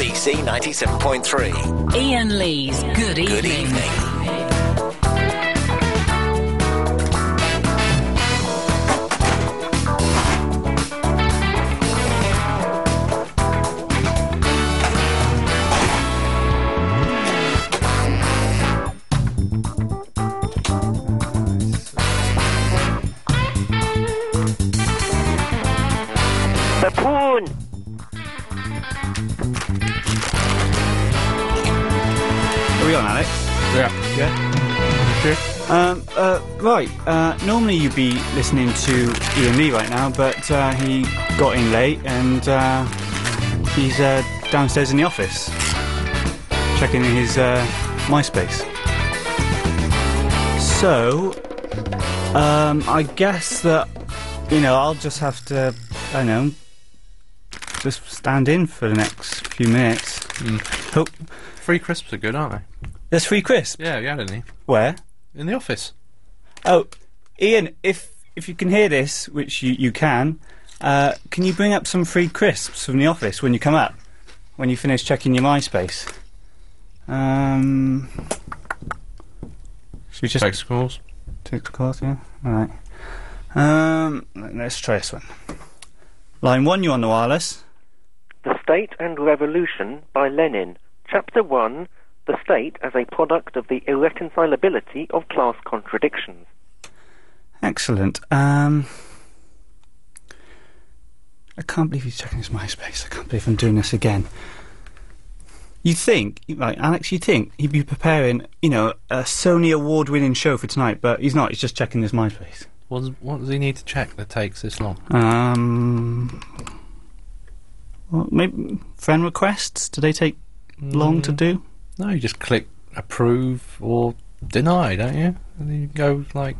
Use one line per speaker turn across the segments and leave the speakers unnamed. BBC 97.3.
Ian Lee's Good Evening.
Good evening.
Buffoon!
Are we on, Alex?
Yeah.
Yeah. Um, uh, right. Uh, normally you'd be listening to Ian Lee right now, but uh, he got in late and uh, he's uh, downstairs in the office checking his uh, MySpace. So, um, I guess that you know I'll just have to I don't know just stand in for the next few minutes. Oh,
Free Mm. crisps are good, aren't
there's free crisp.
they? Yeah, we had any.
Where?
In the office.
Oh, Ian, if if you can hear this, which you, you can, uh, can you bring up some free crisps from the office when you come up? When you finish checking your MySpace? Um, should we just
Text calls.
take the calls? Yeah, all right. Um, let- let's try this one. Line one, you're on the wireless.
The State and Revolution by Lenin. Chapter 1 The State as a Product of the Irreconcilability of Class Contradictions.
Excellent. Um, I can't believe he's checking his MySpace. I can't believe I'm doing this again. You'd think, right, Alex, you'd think he'd be preparing, you know, a Sony award winning show for tonight, but he's not. He's just checking his MySpace.
What does, what does he need to check that takes this long?
Um, well, maybe friend requests? Do they take long to do?
No, you just click approve or deny, don't you? And then you go like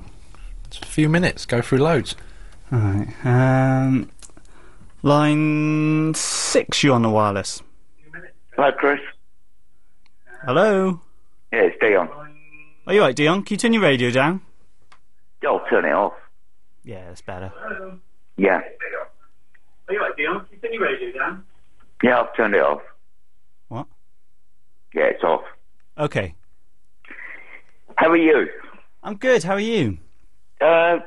it's a few minutes, go through loads.
Alright. Um, line six, you on the wireless.
Hi, Chris.
Hello?
Yeah, it's Dion.
Are you right, Dion? Can you turn your radio down?
I'll turn it off.
Yeah, that's better.
Yeah.
Are you right, Dion? You said you radio down.
Yeah, I've turned it off.
What?
Yeah, it's off.
Okay.
How are you?
I'm good. How are you?
Uh,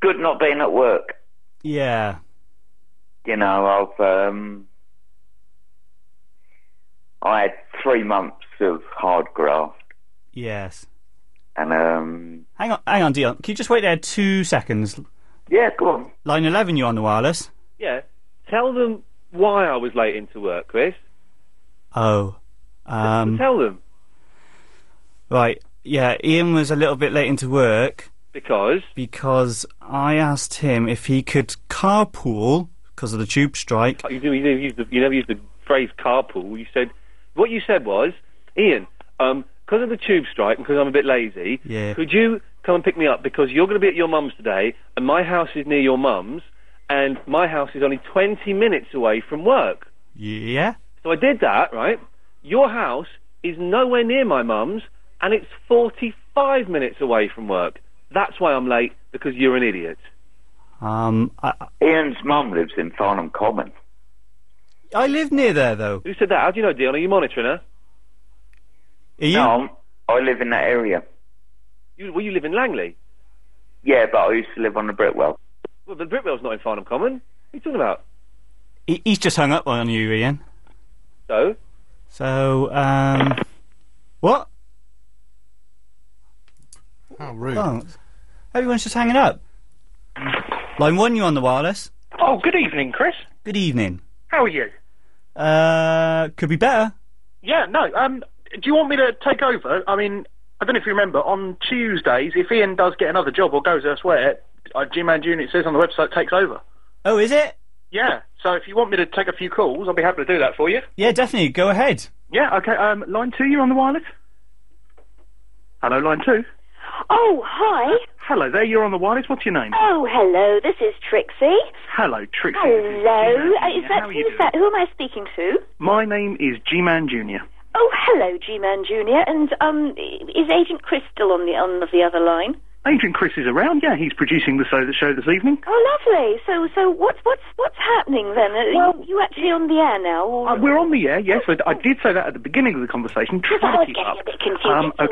good not being at work.
Yeah.
You know, I've, um, I had three months of hard graft
Yes.
and, um,
Hang on, hang on, Dion. Can you just wait there two seconds?
yeah, go on.
Line 11, you're on the wireless.
Yeah. Tell them why I was late into work, Chris.
Oh. Um,
Tell them
right. Yeah, Ian was a little bit late into work
because
because I asked him if he could carpool because of the tube strike.
you, do, you, never used the, you never used the phrase carpool. You said what you said was, Ian, um, because of the tube strike and because I'm a bit lazy,
Yeah.
could you come and pick me up because you're going to be at your mum's today and my house is near your mum's and my house is only 20 minutes away from work.
Yeah?
So I did that, right? Your house is nowhere near my mum's, and it's 45 minutes away from work. That's why I'm late, because you're an idiot.
Um, I,
Ian's mum lives in Farnham Common.
I live near there, though.
Who said that? How do you know, Dion? Are you monitoring her?
Are you?
No, I'm- I live in that area.
You, well, you live in Langley.
Yeah, but I used to live on the Brickwell.
Well, but Brickwell's not in Farnham Common. What are you talking about?
He, he's just hung up on you, Ian.
So,
So, um. What?
How rude.
Oh, everyone's just hanging up. Line one, you on the wireless.
Oh, good evening, Chris.
Good evening.
How are you?
Uh, could be better.
Yeah, no. Um, do you want me to take over? I mean, I don't know if you remember. On Tuesdays, if Ian does get another job or goes elsewhere, uh, Jim and Unit says on the website takes over.
Oh, is it?
Yeah. So if you want me to take a few calls, I'll be happy to do that for you.
Yeah, definitely. Go ahead.
Yeah. Okay. Um, line two, you're on the wireless. Hello, line two.
Oh, hi.
Hello there, you're on the wireless. What's your name?
Oh, hello. This is Trixie.
Hello, Trixie.
Hello. Uh, Is
How
that,
are
who
you
is that?
doing?
Who am I speaking to?
My name is G-Man Junior.
Oh, hello, G-Man Junior. And um, i- is Agent Chris still on the on the other line?
Agent Chris is around. Yeah, he's producing the show, the show this evening.
Oh, lovely. So, so what's what's what's happening?
evening then. Are you-
Well-
you actually on the air now? Or...
Uh, we're on the air, yes. I, I did say that at the beginning of the conversation. Try
I
to
was
keep
getting
up.
a bit confused. It's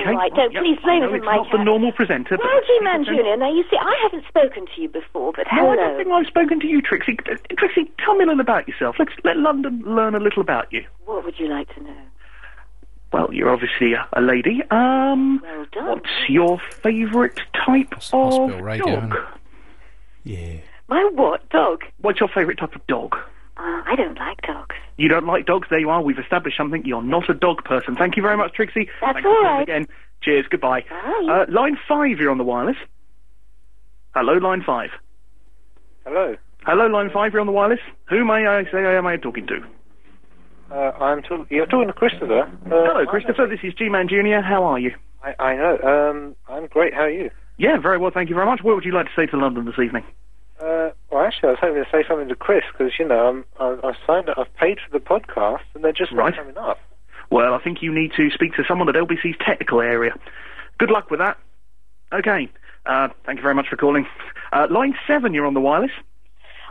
all right. Don't- please,
um, I
no,
know
it wasn't
it's
my
not the
cat.
normal presenter.
Well, G-Man
but
Junior, now you see, I haven't spoken to you before, but
No,
hello.
I don't think I've spoken to you, Trixie. Uh, Trixie, tell me a little about yourself. Let's let London learn a little about you.
What would you like to know?
Well, you're obviously a, a lady. Um,
Well done.
what's your favourite type
hospital
of
radio,
dog?
isn't it?
Yeah.
My what dog?
What's your favourite type of dog?
Uh, I don't like dogs.
You don't like dogs? There you are. We've established something. You're not a dog person. Thank you very much, Trixie.
That's
Thank
all
you
right.
again. Cheers. Goodbye.
Bye.
Uh, line five, you're on the wireless. Hello, line five.
Hello.
Hello, line five, you're on the wireless. Who may I say I am I talking to?
Uh, I'm talk- you're talking to Christopher. Uh,
Hello, Christopher. This is G-Man Junior. How are you?
I, I know. Um, I'm great. How are you?
Yeah, very well. Thank you very much. What would you like to say to London this evening?
Uh, well, actually, I was hoping to say something to Chris because you know I'm, I, I've signed up. I've paid for the podcast, and they're just
Right.
not coming up.
Well, I think you need to speak to someone at LBC's technical area. Good luck with that. Okay. Uh, thank you very much for calling. Uh, line seven, you're on the wireless.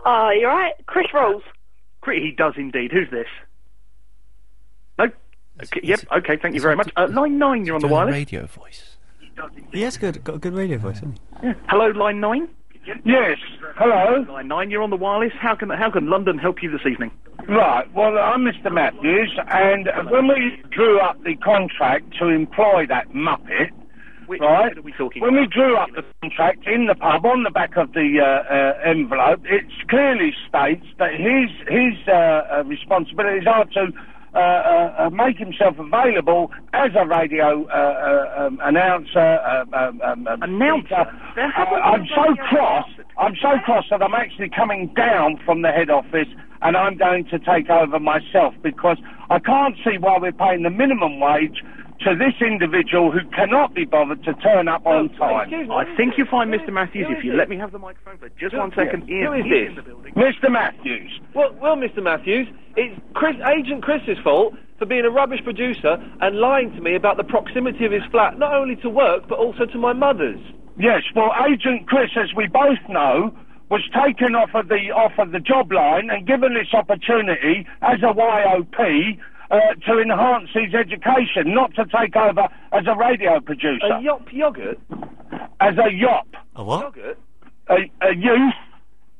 Uh, you're right. Chris Rolls.
Cre- He does indeed. Who's this? No. Okay, yep. Okay. Thank you very much. Uh, line nine, you're on the
Doing a
wireless.
radio voice.
He has good, got a good radio voice, hasn't
Hello, line nine.
Yes. Hello.
Line nine, you're on the wireless. How can how can London help you this evening?
Right. Well, I'm Mr. Matthews, and when we drew up the contract to employ that muppet,
Which
Right.
what are we talking
when we
about?
drew up the contract in the pub on the back of the uh, uh, envelope, it clearly states that his his uh, uh, responsibilities are to. Uh, uh, uh, make himself available as a radio uh, uh, um, announcer. Uh, um, um, um,
Announcer?
speaker.
There
Uh,
hasn't
I'm
been a
so
radio
cross.
announcer.
I'm so cross that I'm actually coming down from the head office and I'm going to take over myself because I can't see why we're paying the minimum wage to this individual who cannot be bothered to turn up on
Oh,
time.
I think you find Mr. Matthews if you let me have the microphone for just one second. Ian,
Who is
he's
this?
in the building.
Mr. Matthews,
Well, well, Mr. Matthews, it's Chris, Agent Chris's fault for being a rubbish producer and lying to me about the proximity of his flat, not only to work but also to my mother's.
yes, well, Agent Chris, as we both know, was taken off of the off of the job line and given this opportunity as a YOP. Uh, to enhance his education, not to take over as a radio producer,
A yop yogurt,
as a yop.
he? A what?
yogurt.
a, a youth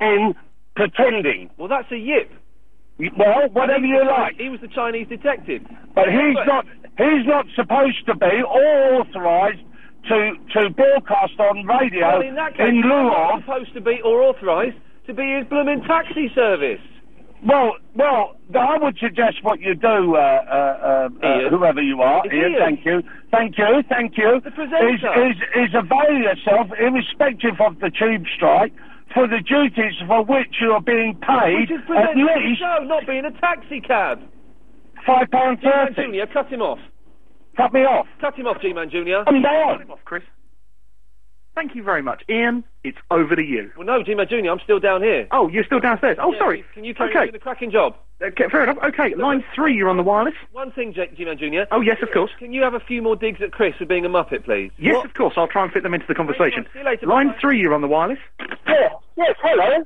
in pretending.
Well, that's a yip.
Well, whatever you like,
He was the Chinese detective.
but he's not. He's not supposed to be or authorised to to broadcast on radio
Well, in
in,
that case, he's
lieu
not
of.
supposed to be or authorised to be his blooming taxi service.
Well, well, th- I would suggest what you do, uh, uh, uh, uh,
Ian.
whoever you are,
It's
Ian,
Ian.
Thank you, thank you, thank you.
The presenter.
Is, is is avail yourself, irrespective of the tube strike, for the duties for which you are being paid
Which is
at
presenting the
least
show, not being a taxi cab.
five pound
G-Man
thirty.
Junior, cut him off.
Cut me off.
Cut him off, G-Man Junior.
Come down.
Time off, Chris. Thank you very much, Ian. It's over to you.
Well, no, G-Man Junior, I'm still down here.
Oh, you're still downstairs. Oh,
Yeah,
sorry.
Can you carry on
okay.
doing the cracking job?
okay. Fair enough. Okay, line three, you're on the wireless.
One thing, J- G-Man Junior.
Oh, yes, of course.
Can you have a few more digs at Chris for being a muppet, please?
Yes, of course. I'll try and fit them into the conversation.
See you later,
Line
bye-bye.
three, you're on the wireless.
Yes, hello.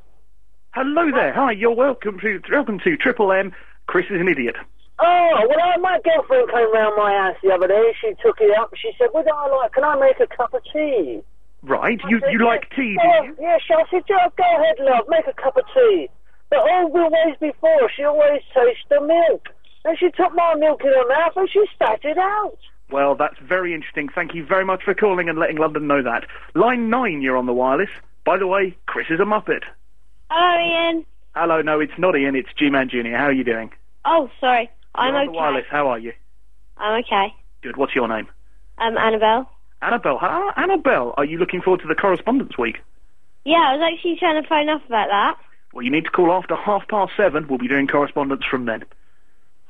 Hello there. Hi. You're welcome to welcome to Triple M. Chris is an idiot.
Oh, well, uh, my girlfriend came round my house the other day. She took it up. She said, would I like, can I make a cup of tea?
Right. You you like tea,
Oh,
do you?
yeah, she I said, "Yeah, go ahead, love, make a cup of tea. But always before, she always tastes the milk. And she took my milk in her mouth and she spat it out.
Well, that's very interesting. Thank you very much for calling and letting London know that. Line nine, you're on the wireless. By the way, Chris is a muppet.
Hello, Ian.
Hello. No, it's not Ian. It's G-Man Junior. How are you doing?
Oh, sorry.
You're on the wireless. How are you?
I'm okay.
Good. What's your name?
I'm Annabelle.
Annabelle. Huh? Annabelle, are you looking forward to the correspondence week?
Yeah, I was actually trying to phone up about that.
Well, you need to call after half past seven. We'll be doing correspondence from then.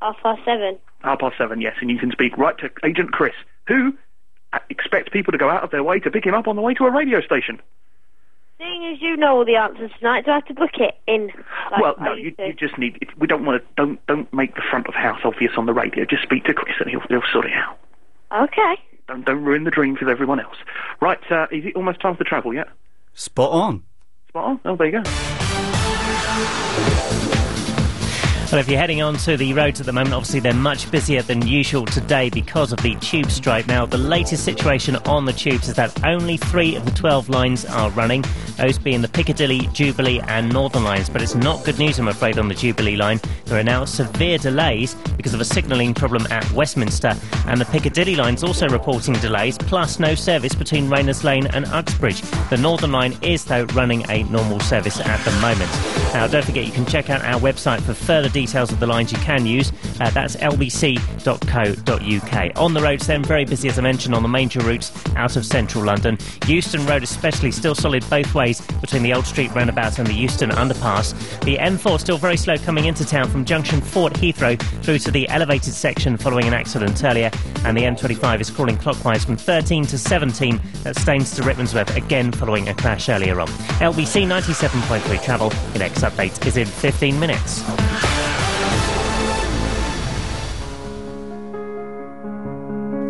Half past seven.
Half past seven, yes, and you can speak right to Agent Chris, who uh, expects people to go out of their way to pick him up on the way to a radio station.
Seeing as you know all the answers tonight, do I have to book it in? Like
well,
I
no,
used
you,
to?
you just need. It, we don't want to. Don't don't make the front of house obvious on the radio. Just speak to Chris, and he'll he'll sort it out.
Okay.
Don't don't ruin the dream for everyone else. Right, uh, is it almost time for the travel yet?
Spot on.
Spot on. Oh, there you go.
Well, if you're heading onto the roads at the moment, obviously they're much busier than usual today because of the tube strike. Now, the latest situation on the tubes is that only three of the 12 lines are running, those being the Piccadilly, Jubilee, and Northern lines. But it's not good news, I'm afraid, on the Jubilee line. There are now severe delays because of a signalling problem at Westminster, and the Piccadilly line's also reporting delays, plus no service between Rayners Lane and Uxbridge. The Northern line is, though, running a normal service at the moment. Now, don't forget you can check out our website for further details of the lines you can use. Uh, that's lbc.co.uk. On the roads, then, very busy, as I mentioned, on the major routes out of central London. Euston Road, especially, still solid both ways between the Old Street roundabout and the Euston Underpass. The M4 still very slow coming into town from junction Fort Heathrow through to the elevated section following an accident earlier. And the M25 is crawling clockwise from 13 to 17 at Staines to Rickmansworth, again following a crash earlier on. LBC 97.3 travel. The next update is in 15 minutes.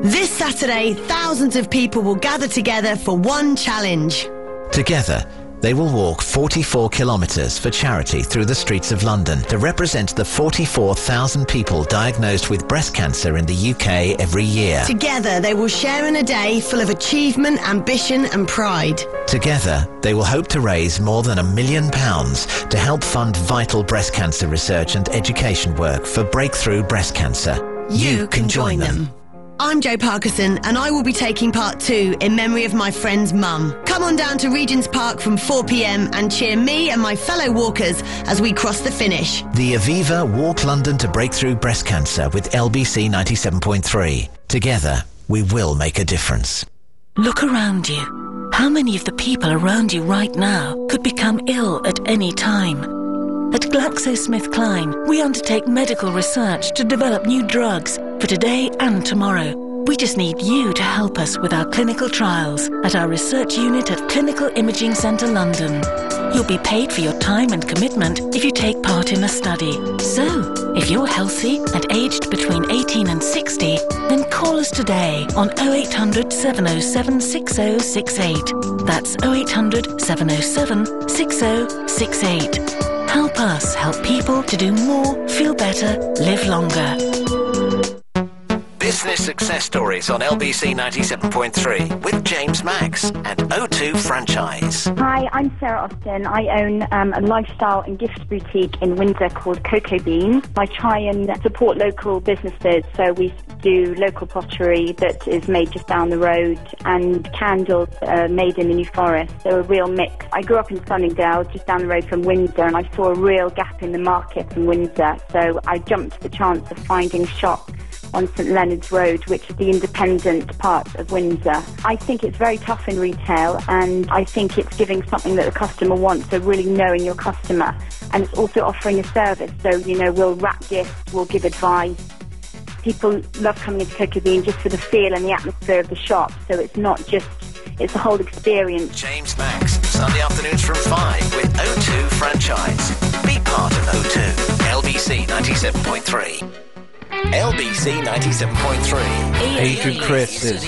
This Saturday, thousands of people will gather together for one challenge.
Together, they will walk 44 kilometres for charity through the streets of London to represent the 44,000 people diagnosed with breast cancer in the UK every year.
Together, they will share in a day full of achievement, ambition, and pride.
Together, they will hope to raise more than a million pounds to help fund vital breast cancer research and education work for breakthrough breast cancer. You can join them.
I'm Joe Parkinson, and I will be taking part two in memory of my friend's mum. Come on down to Regent's Park from 4 pm and cheer me and my fellow walkers as we cross the finish.
The Aviva Walk London to Breakthrough Breast Cancer with LBC 97.3. Together, we will make a difference.
Look around you. How many of the people around you right now could become ill at any time? At GlaxoSmithKline, we undertake medical research to develop new drugs for today and tomorrow. We just need you to help us with our clinical trials at our research unit at Clinical Imaging Centre London. You'll be paid for your time and commitment if you take part in a study. So, if you're healthy and aged between 18 and 60, then call us today on 0800 707 6068. That's 0800 707 6068. Help us help people to do more, feel better, live longer.
Business success stories on LBC 97.3 with James Max and O2 Franchise.
Hi, I'm Sarah Austin. I own um, a lifestyle and gift boutique in Windsor called Cocoa Bean. I try and support local businesses, so we do local pottery that is made just down the road and candles uh, made in the New Forest. They're a real mix. I grew up in Sunningdale, just down the road from Windsor, and I saw a real gap in the market in Windsor, so I jumped at the chance of finding shops on St Leonard's Road, which is the independent part of Windsor. I think it's very tough in retail, and I think it's giving something that the customer wants, so really knowing your customer. And it's also offering a service, so, you know, we'll wrap gifts, we'll give advice. People love coming into Cocoa Bean just for the feel and the atmosphere of the shop, so it's not just, it's the whole experience.
James Max, Sunday afternoons from 5 with O2 Franchise. Be part of O2. LBC 97.3. LBC 97.3.
Adrian Chris is.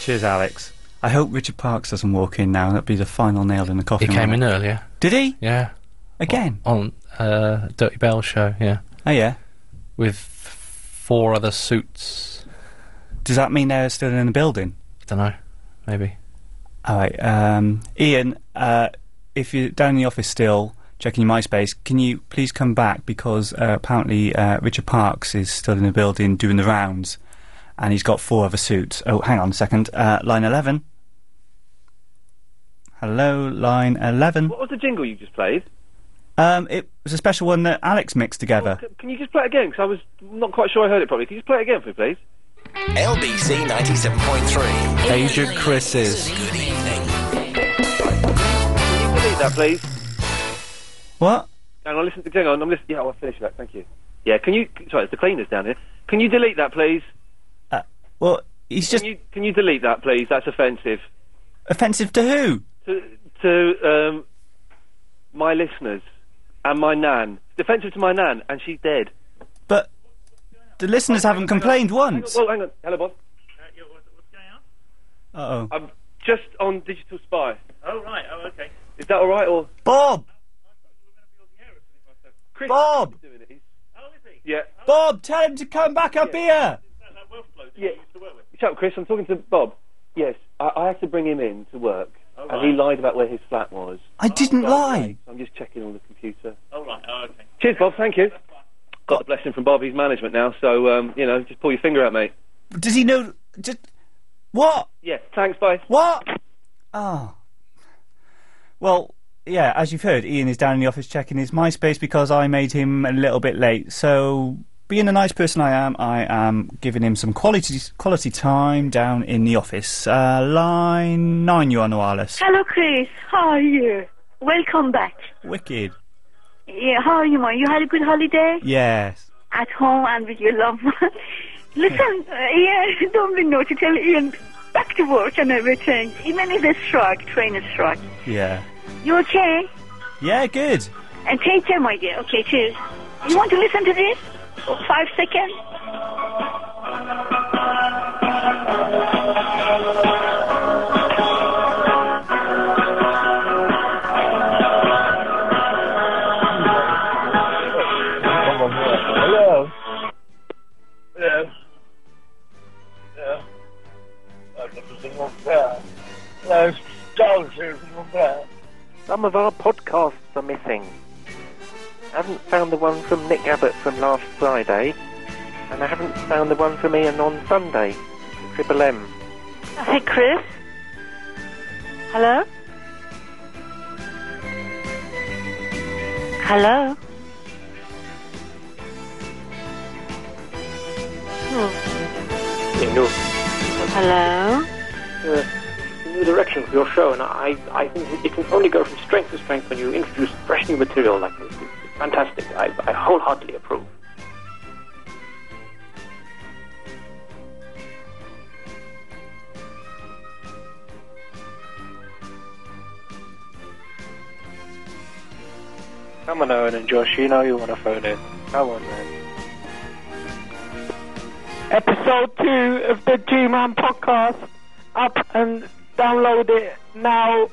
Cheers, Alex. I hope Richard Parks doesn't walk in now. That'd be the final nail in the coffin.
He came in
wouldn't it?
earlier.
Did he?
Yeah.
Again?
On uh, Dirty Bell show, yeah.
Oh yeah.
With four other suits.
Does that mean they're still in the building?
Don't know. Maybe.
All right, um, Ian. Uh, if you're down in the office still checking your MySpace, can you please come back because uh, apparently uh, Richard Parks is still in the building doing the rounds, and he's got four other suits. Oh, hang on a second. Uh, line eleven. Hello, line eleven.
What was the jingle you just played?
Um, it was a special one that Alex mixed together.
Can you just play it again? Because I was not quite sure I heard it properly. Can you just play it again for me, please?
LBC 97.3.
Adrian Chris is.
Good evening.
Can you delete that, please?
What?
Hang on, listen. Hang on, I'm listening. Yeah, I'll finish that. Thank you. Yeah, can you? Sorry, it's the cleaners down here. Can you delete that, please?
Uh, well, he's
just. Can you, can you delete that, please? That's offensive
Offensive to who?
to to um, my listeners and my nan. It's offensive to my nan, and she's dead.
But the listeners haven't complained once.
Well, hang on. Hello, Bob.
Uh oh.
I'm just on Digital Spy.
Oh, right. Oh, okay. Oh, Is that all right? Or
Bob. Bob.
Oh, yeah,
Bob, tell him to come back up here.
yeah. Shut up, Chris. I'm talking to Bob. Yes, I, I had to bring him in to work, and he lied about where his flat was.
I didn't lie.
I'm just checking on the computer.
All right. Oh, okay.
Cheers, Bob. Thank you. Got a blessing from Bobby's management now, so um, you know, just pull your finger out, mate.
Does he know? Did, what?
Yeah. Thanks. Bye.
What? Oh. Well, yeah, as you've heard, Ian is down in the office checking his MySpace because I made him a little bit late. So, being the nice person I am, I am giving him some quality quality time down in the office. Uh, line 9, you are no Alice.
Hello, Chris. How are you? Welcome back.
Wicked.
Yeah, how are you, man? You had a good holiday
Yes.
at home and with your loved one. Listen, uh, yeah, don't be naughty. Tell Ian back to work and everything. Even if it's struck, train is struck.
Yeah.
You okay?
Yeah, good.
And take care, my dear. Okay, cheers. You want to listen to this? Five seconds.
Hello. Yeah. Yeah.
Those Some of our podcasts are missing. I haven't found the one from Nick Abbott from last Friday, and I haven't found the one from Ian on Sunday. Triple M.
Hey, Chris. Hello? Hello?
Hello.
Hello?
Uh, new direction for your show, and I, I think it can only go from strength to strength when you introduce fresh new material like this. It's fantastic. I, I wholeheartedly approve.
Come on, Owen and Josh, you know you want to phone in. Come on, man.
Episode 2 of the G Man podcast. Up and download it now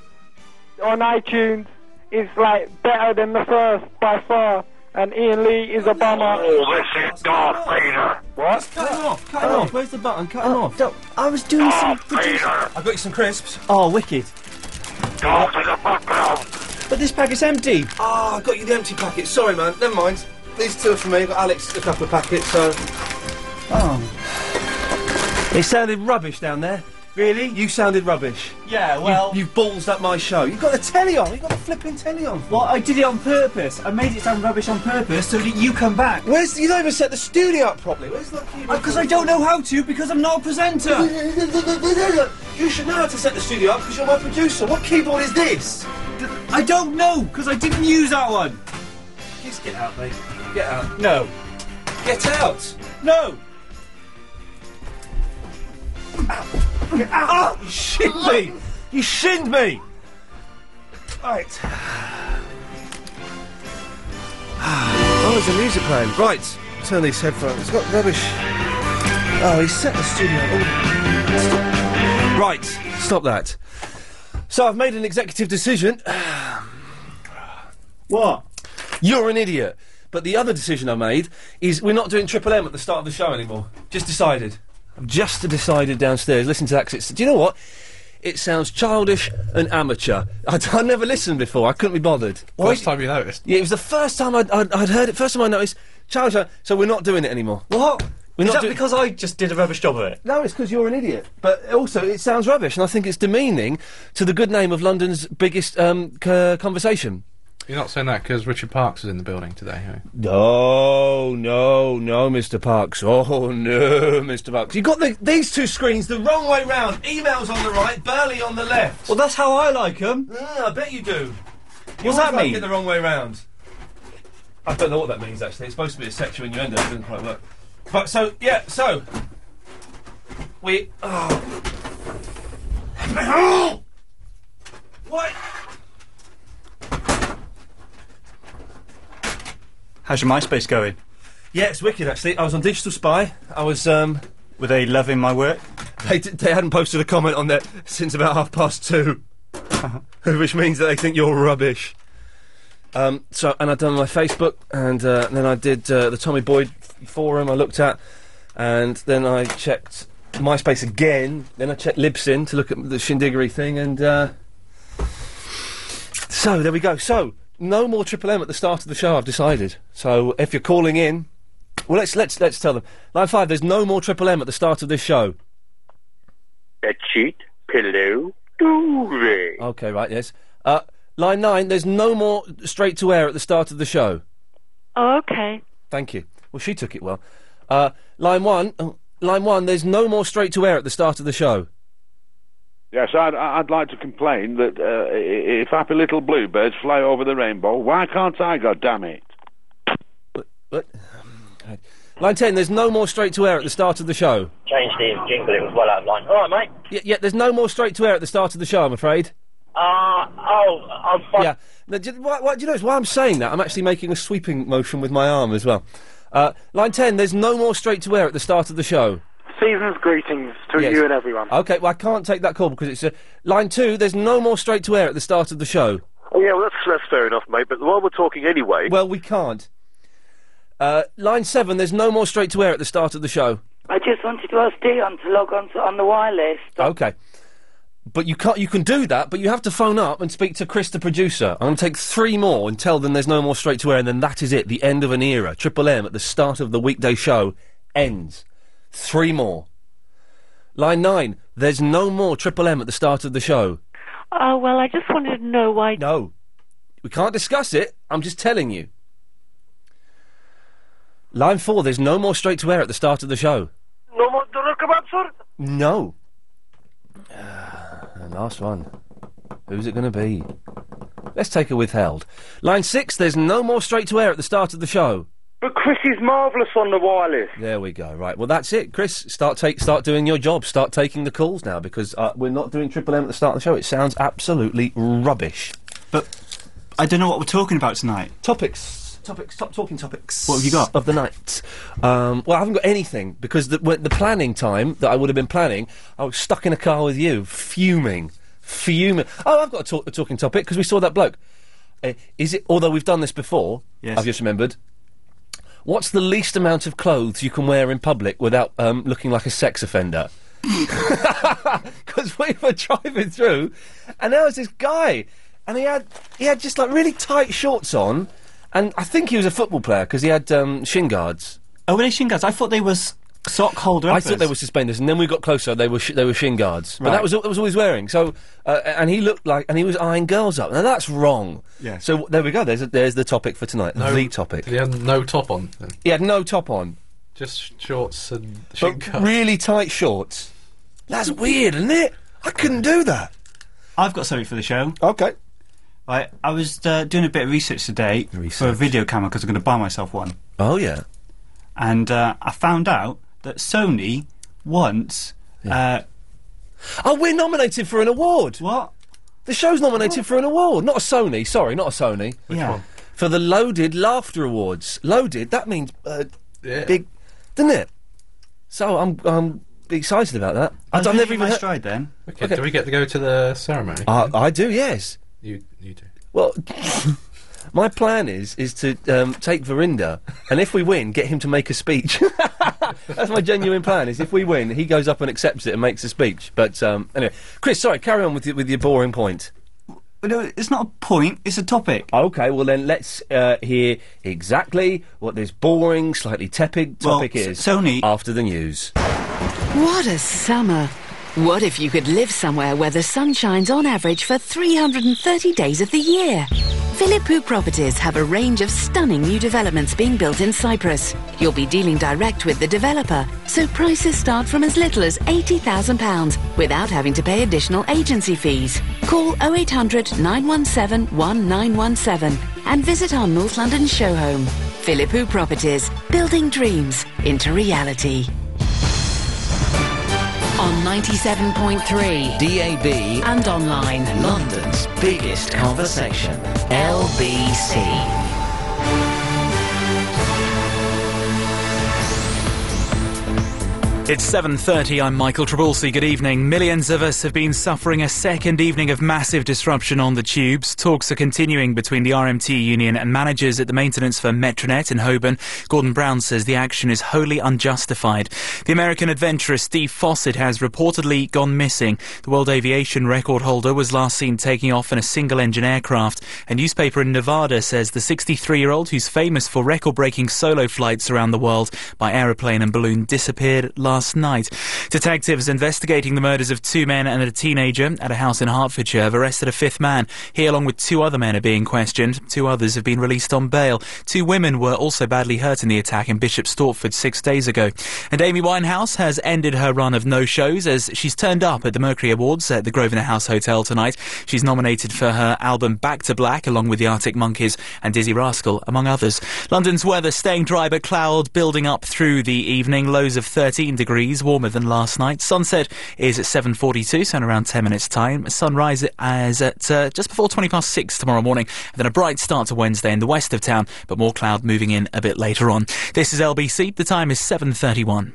on iTunes. It's like better than the first by far. And Ian Lee is a bummer.
Oh,
this is Darth Vader.
What?
Cut him off.
cut him
Oh.
off.
Where's the button? Cut
him
off. Oh. I was doing some.
Vader.
I got you some crisps. Oh, wicked.
Darth in the background.
But this pack is empty.
Ah, I got you the empty packet. Sorry, man. Never mind. These two are for me. Got Alex a couple of packets. So
Oh.
Oh. they sounded rubbish down there. Really? You sounded rubbish.
Yeah,
You-
well-
you, balls up my show. You got the telly on. You got the flipping telly on.
Well, I did it on purpose. I made it sound rubbish on purpose so that you come back.
Where's you don't even set the studio up properly? Where's the
Because I don't know how to because I'm not a presenter.
You should know how to set the studio up because you're my producer. What keyboard is this?
I don't know because I didn't use that one.
Just get out, mate. Get out.
No.
Get out.
No.
Get out. You shinned me. You shinned me. Right. Oh, there's a music playing. Right. Turn these headphones. It's got rubbish. Oh, he set the studio. Oh. Stop. Right. Stop that. So I've made an executive decision.
What?
You're an idiot. But the other decision I made is we're not doing Triple M at the start of the show anymore. Just decided. I've just decided downstairs. Listen to that. 'cause it's- do you know what? It sounds childish and amateur. I, I never listened before. I couldn't be bothered.
First time you noticed.
Yeah, it was the first time I'd, I'd, I'd heard it. First time I noticed childish. uh, So we're not doing it anymore. What? We're
Is
not
that
doing-
because I just did a rubbish job of it?
No, it's because you're an idiot. But also, it sounds rubbish, and I think it's demeaning to the good name of London's biggest um, c- conversation.
You're not saying that because Richard Parks is in the building today. Are you?
No, no, no, Mr. Parks. Oh no, Mr. Parks. You got the, these two screens the wrong way round. Emails on the right, Burley on the left.
Well, that's how I like them.
Ah, I bet you do. You
What's
always
that
like
mean?
It the wrong way round. I don't know what that means. Actually, it's supposed to be a sexual innuendo. It didn't quite work. But so yeah, so we. ah. Oh. what?
How's your MySpace going?
Yeah, it's wicked. Actually, I was on Digital Spy. I was. um...
Were they loving my work? Uh-huh.
They, d- they hadn't posted a comment on that since about half past two. which means that they think you're rubbish. Um, so, and I'd done my Facebook, and, uh, then I did uh, the Tommy Boyd f- forum. I looked at, and then I checked MySpace again. Then I checked Libsyn to look at the Shindiggery thing, and uh, so there we go. So no more Triple M at the start of the show. I've decided. So if you're calling in, well, let's let's let's tell them line five. There's no more Triple M at the start of this show.
A cheat, pillow, duvet.
Okay, right, yes. Uh, line nine, there's no more straight to air at the start of the show.
Oh, okay.
Thank you. Well, she took it well. Uh, line one, oh, line one, there's no more straight to air at the start of the show.
Yes, I'd, I'd like to complain that uh, i- if happy little bluebirds fly over the rainbow, why can't I, God damn it?
Line ten, there's no more straight to air at the start of the show.
Changed the jingle, it was well out of line. All right, mate.
Yeah, yeah there's no more straight to air at the start of the show, I'm afraid.
Uh, oh, I'm fine.
Yeah. Now, do, you- why, why, do you notice why I'm saying that? I'm actually making a sweeping motion with my arm as well. Uh, line 10, there's no more straight to air at the start of the show.
Season's greetings to
Yes.
you and everyone.
Okay, well, I can't take that call because it's a. Line 2, there's no more straight to air at the start of the show.
Oh, Yeah, well, that's, that's fair enough, mate. But while we're talking anyway,
Well, we can't. Uh, line 7, there's no more straight to air at the start of the show.
I just wanted to ask Dion to log on to, on the wireless.
Okay. But you can't. You can do that, but you have to phone up and speak to Chris, the producer. I'm going to take three more and tell them there's no more straight to air, and then that is it. The end of an era. Triple M at the start of the weekday show ends. Three more. Line nine. There's no more Triple M at the start of the show.
Oh, well, I just wanted to know why.
No. We can't discuss it. I'm just telling you. Line four. There's no more straight to air at the start of the show.
No more doner kebab, sir?
No. And last one. Who's it going to be? Let's take a withheld. Line six, there's no more straight to air at the start of the show.
But Chris is marvellous on the wireless.
There we go. Right. Well, that's it, Chris. Start take, start doing your job. Start taking the calls now because uh, we're not doing Triple M at the start of the show. It sounds absolutely rubbish. But I don't know what we're talking about tonight. Topics. Topics. Stop talking topics. What have you got of the night? Um, well, I haven't got anything because the, when, the planning time that I would have been planning, I was stuck in a car with you, fuming, fuming. Oh, I've got a, talk, a talking topic because we saw that bloke. Uh, is it? Although we've done this before, yes. I've just remembered. What's the least amount of clothes you can wear in public without um, looking like a sex offender? Because we were driving through, and there was this guy, and he had he had just like really tight shorts on, and I think he was a football player because he had um, shin guards. Oh, were they shin guards? I thought they was sock holder. I thought
uppers.
they were suspenders, and then we got closer. They were sh- they were shin guards, but that
Right.
was all- that was all he was wearing. So, uh, and he looked like, and he was eyeing girls up. Now that's wrong.
Yeah.
So there we go. There's a, there's the topic for tonight.
No-
the topic.
He had no top on.
He had no top on.
Just shorts and shin
But
guards.
really tight shorts. That's weird, isn't it? I couldn't do that.
I've got something for the show.
Okay.
I, I was uh, doing a bit of research today for a video camera because I'm going to buy myself one.
Oh, yeah.
And uh, I found out that Sony once. Uh,
oh, we're nominated for an award. What? The show's nominated for an award. Not a Sony. Sorry, not a Sony.
Which Yeah. one?
For the Loaded Laughter Awards. Loaded. That means uh,
Yeah.
big, doesn't it? So I'm I'm excited about that.
I was
I've never
thinking
even
I
heard-
tried
then.
Okay, Do we get to go to the ceremony?
Uh, I do. Yes.
You you do.
Well, my plan is is to um, take Verinda, and if we win, get him to make a speech. That's my genuine plan. Is if we win, he goes up and accepts it and makes a speech. But um, anyway, Chris, sorry, carry on with your, with your boring point.
no, it's not a point, it's a topic.
Okay, well then let's uh, hear exactly what this boring, slightly tepid
Well,
topic
S-
is.
Sony-
after the news.
What a summer! What if you could live somewhere where the sun shines on average for 330 days of the year? Philippou Properties have a range of stunning new developments being built in Cyprus. You'll be dealing direct with the developer, so prices start from as little as £80,000 without having to pay additional agency fees. Call 0800 917 1917 and visit our North London show home. Philippou Properties, building dreams into reality. On 97.3
DAB
and online.
London's biggest conversation. LBC.
It's 7:30. I'm Michael Trabulsi. Good evening. Millions of us have been suffering a second evening of massive disruption on the tubes. Talks are continuing between the RMT union and managers at the maintenance firm Metronet in Holborn. Gordon Brown says the action is wholly unjustified. The American adventurer Steve Fawcett has reportedly gone missing. The world aviation record holder was last seen taking off in a single-engine aircraft. A newspaper in Nevada says the 63-year-old, who's famous for record-breaking solo flights around the world by aeroplane and balloon, disappeared last night. Detectives investigating the murders of two men and a teenager at a house in Hertfordshire have arrested a fifth man. He, along with two other men, are being questioned. Two others have been released on bail. Two women were also badly hurt in the attack in Bishop Stortford six days ago. And Amy Winehouse has ended her run of no shows as she's turned up at the Mercury Awards at the Grosvenor House Hotel tonight. She's nominated for her album Back to Black, along with the Arctic Monkeys and Dizzy Rascal, among others. London's weather staying dry but cloud building up through the evening. Lows of 13 degrees, warmer than last night. Sunset is at 7:42, so in around 10 minutes' time. Sunrise is at uh, just before 20 past six tomorrow morning. And then a bright start to Wednesday in the west of town, but more cloud moving in a bit later on. This is LBC. The time is 7:31.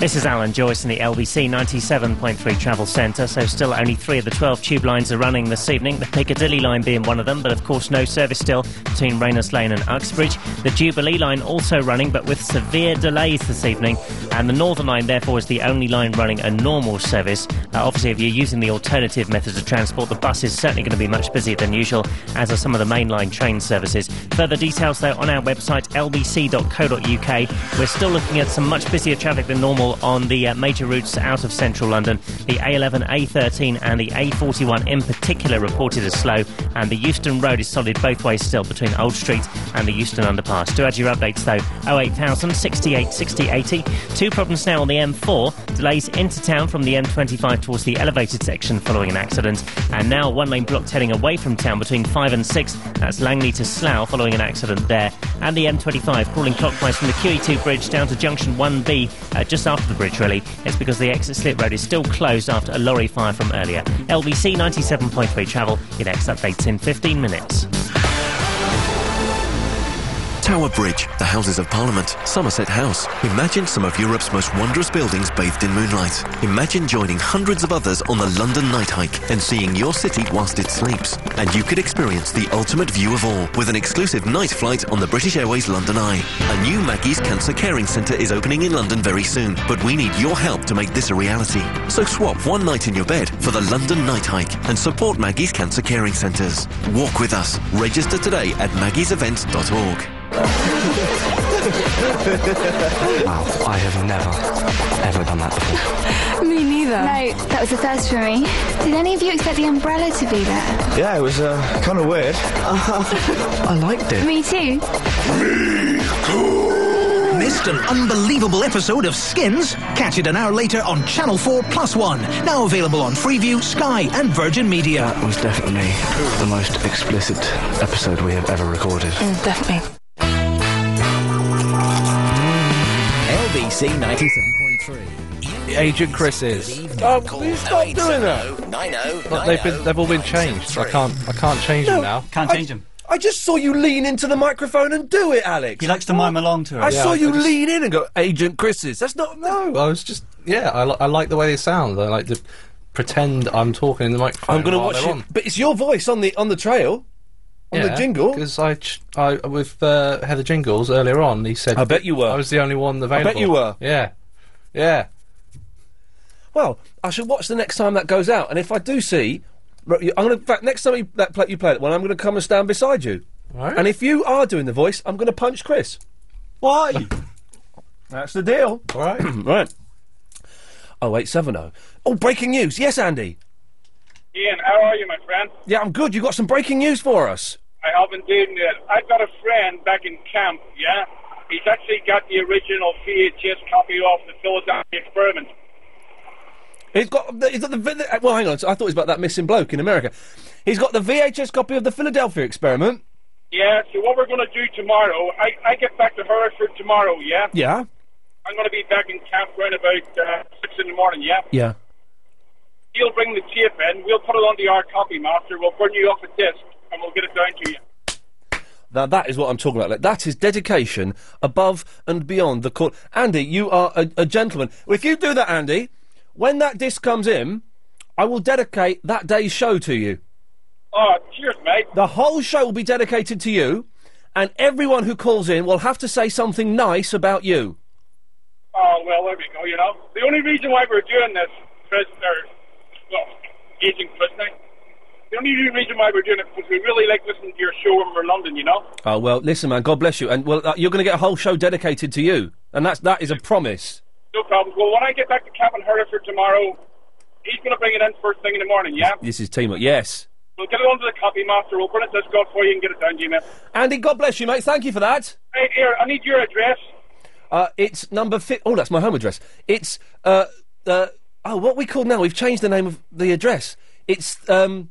This is Alan Joyce in the LBC 97.3 Travel Centre. So, still only three of the 12 tube lines are running this evening, the Piccadilly line being one of them, but of course, no service still between Rayners Lane and Uxbridge. The Jubilee line also running, but with severe delays this evening. And the Northern line, therefore, is the only line running a normal service. Uh, obviously, if you're using the alternative methods of transport, the bus is certainly going to be much busier than usual, as are some of the mainline train services. Further details, though, on our website, lbc.co.uk. We're still looking at some much busier traffic than normal on the uh, major routes out of central London. The A11, A13, and the A41 in particular reported as slow, and the Euston Road is solid both ways still between Old Street and the Euston Underpass. To add your updates though, 08000 68 60 80. Two problems now on the M4. Delays into town from the M25 towards the elevated section following an accident, and now one lane blocked heading away from town between 5 and 6. That's Langley to Slough following an accident there, and the M25 crawling clockwise from the QE2 bridge down to junction 1B uh, just after the bridge, really. It's because the exit slip road is still closed after a lorry fire from earlier. LBC 97.3 travel. Your next update's in 15 minutes.
Tower Bridge, the Houses of Parliament, Somerset House. Imagine some of Europe's most wondrous buildings bathed in moonlight. Imagine joining hundreds of others on the London night hike and seeing your city whilst it sleeps. And you could experience the ultimate view of all with an exclusive night flight on the British Airways London Eye. A new Maggie's Cancer Caring Centre is opening in London very soon, but we need your help to make this a reality. So swap one night in your bed for the London night hike and support Maggie's Cancer Caring Centres. Walk with us. Register today at maggiesevents.org.
Wow, I have never, ever done that before.
Me neither. No, that was a first for me. Did any of you expect the umbrella to be there?
Yeah, it was uh, kind of weird. I liked it.
Me too.
Missed an unbelievable episode of Skins? Catch it an hour later on Channel 4 Plus One. Now available on Freeview, Sky, and Virgin Media.
It was definitely the most explicit episode we have ever recorded.
definitely.
LBC 97.3.
Agent Chris is.
Oh, please stop doing that. 90
But they've been they've all been changed. I can't I can't change
No,
them now.
can't change
them.
I just saw you lean into the microphone and do it, Alex. He likes to mime along to
it.
I
Yeah,
saw
I
you
just-
lean in and go, Agent Chris's. That's not. No.
I was just yeah. I, li- I like the way they sound. I like to pretend I'm talking in the microphone.
I'm going to
while
watch
they're
it.
on.
But it's your voice on the on the trail, on the
Yeah,
jingle.
because I, ch- I with uh, Heather Jingles earlier on. He said,
I bet you were.
I was the only one available.
I bet you were.
Yeah, yeah.
Well, I should watch the next time that goes out, and if I do see, r- you- I'm going to. In fact, next time you, that play, you play that one, I'm going to come and stand beside you.
Right.
And if you are doing the voice, I'm going to punch Chris. Why? That's the deal.
All right.
right. Oh eight seven oh. Oh, breaking news. Yes, Andy.
Ian, how are you, my friend?
Yeah, I'm good. You got some breaking news for us.
I haven't been there. I've got a friend back in camp, yeah? He's actually got the original VHS copy of the Philadelphia Experiment.
He's got the, he's got the, vi- the- well. Hang on, so I thought it was about that missing bloke in America. He's got the VHS copy of the Philadelphia Experiment.
Yeah, so what we're going to do tomorrow, I, I get back to Hereford tomorrow, yeah?
Yeah,
I'm going to be back in camp around about uh, 6 in the morning, yeah?
yeah.
He'll bring the tape in, we'll put it on the hard copy master, we'll burn you off a disc, and we'll get it down to you.
Now, that is what I'm talking about. Like, that is dedication above and beyond the court. Andy, you are a, a gentleman. Well, if you do that, Andy, when that disc comes in, I will dedicate that day's show to you.
Oh, cheers, mate.
The whole show will be dedicated to you, and everyone who calls in will have to say something nice about you.
Oh, well, there we go, you know. The only reason why we're doing this, prisoners, well, aging prisoner, the only reason why we're doing it because we really like listening to your show when we're in London, you know?
Oh well, listen, man. God bless you, and well, uh, you're going to get a whole show dedicated to you, and that's that is a promise.
No problem. Well, when I get back to Captain Hereford tomorrow, he's going to bring it in first thing in the morning, yeah?
This is teamwork. Yes,
We'll get it onto the copy master, we'll print it this got for you and get it down to you, mate.
Andy. God bless you, mate. Thank you for that.
Right here, I need your address.
Uh, it's number fi- Oh, that's my home address. It's uh, uh, oh, what we call now? We've changed the name of the address. It's um,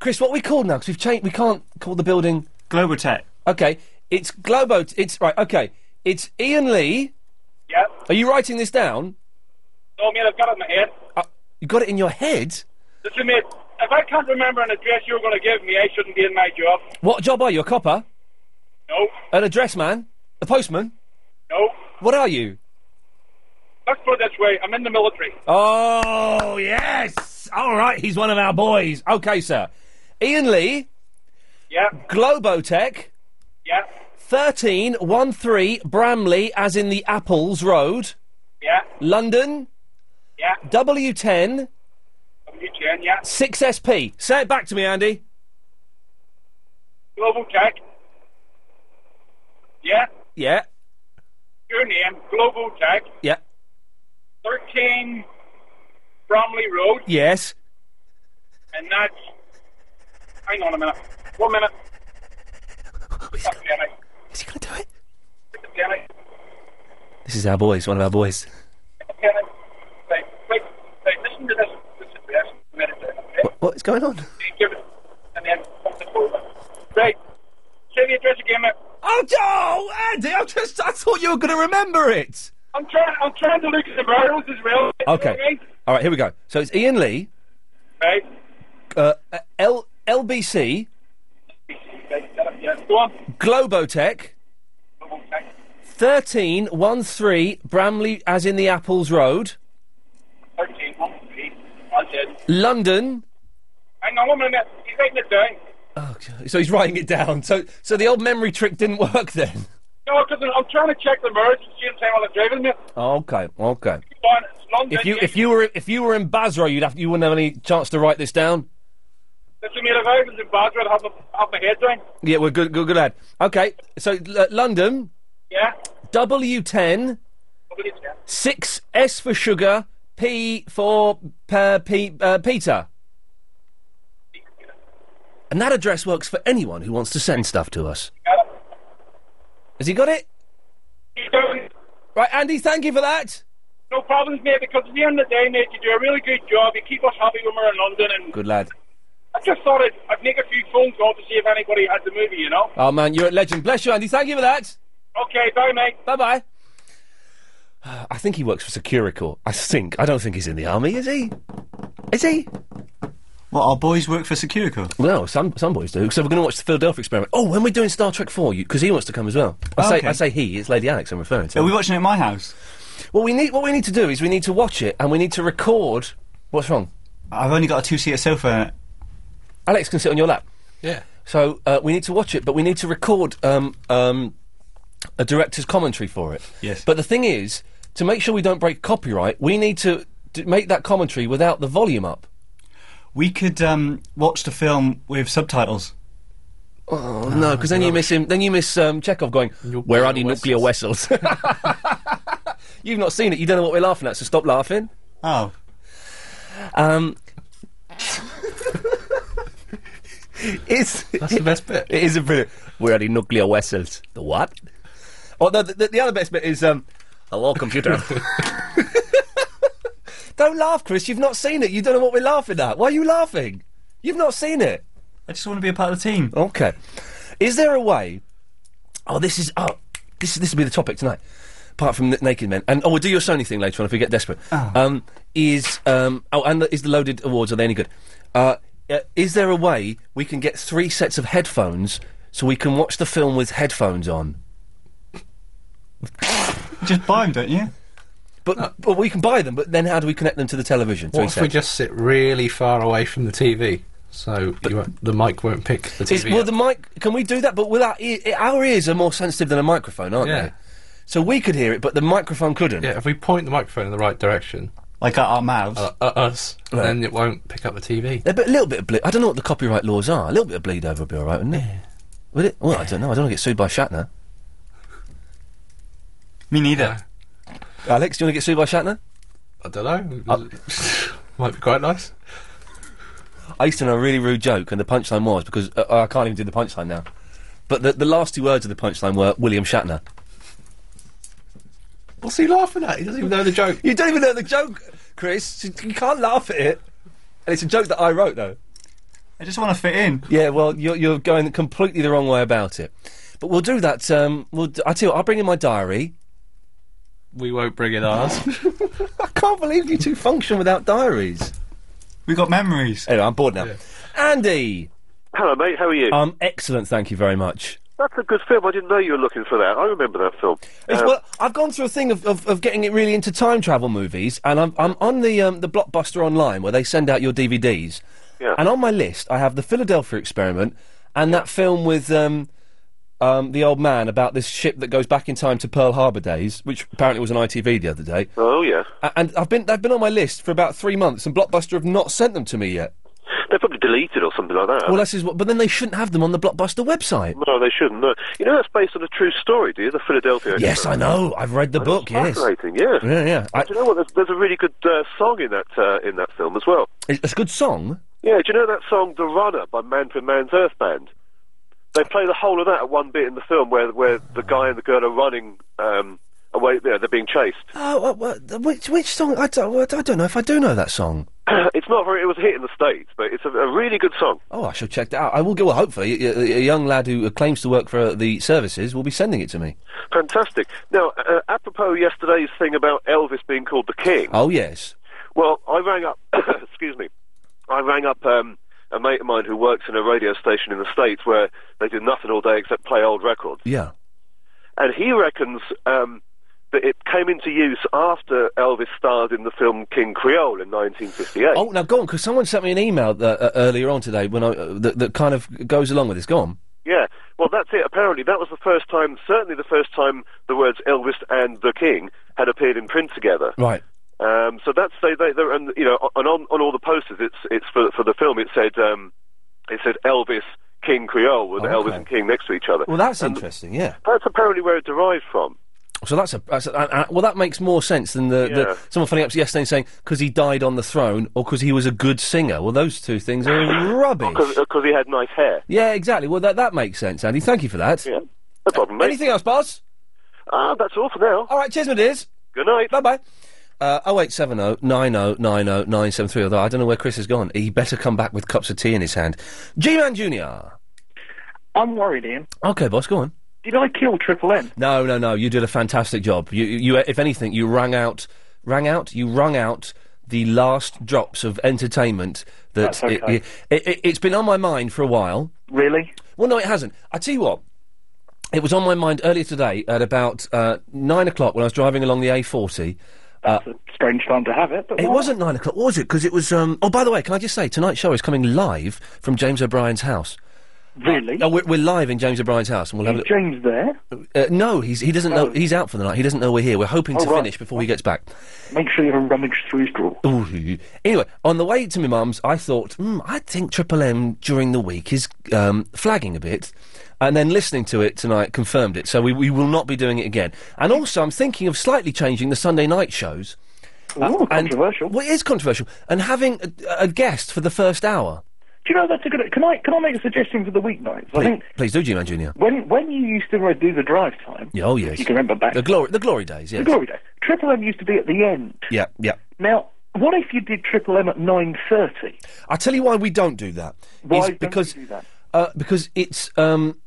Chris. What we call now? Because we've changed. We can't call the building Globotech. Okay, it's Globo. It's right. Okay, it's Ian Lee.
Yeah.
Are you writing this down?
No, mate, Oh, I've got it in my head.
You got it in your head.
Listen, mate, if I can't remember an address you're going to give me, I shouldn't be in my job.
What job are you? A copper?
No.
An address man? A postman?
No.
What are you?
Let's put it this way I'm in the military.
Oh, yes! All right, he's one of our boys. Okay, sir. Ian Lee.
Yeah.
Globotech.
Yeah.
1313 Bramley, as in the Apples Road.
Yeah.
London.
Yeah.
W10
You can, yeah.
6SP. Say it back to me, Andy.
Global Tech. Yeah.
Yeah.
Your name, Global Tech.
Yeah.
13 Bromley Road,
Yes.
and that's. Hang on a minute. One minute. Is
he going to do it?
Penny.
This is our boys, one of our boys.
Penny. Right, right, right. Listen to this. This address. a minute, okay?
What, what's going on?
You Give it, and then pop it over. Right. Say the address again, mate.
Oh, oh Andy, I just I thought you were going to remember it.
I'm trying. I'm trying to look at the murals as well.
Okay. All right, here we go. So it's Ian Lee,
Right.
uh, uh, L- LBC,
Right, got it, yeah. Go on.
Globotech, 1313 Bramley, as in the Apples Road,
13, one, three. I said.
London.
Hang on one minute. He's writing it down.
So he's writing it down. So, so the old memory trick didn't work then.
No, because I'm, I'm trying to check the murals at the same time while I'm driving, mate.
Okay, okay.
Go on. It's London.
If you if you were if you were in Basra, you'd have you wouldn't have any chance to write this down.
Listen, mate, if I was in Basra, I'd have my, have my head down.
Yeah, we're good, good, good lad. Okay, so uh, London,
Yeah.
W10,
Nobody can.
six S for sugar, P for uh, P, uh, Peter. And that address works for anyone who wants to send stuff to us. Has he got it? Right, Andy, thank you for that.
No problems, mate, because at the end of the day, mate, you do a really good job. You keep us happy when we're in London, and
Good lad.
I just thought I'd, I'd make a few phone calls to see if anybody had the movie, you know?
Oh man, you're a legend. Bless you, Andy. Thank you for that.
Okay, bye, mate.
Bye bye. I think he works for Securicore. I think. I don't think he's in the army, is he? Is he?
What, our boys work for Securico?
No, some some boys do. So we're going to watch the Philadelphia Experiment. Oh, when we're doing Star Trek Four, because he wants to come as well. I
Oh,
say
okay.
I say he. It's Lady Alex. I'm referring to.
Are we watching it at my house?
Well, we need what we need to do is we need to watch it and we need to record. What's wrong?
I've only got a two seater sofa.
Alex can sit on your lap.
Yeah.
So uh, we need to watch it, but we need to record um, um, a director's commentary for it.
Yes.
But the thing is, to make sure we don't break copyright, we need to d- make that commentary without the volume up.
We could um, watch the film with subtitles.
Oh no, because then you miss him. Then you miss um, Chekhov going, "Where are the nuclear vessels?" You've not seen it. You don't know what we're laughing at. So stop laughing.
Oh.
Um. it's that's the best bit. It is a brilliant. Where are the nuclear vessels? The what? Oh, no, the, the, the other best bit is um. Hello, computer. don't laugh, Chris. You've not seen it. You don't know what we're laughing at. Why are you laughing? You've not seen it.
I just want to be a part of the team.
Okay. Is there a way? Oh, this is oh, this this will be the topic tonight. Apart from the naked men, and oh, we'll do your Sony thing later on if we get desperate.
Ah.
Um, is um, oh, and the, is the loaded awards are they any good? Uh, uh, is there a way we can get three sets of headphones so we can watch the film with headphones on.
Just buy them, don't you?
But, but we can buy them, but then how do we connect them to the television?
What if we
Three sets.
just sit really far away from the TV so you won't, the mic won't pick the
Is-
TV?
well,
up?
the mic. Can we do that? But with our, ear, our ears are more sensitive than a microphone, aren't
Yeah.
they? So we could hear it, but the microphone couldn't.
Yeah, if we point the microphone in the right direction,
like at our mouths,
uh, at us, then it won't pick up the TV.
A, bit, a little bit of bleed. I don't know what the copyright laws are. A little bit of bleed over would be all right, wouldn't it? Would it? Well, I don't know. I don't want to get sued by Shatner.
Me neither.
Alex, do you want to get sued by Shatner? Uh,
I don't know. Might be quite nice.
I used to know a really rude joke, and the punchline was because uh, I can't even do the punchline now. But the, the last two words of the punchline were William Shatner.
What's he laughing at? He doesn't even know the joke.
You don't even know the joke, Chris. You can't laugh at it. And it's a joke that I wrote, though.
I just want to fit in.
Yeah, well, you're, you're going completely the wrong way about it. But we'll do that. Um, we'll d- I tell you, what, I'll bring in my diary.
We won't bring in ours.
I can't believe you two function without diaries.
We got memories.
Anyway, I'm bored now. Andy,
Hello, mate. How are you?
um, excellent. Thank you very much.
That's a good film. I didn't know you were looking for that. I remember that film.
It's,
Um,
well, I've gone through a thing of, of, of getting it really into time travel movies, and I'm, I'm on the um, the Blockbuster online where they send out your DVDs.
Yeah.
And on my list, I have the Philadelphia Experiment and that film with um, um, the old man about this ship that goes back in time to Pearl Harbor days, which apparently was on ITV the other day.
Oh yeah.
A- And I've been they've been on my list for about three months, and Blockbuster have not sent them to me yet.
They're probably deleted or something like that.
Well, this is what, but then they shouldn't have them on the Blockbuster website.
no, they shouldn't. No. You know that's based on a true story, do you? The Philadelphia.
Yes, I
Experiment.
know. I've read the book. Yes,
Fascinating. Yeah.
yeah, yeah. I-
Do you know what? There's, there's a really good uh, song in that uh, in that film as well.
it's a good song.
Yeah. Do you know that song "The Runner" by Man from Man's Earth Band? They play the whole of that at one bit in the film where where the guy and the girl are running um, away. You know, they're being chased.
Oh, uh, what, the- which which song? I don't, I don't know if I do know that song.
it's not very. It was a hit in the states, but it's a, a really good song.
Oh, I shall check that out. I will go. Well, hopefully, a, a- a young lad who claims to work for uh, the services will be sending it to me.
Fantastic. Now, uh, apropos yesterday's thing about Elvis being called the King.
Oh yes.
Well, I rang up. excuse me. I rang up um, a mate of mine who works in a radio station in the states where they do nothing all day except play old records,
Yeah.
and he reckons um, that it came into use after Elvis starred in the film King Creole in 1958.
Oh, now go on, because someone sent me an email uh, uh, earlier on today when I, uh, that, that kind of goes along with this. Go on.
Yeah, well, that's it. Apparently, that was the first time, certainly the first time, the words Elvis and the King had appeared in print together.
Right.
Um, so that's they, they they're, and you know o- and on on all the posters it's it's for for the film it said um, it said Elvis King Creole with
Oh,
Elvis
okay.
and King next to each other.
Well, that's
And
interesting. Yeah.
That's apparently where it derived from.
So that's a, that's a uh, uh, well, that makes more sense than the,
Yeah.
the someone phoning up yesterday and saying because he died on the throne or because he was a good singer. Well, those two things are rubbish.
Because he had nice hair.
Yeah, exactly. Well, that that makes sense, Andy. Thank you for that.
Yeah, no problem. Mate.
Anything else, Buzz?
Ah, that's all for now.
All right, cheers, my dears.
Good night.
Bye bye. Uh, 0870 90 90 973, although I don't know where Chris has gone. He better come back with cups of tea in his hand. G Man Jr.
I'm worried, Ian.
Okay, boss, go on.
Did I kill Triple M?
No, no, no. You did a fantastic job. You, you, you- if anything, you rang out, rang out, you rung out the last drops of entertainment that
That's okay.
it, it, it, it's been on my mind for a while.
Really?
Well, no, it hasn't. I tell you what. It was on my mind earlier today at about uh, nine o'clock when I was driving along the A40. That's
a strange time to have it. But
it wasn't nine o'clock, was it? Because it was. Um, oh, by the way, can I just say tonight's show is coming live from James O'Brien's house.
Really?
No, we're, we're live in James O'Brien's house, and we'll have a
Is
look-
James there?
uh, no, he's, he doesn't know. He's out for the night. He doesn't know we're here. We're hoping to
Oh, right.
finish before he gets back.
Make sure you have a rummage through his drawer.
Ooh. Anyway, on the way to my mum's, I thought, hmm, I think Triple M during the week is um, flagging a bit. And then listening to it tonight confirmed it. So we, we will not be doing it again. And also, I'm thinking of slightly changing the Sunday night shows.
Ooh,
controversial. Well, it is controversial. And having a, a guest for the first hour.
Do you know that's a good? Can I can I make a suggestion for the weeknights? I
Please,
think
please do, G Man Jr.
when when you used to do the drive time,
Yeah, oh, yes.
you can remember back
The glory, the glory days, yes.
the glory day. Triple M used to be at the end.
Yeah, yeah.
Now, what if you did Triple M at nine thirty?
I tell you why we don't do that.
Why
Is
don't
because
we do that?
Uh, because it's um,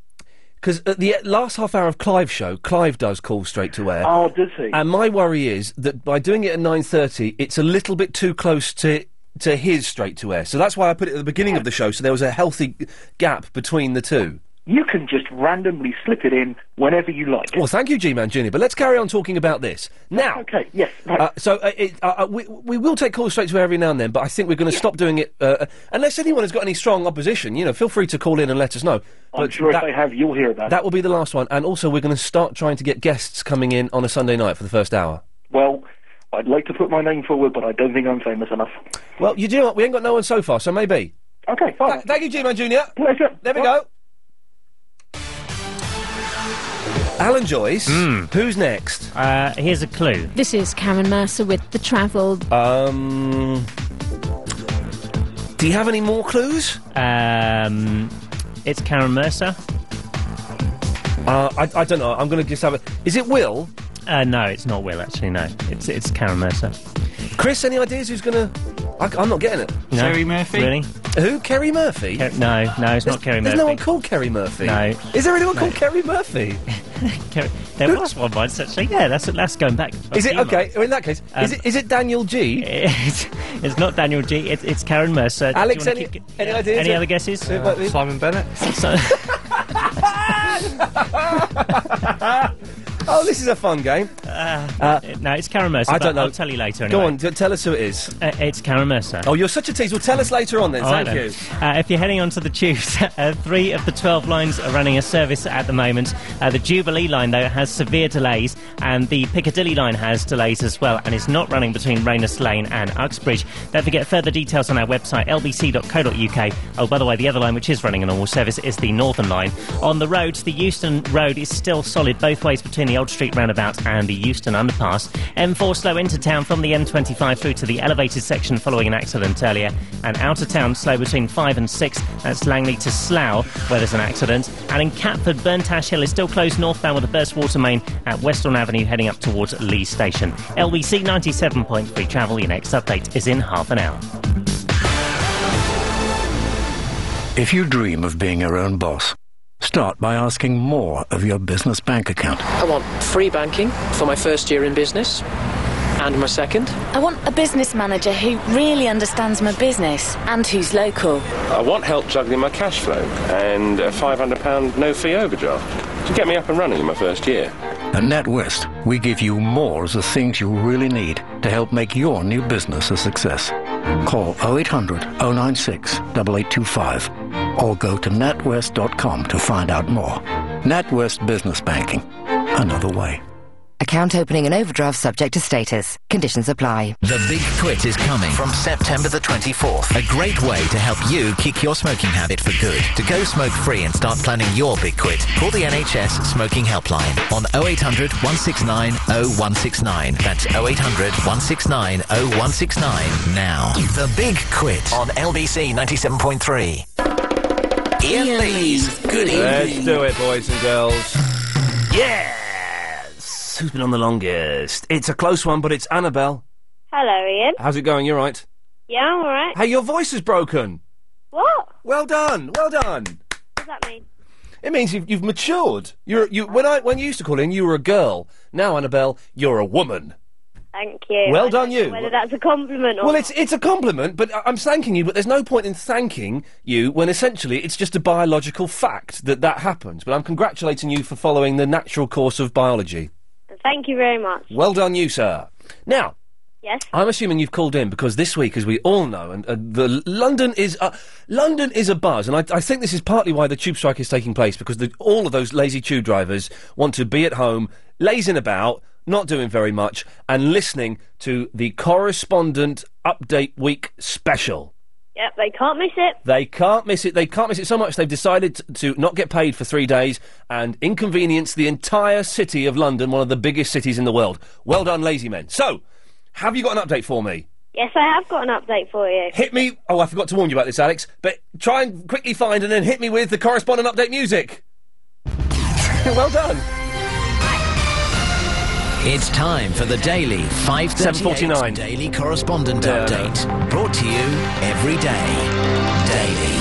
because at the last half hour of Clive's show, Clive does call straight to air.
Oh, does he?
And my worry is that by doing it at nine thirty, it's a little bit too close to to his straight to air. So that's why I put it at the beginning of the show, so there was a healthy g- gap between the two.
you can just randomly slip it in whenever you like.
Well, thank you, G-Man Junior. But let's carry on talking about this now.
Okay. Yes.
Uh, so uh, it, uh, uh, we we will take calls straight to air every now and then, but I think we're going to stop doing it uh, unless anyone has got any strong opposition. You know, feel free to call in and let us know.
I'm sure if they have, you'll hear about it.
That will be the last one, and also we're going to start trying to get guests coming in on a Sunday night for the first hour.
Well, I'd like to put my name forward, but I don't think I'm famous enough.
Well, you do know what? We ain't got no one so far, so maybe.
Okay, fine.
Th- thank you, G-Man Junior.
Pleasure.
There we go. Alan Joyce, who's next?
Hmm. Uh, here's a clue.
This is Karen Mercer with the travel.
Um, do you have any more clues?
Um, it's Karen Mercer.
Uh, I, I don't know. I'm going to just have a. Is it Will?
Uh, no, it's not Will. Actually, no. It's it's Karen Mercer.
Chris, any ideas who's going to? I'm not getting it.
No? Really?
Who? Kerry Murphy?
Ke- no, no, it's not Kerry
There's
Murphy.
no one called Kerry Murphy.
No.
Is there anyone
No.
called Kerry Murphy?
Kerry- there was one once actually. Yeah, that's that's going back.
Is it
a few
okay?
months.
In that case, is
Um,
it is it Daniel G?
It's, it's not Daniel G. It's, it's Karen Mercer. Do you
Alex,
wanna
any,
keep-
any ideas?
Any other guesses?
Who it might be?
Uh, Simon Bennett.
oh, this is a fun game.
Uh, no, it's Karen Mercer.
I don't
but
know.
I'll tell you later.
Go
anyway.
on, t- tell us who it is.
Uh, it's Karen Mercer.
Oh, you're such a tease. Well, tell us later on then.
All right
Thank you.
then. Uh, if you're heading onto the tubes, uh, three of the 12 lines are running a service at the moment. Uh, the Jubilee line, though, has severe delays, and the Piccadilly line has delays as well, and is not running between Rayners Lane and Uxbridge. Don't forget further details on our website, lbc.co.uk. Oh, by the way, the other line which is running a normal service is the Northern line. On the roads, the Euston Road is still solid both ways between the Old Street roundabout and the Euston underpass. M4 slow into town from the M25 through to the elevated section following an accident earlier, and out of town slow between 5 and 6. That's Langley to Slough, where there's an accident. And in Catford, Burntash Hill is still closed northbound with a burst water main at Westbourne Avenue heading up towards Lee Station. LBC 97.3 travel. Your next update is in half an hour.
If you dream of being your own boss, start by asking more of your business bank account.
I want free banking for my first year in business and my second.
I want a business manager who really understands my business and who's local.
I want help juggling my cash flow and a £500 no fee overdraft to get me up and running in my first year.
At NatWest, we give you more of the things you really need to help make your new business a success. Call 0800 096 8825 or go to natwest.com to find out more. NatWest Business Banking, another way.
Account opening and overdraft subject to status. Conditions apply.
The Big Quit is coming from September the 24th. A great way to help you kick your smoking habit for good. To go smoke free and start planning your Big Quit, call the NHS Smoking Helpline on 0800 169 0169. That's 0800 169 0169 now. The Big Quit on LBC 97.3. Ian Lee's Good
Let's
Evening.
do it, boys and girls. yes! Who's been on the longest? It's a close one, but it's Annabelle.
Hello, Ian.
How's it going? You're right.
Yeah, I'm alright.
Hey, your voice is broken.
What?
Well done. Well done.
What does that mean?
It means you've, you've matured. You're you when I when you used to call in, you were a girl. Now, Annabelle, you're a woman.
Thank you.
Well
I don't
done, you.
know Whether that's a compliment or
Well, it's it's a compliment, but I- I'm thanking you. But there's no point in thanking you when essentially it's just a biological fact that that happens. But I'm congratulating you for following the natural course of biology.
not. Thank you very much.
Well done, you, sir. Now,
Yes.
I'm assuming you've called in because this week, as we all know, and uh, the London is uh, London is a buzz, and I, I think this is partly why the tube strike is taking place because the, all of those lazy tube drivers want to be at home, lazing about, not doing very much, and listening to the correspondent update week special.
Yep, they can't miss it.
They can't miss it. They can't miss it so much they've decided t- to not get paid for three days and inconvenience the entire city of London, one of the biggest cities in the world. Well done, lazy men. So, have you got an update for me?
Yes, I have got an update for you.
Hit me. Oh, I forgot to warn you about this, Alex. But try and quickly find and then hit me with the correspondent update music. well done.
It's time for the daily
7:49.
5:49 daily correspondent update, brought to you every day, daily.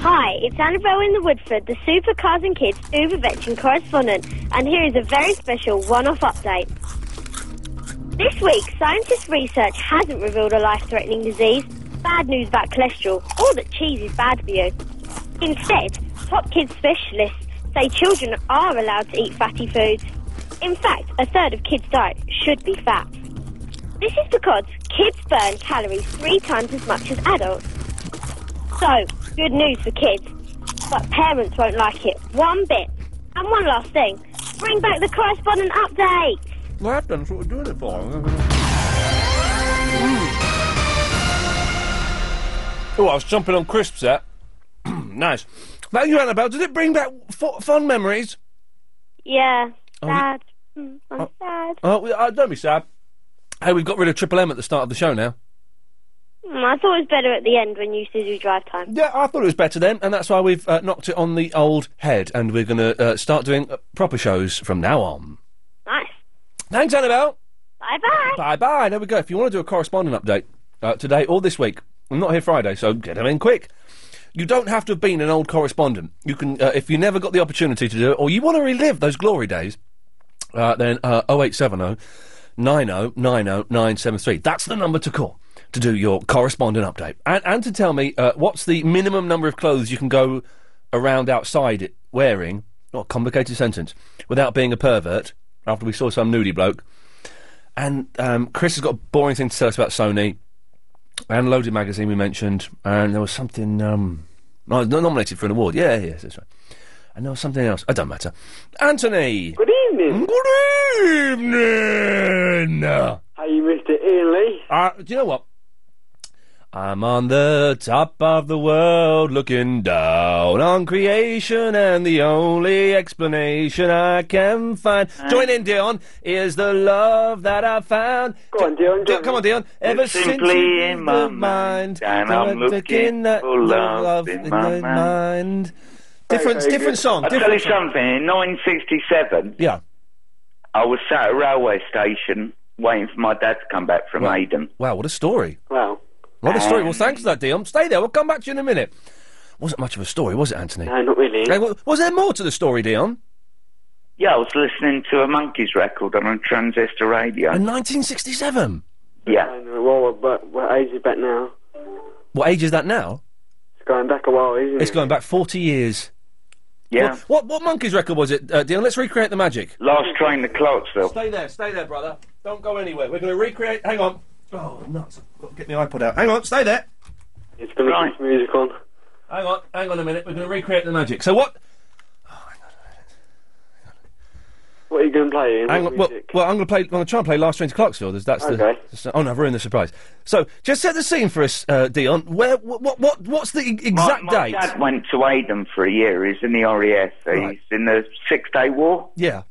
Hi, it's Annabelle in the Woodford, the Supercars and Kids Uber Veteran correspondent, and here is a very special one-off update. This week, scientists' research hasn't revealed a life-threatening disease, bad news about cholesterol, or that cheese is bad for you. Instead,
Top Kids specialists say children are allowed to eat fatty foods. In fact, a third of kids' diet should be fat. This is because kids burn calories three times as much as adults. So, good news for kids, but parents won't like it one bit. And one last thing, bring back the correspondent update.
What happened? What we're doing it for? Oh, I was jumping on crisps there. nice. Thank you, Annabelle. Did it bring back f- fun memories?
Yeah,
Oh,
sad. Mm, I'm sad.
Oh, we- uh, don't be sad. Hey, we've got rid of Triple M at the start of the show now.
Mm, I thought it was better at the end when you used to do drive time.
Yeah, Uh, I thought it was better then, and that's why we've uh, knocked it on the old head, and we're going to uh, start doing uh, proper shows from now on.
Nice.
Thanks, Annabelle.
Bye bye.
Bye bye. There we go. If you want to do a correspondent update uh, today or this week, I'm not here Friday, so get them in quick. You don't have to have been an old correspondent. You can, uh, if you never got the opportunity to do it, or you want to relive those glory days, uh, then uh, 0870 90 90 973. That's the number to call to do your correspondent update. And, and to tell me uh, what's the minimum number of clothes you can go around outside it wearing, not a complicated sentence, without being a pervert, after we saw some nudie bloke. And um, Chris has got a boring thing to tell us about Sony and Loaded Magazine we mentioned, and there was something. Um, no, it's not nominated for an award. Yeah, yes, that's right. And there was something else. It doesn't matter. Anthony. Good evening. Good evening. How
you, Mr. Ian Lee?
Uh, do you know what? I'm on the top of the world looking down on creation, and the only explanation I can find. Join in, Dion, is the love that I found. Go on, Dion. come on, Dion. Ever since um,
simply
you
in my
were mind,
and I'm
Look
looking
at
for
the
love in my
mind. Different,
Very, very
different
good.
song.
I'll
different
tell you
song.
something. In 1967,
yeah,
I was sat at a railway station waiting for my dad to come back from Aden.
Wow, what a story.
Wow.
What a story. Well,
Um,
thanks for that, Dion. Stay there. We'll come back to you in a minute. Wasn't much of a story, was it, Anthony?
No, not really.
Hey, wa- was there more to the story, Dion?
Yeah, I was listening to a Monkeys record on a transistor radio.
In 1967.
yeah.
Well, what, what, what age is back now?
What age is that now?
It's going back a while, isn't
It's
it?
going back 40 years.
Yeah.
What, what, what Monkeys record was it, uh, Dion? Let's recreate the magic.
Last train to Clarksville.
Stay there, stay there, brother. Don't go anywhere. We're going to recreate. Hang on. Oh, nuts. I've got to get my iPod out. Hang on, stay there.
It's going to keep music on.
Hang on, hang on a minute. We're going to recreate the magic. So what?
What are you going to play? Ian?
Hang
What
on, well,
music?
well, I'm going to play. I'm going to try and play Last Train to Clarksville. There's- That's
Okay.
the, the. Oh no, I've ruined the surprise. So, just set the scene for us, uh, Dion. Where? What? What? what what's the e- exact
my, my
date?
dad went to Aden for a year. He's in the RAF. He's in the Six Day War,
Yeah.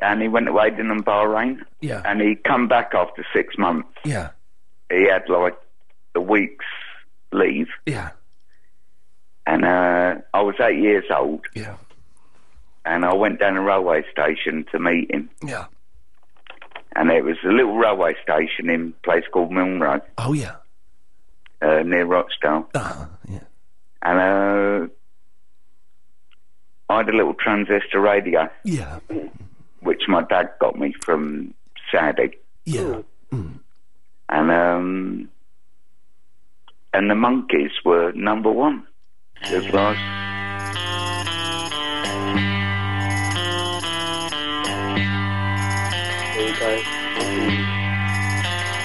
and he went to Aden and Bahrain.
Yeah.
And he come back after six months.
Yeah.
He had like a week's leave.
Yeah.
And uh, I was eight years old.
Yeah.
And I went down a railway station to meet him.
Yeah.
And it was a little railway station in a place called Milnrow.
Oh yeah.
uh, near Rochdale.
Uh-huh,
yeah. And uh, I had a little transistor radio.
Yeah.
Which my dad got me from Saudi.
Yeah.
And um, and the monkeys were number one. As far as-
There you go.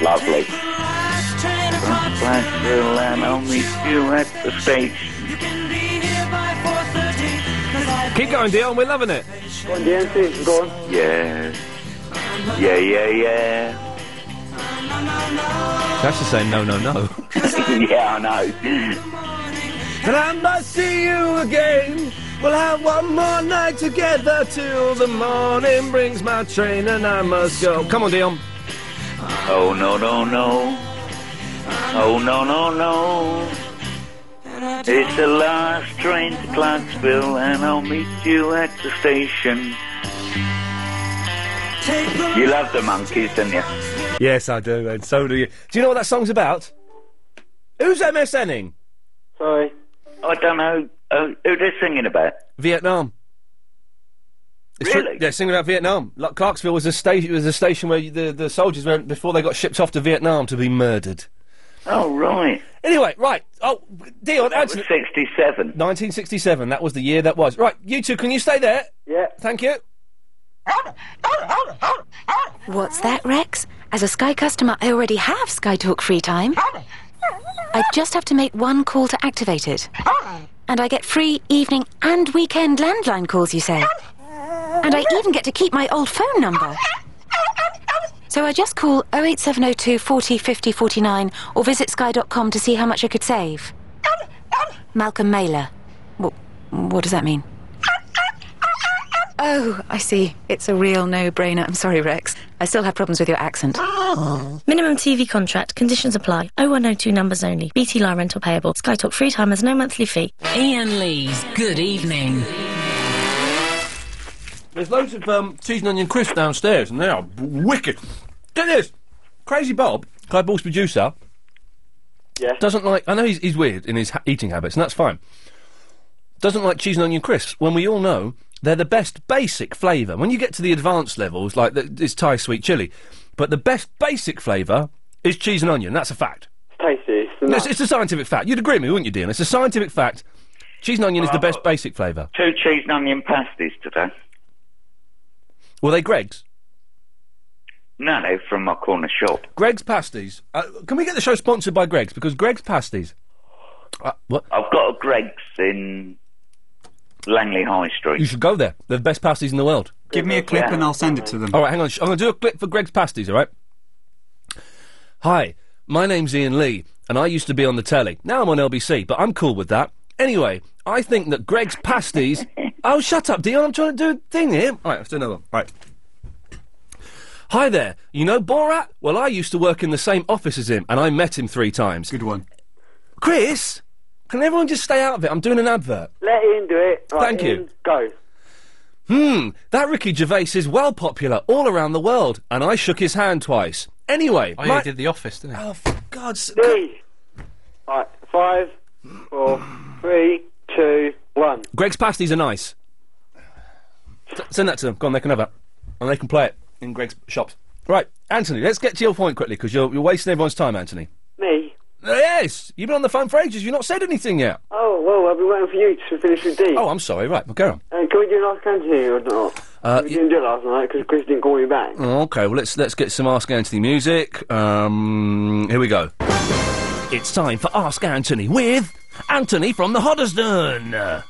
lovely. Blackville and I'll meet you at the station.
Keep going, Dion. We're loving it.
Go on, Dion, see if you go on.
Yeah. Yeah, yeah, yeah.
That's the same. No, no, no.
yeah, I know.
And I must see you again. We'll have one more night together till the morning brings my train and I must go. Come on, Dion.
Oh, no, no, no. Oh, no, no, no. It's the last train to Clarksville, and I'll meet you at the station. You love the monkeys, don't you?
Yes, I do, and so do you. Do you know what that song's about? Who's MSNing?
Sorry. Oh, I don't know. Uh, who they're singing about?
Vietnam. It's really? yeah, singing about Vietnam. Like Clarksville was a station was a station where you- the, the soldiers went before they got shipped off to Vietnam to be murdered. Oh, right. Anyway, right. Oh, Dion, Anthony.
67.
1967, that was the year that was. Right, you two, can you stay there? Yeah. Thank you.
What's that, Rex? As a Sky customer, I already have Sky Talk free time. I just have to make one call to activate it. And I get free evening and weekend landline calls, you say? And I even get to keep my old phone number. So I just call 08702 40 50 49 or visit sky.com to see how much I could save. Malcolm Mailer. What, what does that mean? Oh, I see. It's a real no-brainer. I'm sorry, Rex. I still have problems with your accent.
Minimum TV contract. Conditions apply. 0102 numbers only. BT line rental payable. Sky Talk free time has no monthly fee.
Ian Lee's Good Evening.
There's loads of um, cheese and onion crisps downstairs, and they are b- wicked. Get this, Crazy Bob, Clive Ball's producer. Yeah. Doesn't like. I know he's, he's weird in his ha- eating habits, and that's fine. Doesn't like cheese and onion crisps when we all know they're the best basic flavour. When you get to the advanced levels, like the, it's Thai sweet chili, but the best basic flavour is cheese and onion. That's a fact.
Tasty.
No, It's, it's a scientific fact. You'd agree with me, wouldn't you, Dean? It's a scientific fact. Cheese and onion is the best basic flavour.
Two cheese and onion pasties today.
Were they Greg's?
No, no, from my corner shop.
Greg's Pasties. Uh, can we get the show sponsored by Greg's? Because Greg's Pasties. Uh, what?
I've got a Greg's in Langley High Street.
You should go there. They're the best pasties in the world.
Give me a clip and I'll send it to them.
All right, hang on. Sh- I'm going to do a clip for Greg's Pasties, all right? Hi, my name's Ian Lee, and I used to be on the telly. Now I'm on LBC, but I'm cool with that. Anyway, I think that Greg's Pasties. oh, shut up, Dion. I'm trying to do a thing here. All right, let's do another one. All right. Hi there. You know Borat? Well, I used to work in the same office as him, and I met him three times. Good one. Chris, can everyone just stay out of it? I'm doing an advert.
Let Ian do it. Right,
Thank you.
Ian, Go.
Hmm, that Ricky Gervais is well popular all around the world, and I shook his hand twice. Anyway,
Oh, yeah,
my-
he did The Office, didn't he?
Oh, for God's
Three. All right, five, four, three, two, one.
Greg's pasties are nice. S- send that to them. Go on, they can have that, and they can play it in Greg's shops. Right, Anthony, let's get to your point quickly because you're, you're wasting everyone's time, Anthony.
Me.
Yes, you've been on the phone for ages. You've not said anything yet.
Oh, well, I've been waiting for you to finish with D.
Oh, I'm sorry. Right, well, go on.
Uh, can we do last canteen or not?
Uh,
we didn't do it last night because Chris didn't call me back.
Okay, well let's let's get some Ask Anthony music. Um, here we go. It's time for Ask Anthony with Anthony from the Hoddesdon.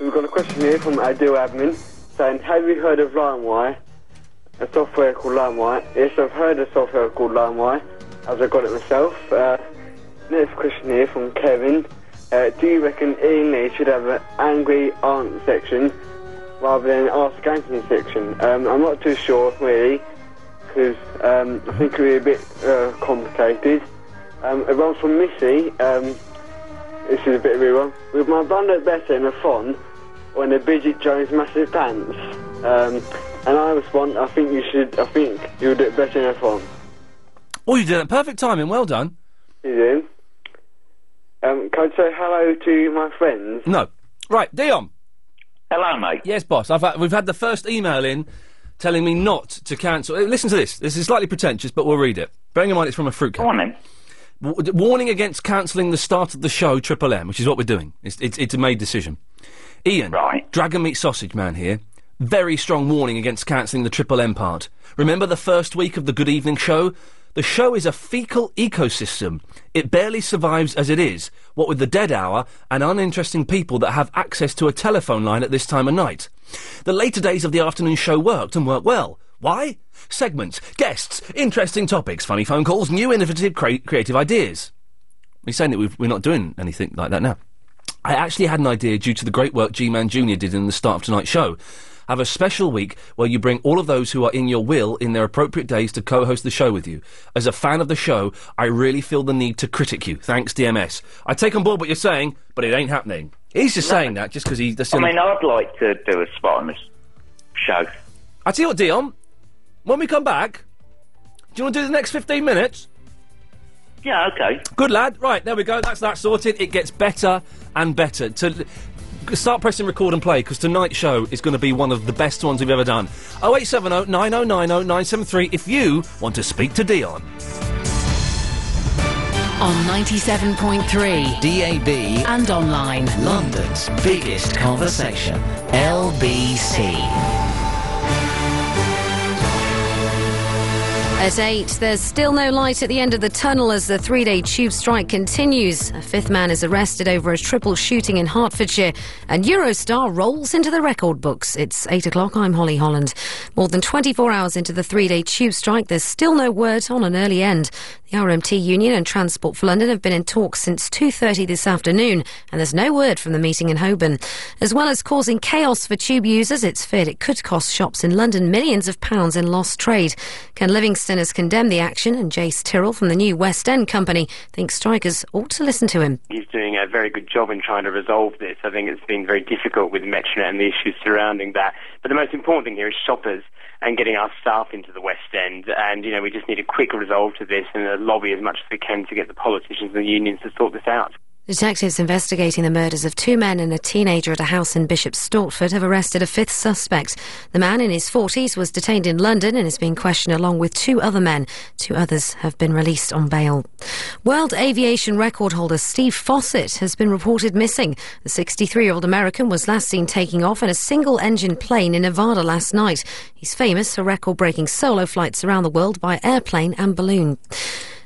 We've got a question here from Adil Admin saying, Have you heard of LimeWire? A software called LimeWire? Yes, I've heard of software called LimeWire, as I got it myself. Uh, next question here from Kevin. Uh, do you reckon Ian Lee should have an angry aunt section rather than an Ask Anthony section? Um, I'm not too sure, really, because um, I think it would be a bit uh, complicated. Um, a one from Missy. Um, this is a bit of a weird one. With my band at better in a fond on the Bridget Jones massive pants? Um, and I respond, I think you should, I think you'll do it better in a fond.
Oh, you did it. Perfect timing. Well done.
You do? Um, can I say hello to my friends?
No. Right, Dion.
Hello, mate.
Yes, boss. I've had, we've had the first email in telling me not to cancel. eh, Listen to this. This is slightly pretentious, but we'll read it. Bearing in mind it's from a fruitcake.
Warning.
W- warning against cancelling the start of the show, Triple M, which is what we're doing. It's, it's, it's a made decision. Ian, right. Dragon Meat Sausage Man here. Very strong warning against cancelling the Triple M part. Remember the first week of the Good Evening Show? The show is a fecal ecosystem. It barely survives as it is, what with the dead hour and uninteresting people that have access to a telephone line at this time of night. The later days of the afternoon show worked and worked well. Why? Segments, guests, interesting topics, funny phone calls, new innovative cre- creative ideas. We're saying that we've, we're not doing anything like that now. I actually had an idea due to the great work G Man Jr. did in the start of tonight's show. Have a special week where you bring all of those who are in your will in their appropriate days to co host the show with you. As a fan of the show, I really feel the need to critic you. Thanks, DMS. I take on board what you're saying, but it ain't happening. He's just saying that just because he. That's the
I
only-
mean, I'd like to do a spot on this show.
I tell you what, Dion. When we come back, do you want to do the next fifteen minutes?
Yeah, okay.
Good lad. Right there we go. That's that sorted. It gets better and better. To start pressing record and play because tonight's show is going to be one of the best ones we've ever done. 0870 9090 973 If you want to speak to Dion.
on 97.3
DAB
and online.
London's biggest conversation, LBC.
At 8, there's still no light at the end of the tunnel as the three day tube strike continues. A fifth man is arrested over a triple shooting in Hertfordshire, and Eurostar rolls into the record books. It's 8 o'clock. I'm Holly Holland. More than 24 hours into the three day tube strike, there's still no word on an early end. The RMT Union and Transport for London have been in talks since 2.30 this afternoon, and there's no word from the meeting in Holborn. As well as causing chaos for tube users, it's feared it could cost shops in London millions of pounds in lost trade. Ken Livingston has condemned the action, and Jace Tyrrell from the new West End company thinks strikers ought to listen to him.
He's doing a very good job in trying to resolve this. I think it's been very difficult with Metronet and the issues surrounding that. But the most important thing here is shoppers and getting our staff into the West End. And, you know, we just need a quick resolve to this and a lobby as much as we can to get the politicians and the unions to sort this out.
Detectives investigating the murders of two men and a teenager at a house in Bishop Stortford have arrested a fifth suspect. The man in his 40s was detained in London and is being questioned along with two other men. Two others have been released on bail. World aviation record holder Steve Fawcett has been reported missing. The 63 year old American was last seen taking off in a single engine plane in Nevada last night. He's famous for record breaking solo flights around the world by airplane and balloon.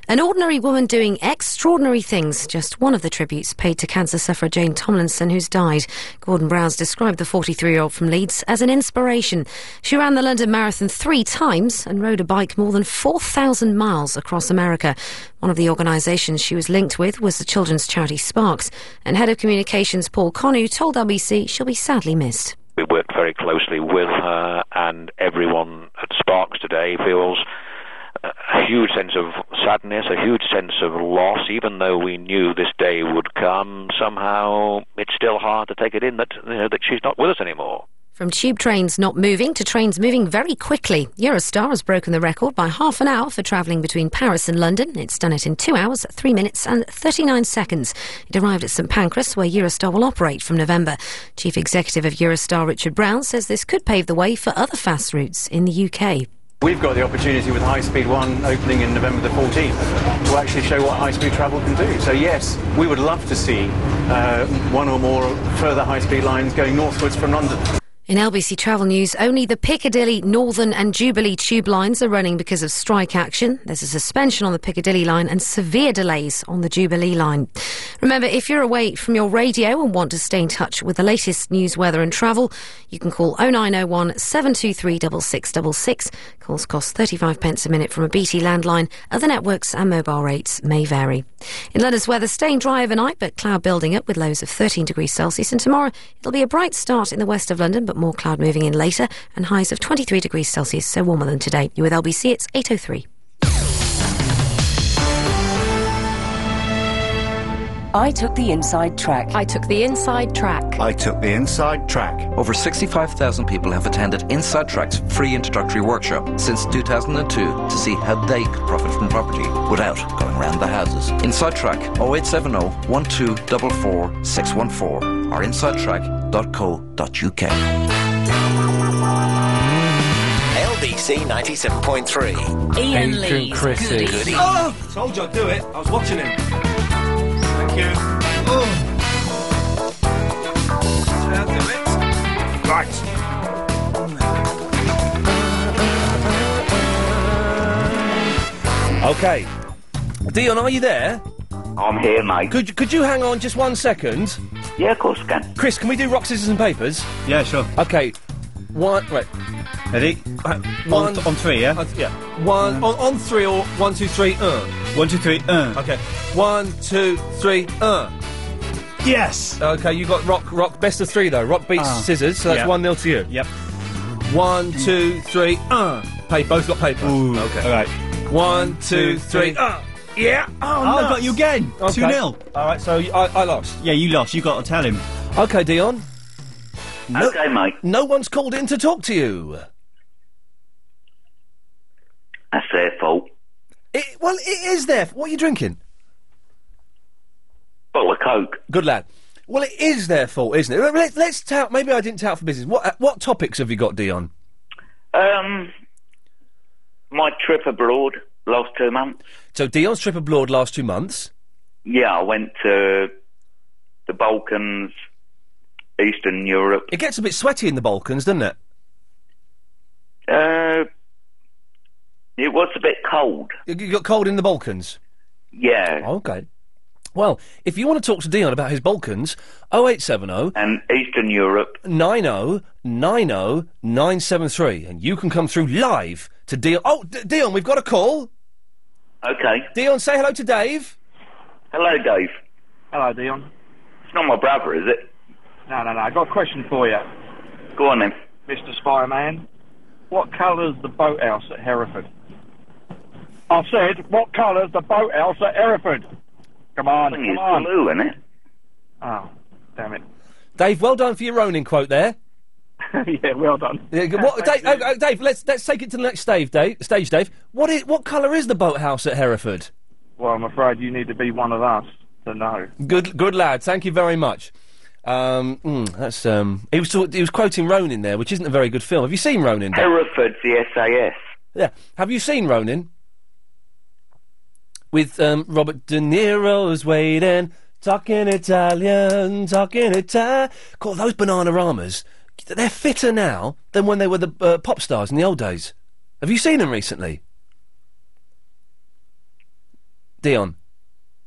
An ordinary woman doing extraordinary things, just one of the tributes paid to cancer sufferer Jane Tomlinson, who's died. Gordon Browse described the 43 year old from Leeds as an inspiration. She ran the London Marathon three times and rode a bike more than 4,000 miles across America. One of the organisations she was linked with was the children's charity Sparks, and head of communications Paul Connew told LBC she'll be sadly missed.
We worked very closely with her, and everyone at Sparks today feels a huge sense of sadness, a huge sense of loss, even though we knew this day would come. Somehow, it's still hard to take it in that you know that she's not with us anymore.
From tube trains not moving to trains moving very quickly, Eurostar has broken the record by half an hour for travelling between Paris and London. It's done it in two hours, three minutes, and 39 seconds. It arrived at St Pancras, where Eurostar will operate from November. Chief Executive of Eurostar, Richard Brown, says this could pave the way for other fast routes in the UK.
We've got the opportunity with High Speed 1 opening in November the 14th to actually show what high speed travel can do. So, yes, we would love to see uh, one or more further high speed lines going northwards from London.
In LBC Travel News, only the Piccadilly, Northern and Jubilee tube lines are running because of strike action. There's a suspension on the Piccadilly line and severe delays on the Jubilee line. Remember, if you're away from your radio and want to stay in touch with the latest news, weather and travel, you can call 0901 723 6666. Calls cost 35 pence a minute from a BT landline. Other networks and mobile rates may vary. In London's weather, staying dry overnight, but cloud building up with lows of 13 degrees Celsius. And tomorrow, it'll be a bright start in the west of London, but more cloud moving in later, and highs of 23 degrees Celsius, so warmer than today. You're with LBC, it's 8.03.
I took the inside track. I took the inside track.
I took the Inside Track.
Over 65,000 people have attended Inside Track's free introductory workshop since 2002 to see how they could profit from property without going round the houses. Inside Track 0870 1244 614 or insidetrack.co.uk.
LBC 97.3.
Ian Adrian Lee's Chrissy. Goodies.
Oh, told you I'd do it. I was watching him. Thank you. Oh. Shall I do it? Right. Okay. Dion, are you there? I'm here, mate. Could, could you hang on just one second? Yeah, of course can. Chris, can we do rock, scissors and papers? Yeah, sure. Okay. One, right. Ready? One, on, three, yeah? yeah. One, on, on three or one, two, three, uh. One, two, three, uh. Okay. One, two, three, uh. Yes! Okay, you got rock, rock, best of three though. Rock beats Ah. scissors, so that's Yeah. one nil to you. Yep. One, two, three, uh. Pay, both got paper. okay. Alright. One, two, three, uh. Yeah.
Oh,
nuts.
got you again.
Okay.
Two 0
All right, so I, I lost.
Yeah, you lost. You got to tell him.
Okay, Dion. No,
Okay,
mate. No one's called in to talk to you.
That's their fault.
It, well, it is there. What are you drinking?
Bottle of Coke.
Good lad. Well, it is their fault, isn't it? Let- Let's, let's tout. Maybe I didn't tout for business. What uh, what topics have you got, Dion?
Um, my trip abroad last two months.
So Dion's trip abroad last two months.
yeah, I went to the Balkans, Eastern Europe.
It gets a bit sweaty in the Balkans, doesn't it?
Uh, it was a bit cold.
You- You got cold in the Balkans? Oh,
Yeah.
Okay. Well, if you want to talk to Dion about his Balkans, 0870
and Eastern Europe
oh, 9090973 and you can come through live to Dion. Oh, D- Dion, we've got a call.
Okay.
Dion, say hello to Dave.
Hello, Dave.
Hello, Dion.
It's not my brother, is it?
No, no, no. I've got a question for you,
Go on then.
Mr. Spider-Man. What colour's the boathouse at Hereford? I said, what colour's the boathouse at Hereford? Come on,
I
come
think it's
on.
blue, isn't it?
Oh, damn it.
Dave, well done for your Ronin quote there.
yeah, well done.
Yeah, good- what, Dave,
Thank
oh, oh, Dave, let's let's take it to the next stage, Dave. Stage, Dave. What is what colour is the boathouse at Hereford?
Well, I'm afraid you need to be one of us to know.
Good, good lad. Thank you very much. Um, mm, that's um, he was talk- he was quoting Ronin there, which isn't a very good film. Have you seen Ronin? Dave?
Hereford's the SAS.
Yeah. Have you seen Ronin? With um, Robert De Niro's waiting, talking Italian, talking Italian. God, those Bananaramas, they're fitter now than when they were the uh, pop stars in the old days. Have you seen them recently? Dion.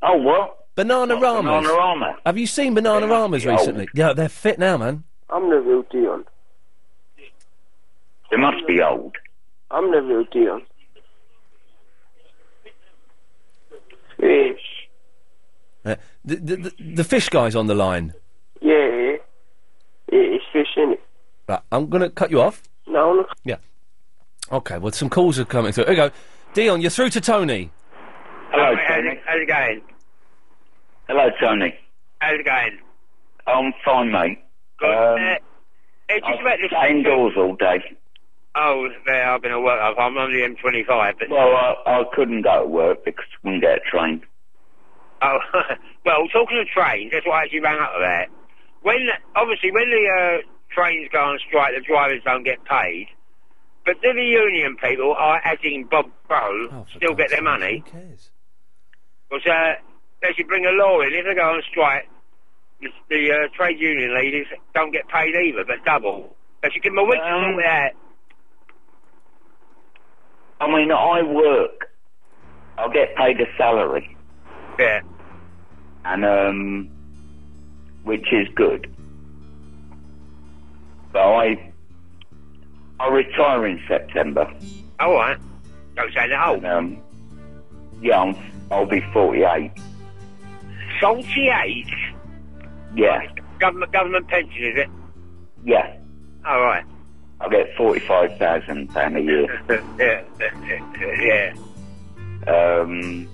Oh, what?
Bananaramas.
Bananarama?
Have you seen Bananaramas
Yeah,
recently? Yeah, they're fit now, man.
I'm the real Dion.
They must be old.
I'm the real Dion. Yeah,
Uh, the, the, the, the fish guy's on the line.
yeah. Yeah, it's fish, innit?
Right, I'm going to cut you off.
No, look.
Yeah. Okay, well, some calls are coming through. Here we go. Dion, you're through to Tony.
Hello, Tony.
How's it going?
Hello, Tony.
How's it going?
I'm fine, mate. Um,
It's just about this.
sat indoors all day.
Oh, there, I've been at work. I've- I'm on the M25. But
Well, uh, I, I couldn't go to work because I couldn't get a train.
Oh, well, talking of trains, that's why I actually rang up about. When obviously when the uh, trains go on strike, the drivers don't get paid. But do the union people, I, as in Bob Bow, still get their money? Who
cares?
Because uh, they should bring a law in. If they go on strike, the, the uh, trade union leaders don't get paid either, but double. They should give them a week to sort it out.
I mean, I work. I'll get paid a salary.
Yeah.
And, um, which is good. But I, I retire in September.
All right. Don't say that old.
And, um, yeah, I'm, I'll be 48.
Salty age.
Yeah,
Government government pension is it?
yeah.
All right.
I'll get £45,000 a year.
Yeah. yeah.
um,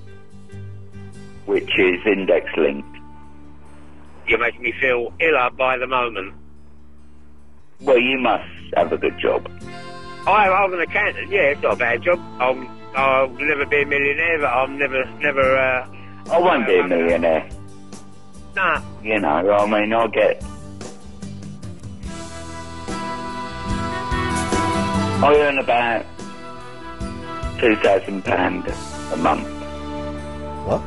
which is index linked.
You're making me feel iller by the moment.
Well, you must have a good job.
I, I'm an accountant. Yeah, it's not a bad job. I'm, I'll never be a millionaire, but I'm never, never. Uh,
I won't be a millionaire.
Nah.
You know, I mean, I'll get. I earn about two thousand pound a month.
What?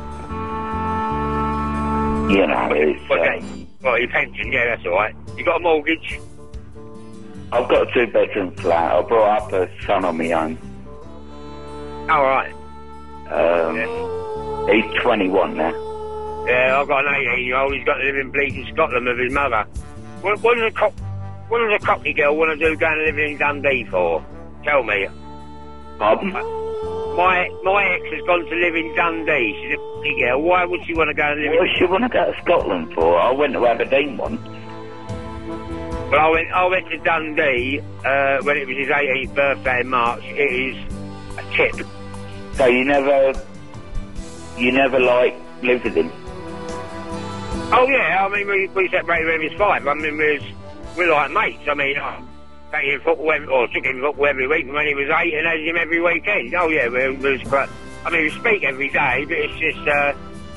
You know, it's, um,
Okay. Well, your pension. Yeah, that's all right. You got a mortgage.
I've got a two-bedroom flat. I brought up a son on my own.
Uh, All right.
Um, He's twenty-one eh? now.
Yeah, I've got an 18-year-old. He's got to live in bleeding Scotland with his mother. What, what does a cock, what does a cockney girl want to do going and living in Dundee for? Tell me.
Pardon?
My my ex has gone to live in Dundee. She's a cockney girl. Why would she want to go and live
What
in?
she want to go to Scotland for? I went to Aberdeen once.
Well, I went I went to Dundee uh, when it was his 18th birthday in March. It is a tip.
So you never, you never like live with him.
Oh yeah, I mean we we separated when he was five. I mean we was, we're like mates. I mean I took him football every, or took him football every week when he was eight, and had him every weekend. Oh yeah, we was but I mean we speak every day, but it's just uh,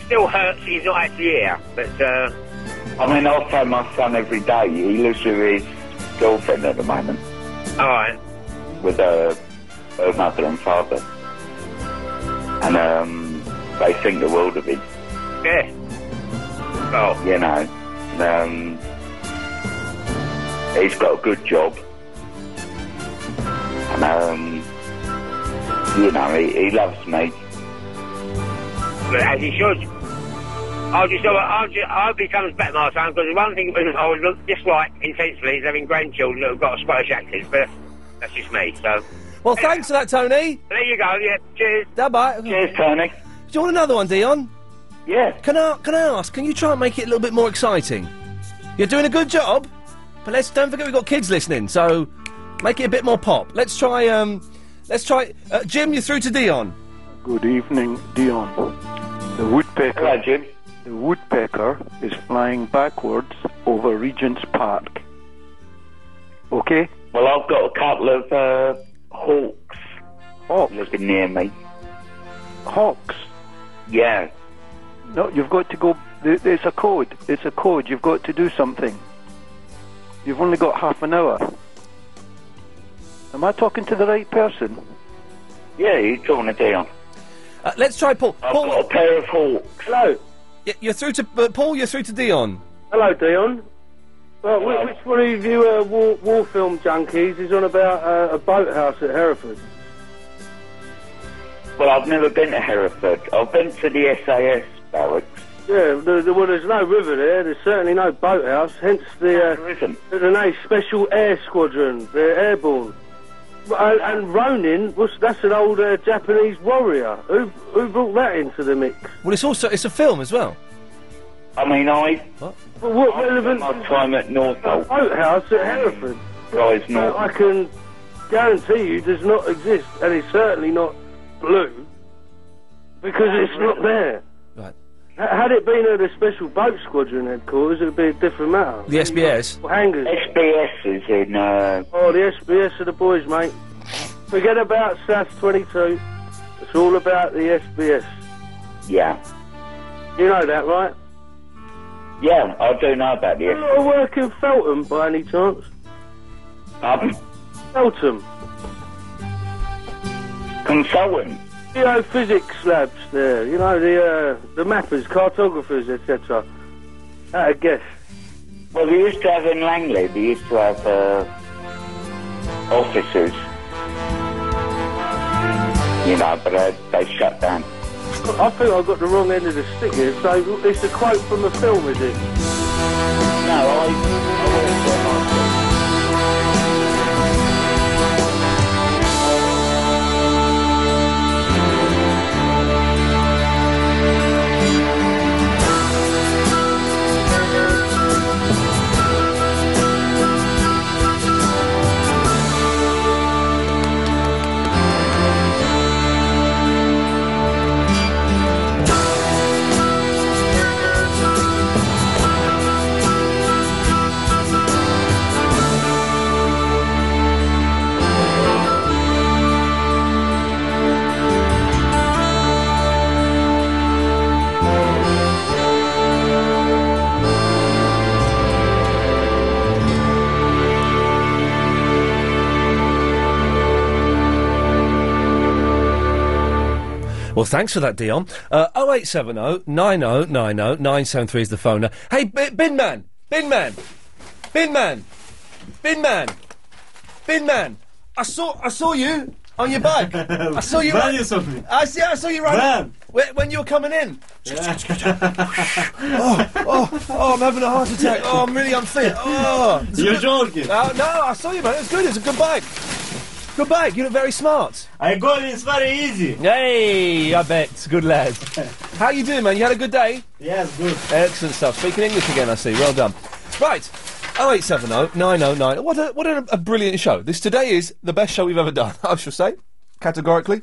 still hurts. He's not actually here, but uh,
I mean, I phone my son every day. He lives with his girlfriend at the moment,
all right.
with her, her mother and father, and um, they think the world of him.
Yeah.
Well, you know, um, he's got a good job, and um, you know, he, he loves me.
But as he should. I'll just, I'll just, I hope he comes back, my son, because one thing I would look dislike intensely is having grandchildren that have got Scottish accents, but that's just me, so.
Well, thanks for that, Tony.
There you go, yeah, cheers.
Bye-bye. Cheers,
Tony. Do
you want another one, Dion?
Yeah.
Can I, can I ask, can you try and make it a little bit more exciting? You're doing a good job, but let's, don't forget we've got kids listening, so make it a bit more pop. Let's try, um, let's try, uh, Jim, you're through to Dion.
Good evening, Dion. The woodpecker. The woodpecker is flying backwards over Regent's Park. Okay?
Well, I've got a couple of uh, hawks Oh, living near me.
Hawks.
Yeah.
No, you've got to go. th- It's a code. It's a code. You've got to do something. You've only got half an hour. Am I talking to the right person?
Yeah, you're talking to Dion.
Uh, let's try Paul.
I've got a pair of hawks.
Hello. You're through to, uh, Paul, you're through to Dion.
Hello, Dion. Well, whi- which one of you uh, war, war film junkies is on about uh, a boathouse at Hereford?
Well, I've never been to Hereford. I've been to the SAS barracks.
Yeah, the, the, well, there's no river there. There's certainly no boathouse. Hence the uh, there's an A Special Air Squadron. They're airborne. Well, And, and Ronin, was, that's an old uh, Japanese warrior. Who who brought that into the mix?
Well, it's also, it's a film as well.
I mean, I.
What?
Well, what relevance?
My time at Northolt.
Boathouse at Hereford.
Guys,
So I
Northolt.
can guarantee you does not exist, and it's certainly not blue because it's not there.
Right.
H- Had it been at a special boat squadron headquarters, it would be a different matter.
The SBS.
Well, hangers.
SBS is in. Uh,
Oh, the SBS are the boys, mate. Forget about SAS 22. It's all about the SBS.
yeah.
You know that, right?
Yeah, I do know about the
You
SBS.
lot of work in Feltham by any chance?
Um,
Feltham.
Consultant.
Geophysics labs there. You know the uh, the mappers, cartographers, etc. At a guess.
Well, they used to have in Langley, they used to have uh, officers. You know, but uh, they shut down.
I think I got the wrong end of the stick here. So it's a quote from the film, is it?
Well, thanks for that, Dion. Uh, 0870 9090 973 is the phone. now. Hey, B- Bin Man! Bin Man! Bin Man! Bin Man! Bin Man! I saw, I saw you on your bike. I saw you.
Man,
ri-
you saw me.
I, see, I saw you right
Man.
When, when you were coming in. oh, oh, oh, I'm having a heart attack. Oh, I'm really unfit. Oh.
You're joking.
No, no, I saw you, man. It was good. It was a good bike. Good bike. You look very smart.
I got it. It's very easy.
Hey, I bet. Good lad. How you doing, man? You had a good day?
Yes, good.
Excellent stuff. Speaking English again, I see. Well done. Right. 0870 909. What a, what a, a brilliant show. This today is the best show we've ever done, I shall say. Categorically.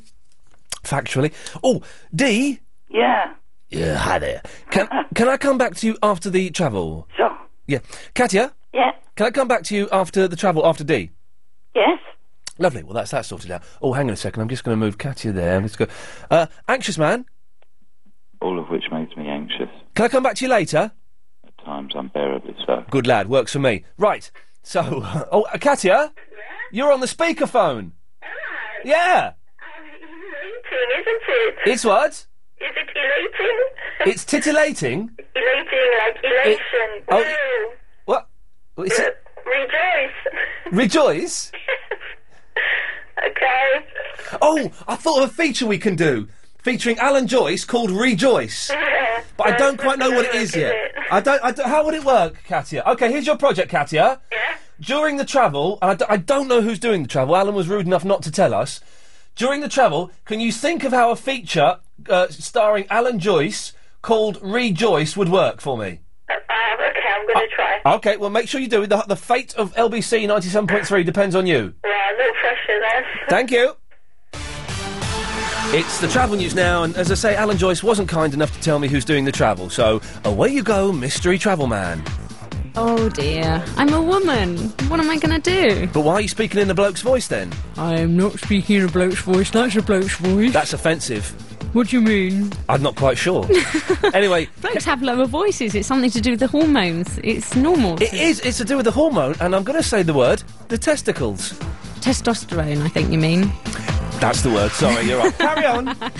Factually. Oh, D.
Yeah.
Yeah, hi there. Can, can I come back to you after the travel?
Ah. Sure.
Yeah. Katya?
Yeah.
Can I come back to you after the travel, after D?
Yes.
Lovely. Well, that's that sorted out. Oh, hang on a second. I'm just going to move Katya there. Let's go. Uh, anxious man.
All of which makes me anxious.
Can I come back to you later?
At times, unbearably so.
Good lad. Works for me. Right. So, oh, uh, Katya, you're on the speakerphone. Yeah.
Isn't it?
It's what?
Is it 11? titillating.
It's titillating.
Elating, like elation.
oh.
Woo.
What? It's,
Rejoice.
rejoice.
Okay.
Oh, I thought of a feature we can do featuring Alan Joyce called Rejoice.
Yeah.
But I don't quite know what it is yet. I don't, I don't- How would it work, Katia? Okay, here's your project, Katia. Yeah. During the travel, and I, d- I don't know who's doing the travel. Alan was rude enough not to tell us. During the travel, can you think of how a feature uh, starring Alan Joyce called Rejoice would work for me?
Uh,
Uh,
okay, I'm going to try.
Okay, well, make sure you do it. The, the fate of LBC 97.3 depends on you.
Yeah, no pressure there.
Thank you. It's the travel news now, and as I say, Alan Joyce wasn't kind enough to tell me who's doing the travel, so away you go, mystery travel man.
Oh dear. I'm a woman. What am I going to do?
But why are you speaking in a bloke's voice then?
I am not speaking in a bloke's voice. That's a bloke's voice.
That's offensive.
What do you mean?
I'm not quite sure. anyway,
Blokes have lower voices. It's something to do with the hormones. It's normal.
it is, it's to do with the hormone, and I'm going to say the word the testicles.
Testosterone, I think you mean.
That's the word, sorry, you're right. Carry on.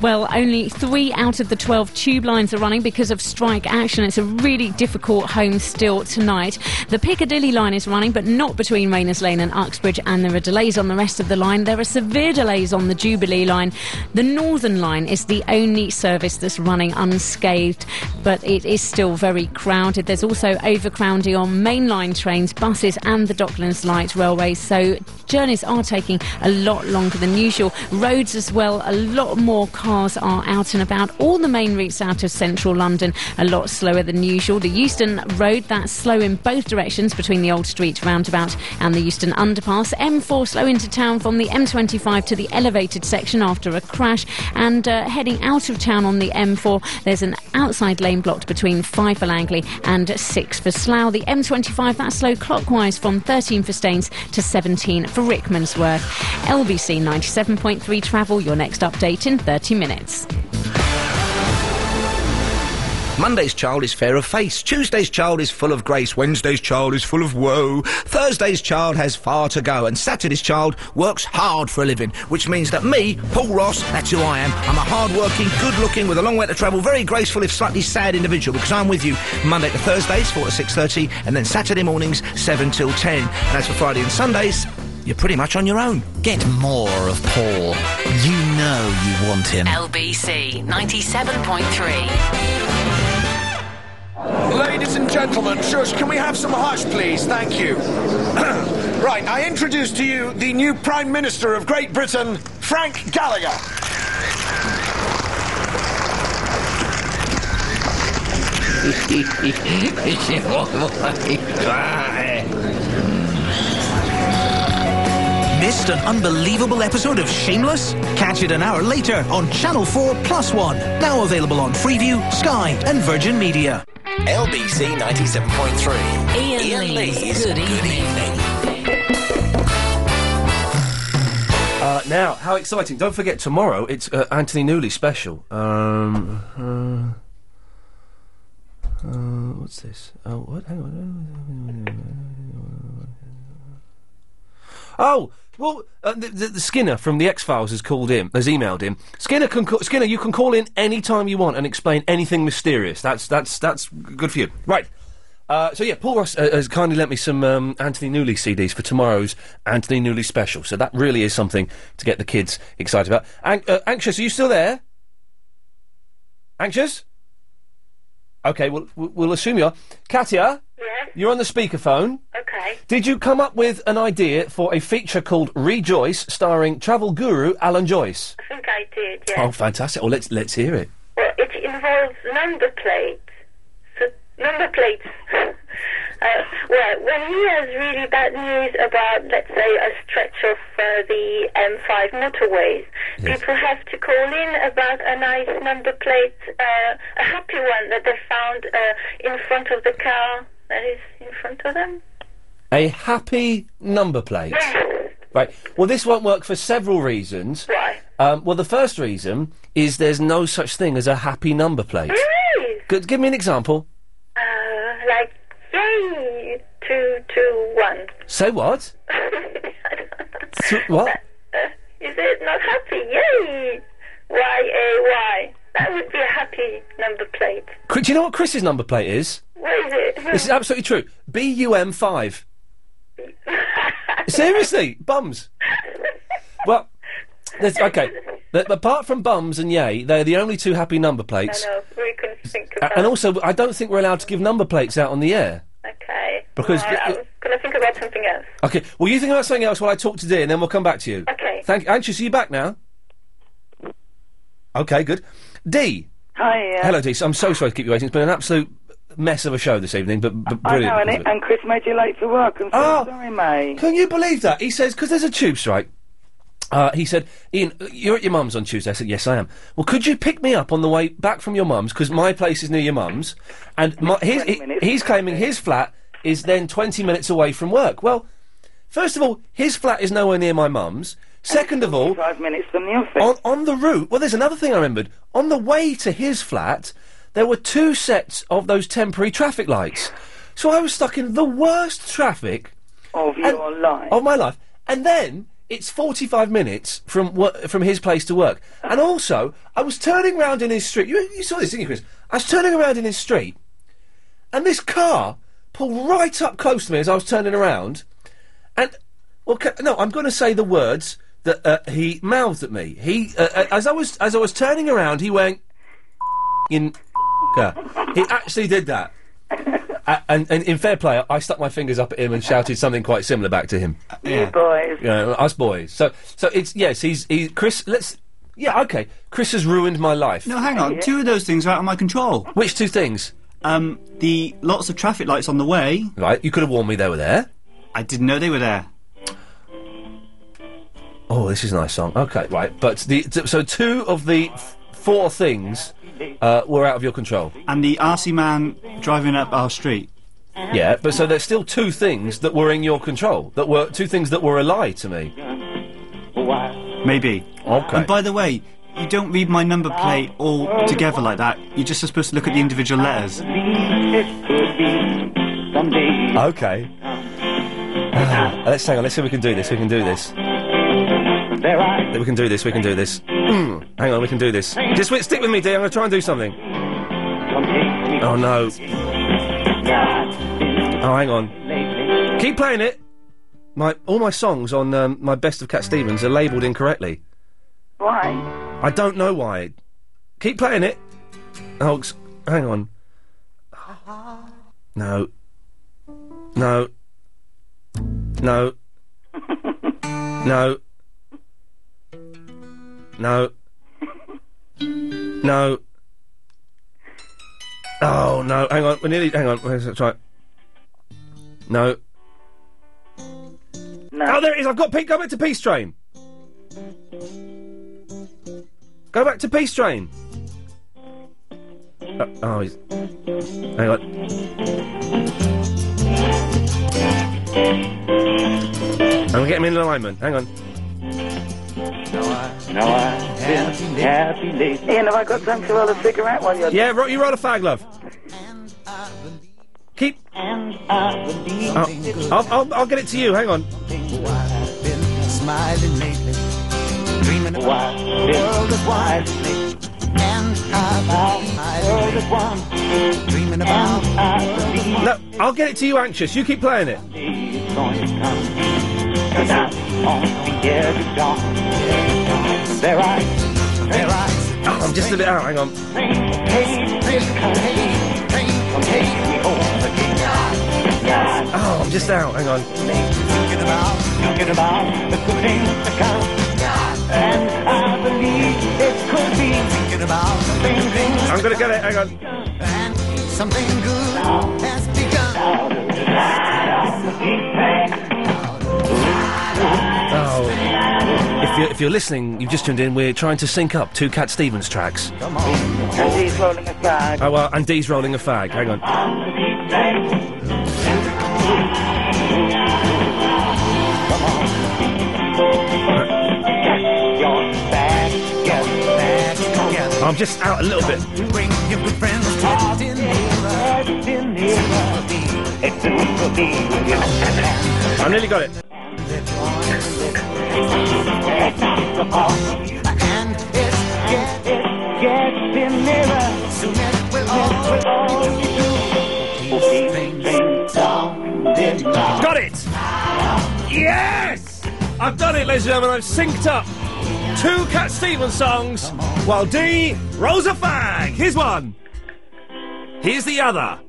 Well, only three out of the 12 tube lines are running because of strike action. It's a really difficult home still tonight. The Piccadilly line is running, but not between Rayners Lane and Uxbridge, and there are delays on the rest of the line. There are severe delays on the Jubilee line. The Northern line is the only service that's running unscathed, but it is still very crowded. There's also overcrowding on mainline trains, buses, and the Docklands Light Railway, so journeys are taking a lot longer than usual. Roads as well, a lot more cars are out and about. All the main routes out of central London a lot slower than usual. The Euston Road, that's slow in both directions between the Old Street roundabout and the Euston Underpass. M4 slow into town from the M25 to the elevated section after a crash. And uh, heading out of town on the M4, there's an outside lane blocked between 5 for Langley and 6 for Slough. The M25, that's slow clockwise from 13 for Staines to 17 for Rickmansworth. LBC 97.3 travel, your next update in 30 minutes.
Monday's child is fair of face. Tuesday's child is full of grace. Wednesday's child is full of woe. Thursday's child has far to go. And Saturday's child works hard for a living, which means that me, Paul Ross, that's who I am. I'm a hard-working, good-looking, with a long way to travel, very graceful if slightly sad individual. Because I'm with you Monday to Thursdays, four to six thirty, and then Saturday mornings, seven till ten. And as for Friday and Sundays, you're pretty much on your own. Get more of Paul. You know you want him.
LBC 97.3.
Ladies and gentlemen, shush, can we have some hush, please? Thank you. right, I introduce to you the new Prime Minister of Great Britain, Frank Gallagher.
Missed an unbelievable episode of Shameless? Catch it an hour later on Channel 4 Plus One. Now available on Freeview, Sky, and Virgin Media.
LBC 97.3.
Ian, Lee's Good Evening.
Uh, now, how exciting. Don't forget, tomorrow it's uh, Anthony Newley special. Um, uh, uh, what's this? Oh, what? Hang on. Oh, well, uh, the, the, the Skinner from the X Files has called in, has emailed him. Skinner can ca- Skinner, you can call in any time you want and explain anything mysterious. That's that's that's good for you, right? Uh, so yeah, Paul Ross uh, has kindly lent me some um, Anthony Newley CDs for tomorrow's Anthony Newley special. So that really is something to get the kids excited about. An- uh, anxious, are you still there? Anxious? Okay, well w- we'll assume you are. Katia, you're on the speakerphone.
Okay.
Did you come up with an idea for a feature called Rejoice, starring travel guru Alan Joyce?
I think I did, yeah.
Oh, fantastic! Well, let's let's hear it.
Well, it involves number plates. So, number plates. uh, well, when he has really bad news about, let's say, a stretch of uh, the M5 motorways, people have to call in about a nice number plate, uh, a happy one that they found uh, in front of the car that is in front of them.
A happy number plate. Right. Well, this won't work for several reasons.
Why?
Um, well, the first reason is there's no such thing as a happy number plate.
Hmm? Really?
Good. Give me an example.
Uh, like, yay, two, two, one.
Say what? Th- what?
Uh, Is it not happy? Yay! Y A Y. That would be a happy number plate.
Chris, do you know what Chris's number plate is?
What is it? Hmm.
This is absolutely true. BUM five. Seriously, bums. Well, there's, okay. The- apart from bums and yay, they're the only two happy number plates.
I know. We can think
A-
about.
And also, I don't think we're allowed to give number plates out on the air.
Okay.
Because-
Right, I was going to think about something else.
Okay. Well, you think about something else while I talk to Dee, and then we'll come back to you.
Okay.
Thank. Anxious, are you back now? Okay, good. Dee.
Hi. Uh,
Hello, Dee. So I'm so sorry to keep you waiting. It's been an absolute mess of a show this evening, but, but brilliant.
I know, and,
wasn't
it, and Chris made you late for work. I'm so
Oh.
sorry, mate.
Can you believe that? He says, because there's a tube strike. Uh, he said, Ian, you're at your mum's on Tuesday. I said, yes, I am. Well, could you pick me up on the way back from your mum's? Because my place is near your mum's. And my, his, he- he's claiming his flat is then 20 minutes away from work. Well, first of all, his flat is nowhere near my mum's. Second of all,
five minutes from the office.
On, on the route, well, there's another thing I remembered. On the way to his flat, there were two sets of those temporary traffic lights. So I was stuck in the worst traffic
Of your life.
of my life. And then it's 45 minutes from wo- from his place to work. And also, I was turning round in his street. You, you saw this, didn't you, Chris? I was turning around in his street, and this car pulled right up close to me as I was turning around. And, well, ca- no, I'm going to say the words that uh, he mouthed at me. He, uh, uh, as I was as I was turning around, he went in. He actually did that. A- and, and in fair play, I stuck my fingers up at him and shouted something quite similar back to him.
You boys.
Yeah, us boys. So, so it's yes. He's he, Chris. Let's. Yeah, okay. Chris has ruined my life.
No, hang on. Two of those things are out of my control.
Which two things?
Um, the lots of traffic lights on the way.
Right, you could have warned me they were there.
I didn't know they were there.
Oh, this is a nice song. Okay, right. But the t- so two of the f- four things uh, were out of your control.
And the RC man driving up our street.
Uh-huh. Yeah, but so there's still two things that were in your control. That were two things that were a lie to me.
Maybe.
Okay.
And by the way, you don't read my number plate all together like that. You're just supposed to look at the individual letters.
Okay. Ah, let's hang on. Let's see if we can do this. We can do this. We can do this. We can do this. Mm, hang on. We can do this. Just wait, stick with me, dear. I'm going to try and do something. Oh no. Oh, hang on. Keep playing it. My all my songs on um, my best of Cat Stevens are labelled incorrectly.
Why?
I don't know why. Keep playing it. Oh, s- hang on. No. No. No. no. No. No. Oh no! Hang on, we're nearly. Hang on, let's try. it. No. No. Oh, there it is. I've got Pete. Go back to Peace Train. Go back to Peace Train. Uh, oh, he's. Hang on. I'm gonna get him in alignment. Hang on. No, I.
Happy days. Ian, have I got time to roll a cigarette while you're
Yeah, ro- you roll a fag, love. Keep. Oh, I'll, I'll, I'll get it to you. Hang on.
Smiling lately, dreaming about the world is wide. And I world is one, dreaming about
No, I'll get it to you, anxious. You keep playing it. Oh, I'm just a bit out. Hang on. Oh, I'm just out. Hang on. I'm gonna get it. Hang on.
Something good has begun.
Oh. If you're, if you're listening, you've just tuned in, we're trying to sync up two Cat Stevens tracks.
and he's rolling a bag.
Oh, well, and Dee's rolling a fag. Hang on. I'm just out a little bit. I've nearly got it.
And it's get, it gets
Got it! Yes! I've done it, ladies and gentlemen. I've synced up two Cat Stevens songs while D rolls a fag. Here's one. Here's the other.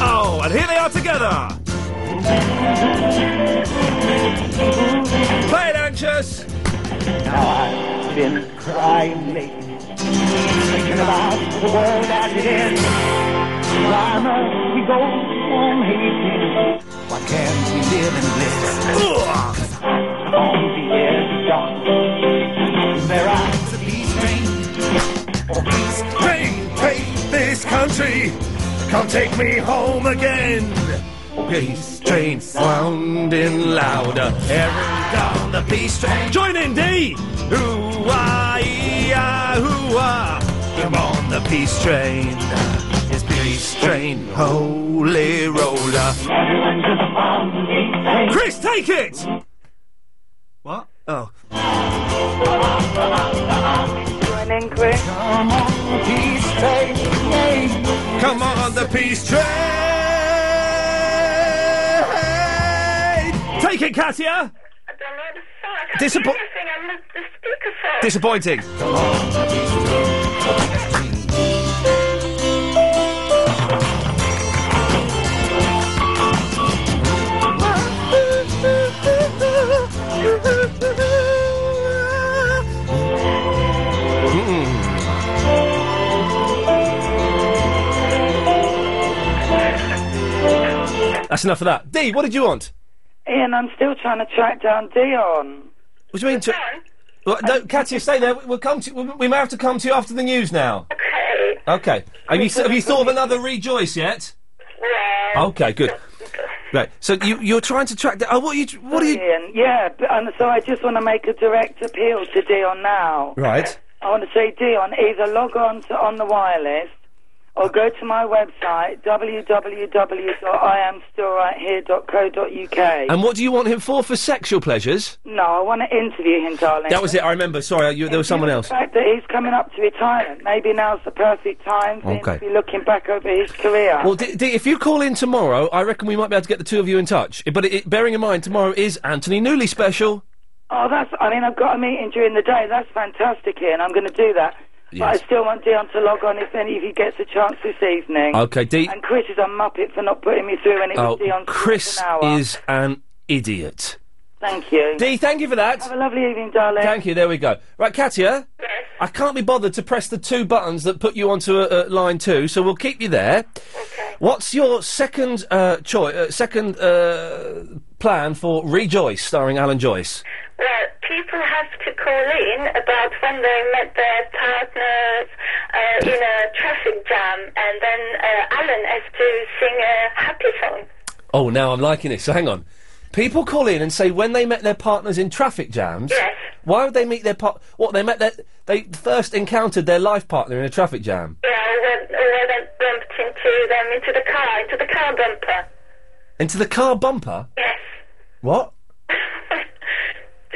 Oh, and here they are together. Play it, anxious.
I've been crying late, thinking about the world as it is. Why must we go on hating? Why can't we live in bliss? Cause I'm on the edge of darkness. There are to be strange.
Pain, pain, this country. Come take me home again. Peace train sounding louder. Every down the peace train.
Join in, D.
Ooh ah, ee, ah, ooh ah. Come on the peace train. It's peace train, holy roller.
Chris, take it! What? Oh.
Joining, Chris. Come on, peace train.
Come on the peace train.
Take it, Katia! Disappo- Disappointing. That's enough of that. D, what did you want?
Ian, I'm still trying to track down Dion.
What do you mean? To- well, no, Katia, stay there. We'll come to. We may have to come to you after the news now.
Okay.
Okay. Have you have you thought of another rejoice yet? Okay, good. Right. So you you're trying to track down. Oh, what are you? tr- What are you?
Ian, yeah, but, and so I just want to make a direct appeal to Dion now.
Right.
I want to say, Dion, either log on to On the Wireless or go to my website, www.iamstillrighthere.co.uk.
And what do you want him for? For sexual pleasures?
No, I want to interview him, darling.
That was it. I remember. Sorry, you, there was someone else.
The fact that he's coming up to retirement, maybe now's the perfect time for
Okay.
him to be looking back over his career.
Well, D- D, if you call in tomorrow, I reckon we might be able to get the two of you in touch. But it, it- bearing in mind, tomorrow is Anthony Newley special.
oh, that's, I mean, I've got a meeting during the day. That's fantastic, Ian. I'm going to do that. But I still want Dion to log on if any of you gets a chance this evening.
Okay, D-
And Chris is a muppet for not putting me through, and it
Oh,
was Dion's
Chris
an hour.
is an idiot.
Thank you.
Dee, thank you for that.
Have a lovely evening, darling.
Thank you. There we go. Right, Katia. I can't be bothered to press the two buttons that put you onto uh, uh, line two, so we'll keep you there. What's your second uh, choice? Uh, second uh, plan for Rejoice, starring Alan Joyce?
Well, people have to call in about when they met their partners uh, in a traffic jam, and then uh, Alan has to sing a happy song.
Oh, now I'm liking this. So hang on. People call in and say when they met their partners in traffic jams. Yes. Why would they meet their part? What they met their they first encountered their life partner in a traffic jam.
Yeah, or when, or when they bumped into them into the car, into the car bumper.
Into the car bumper?
Yes.
What?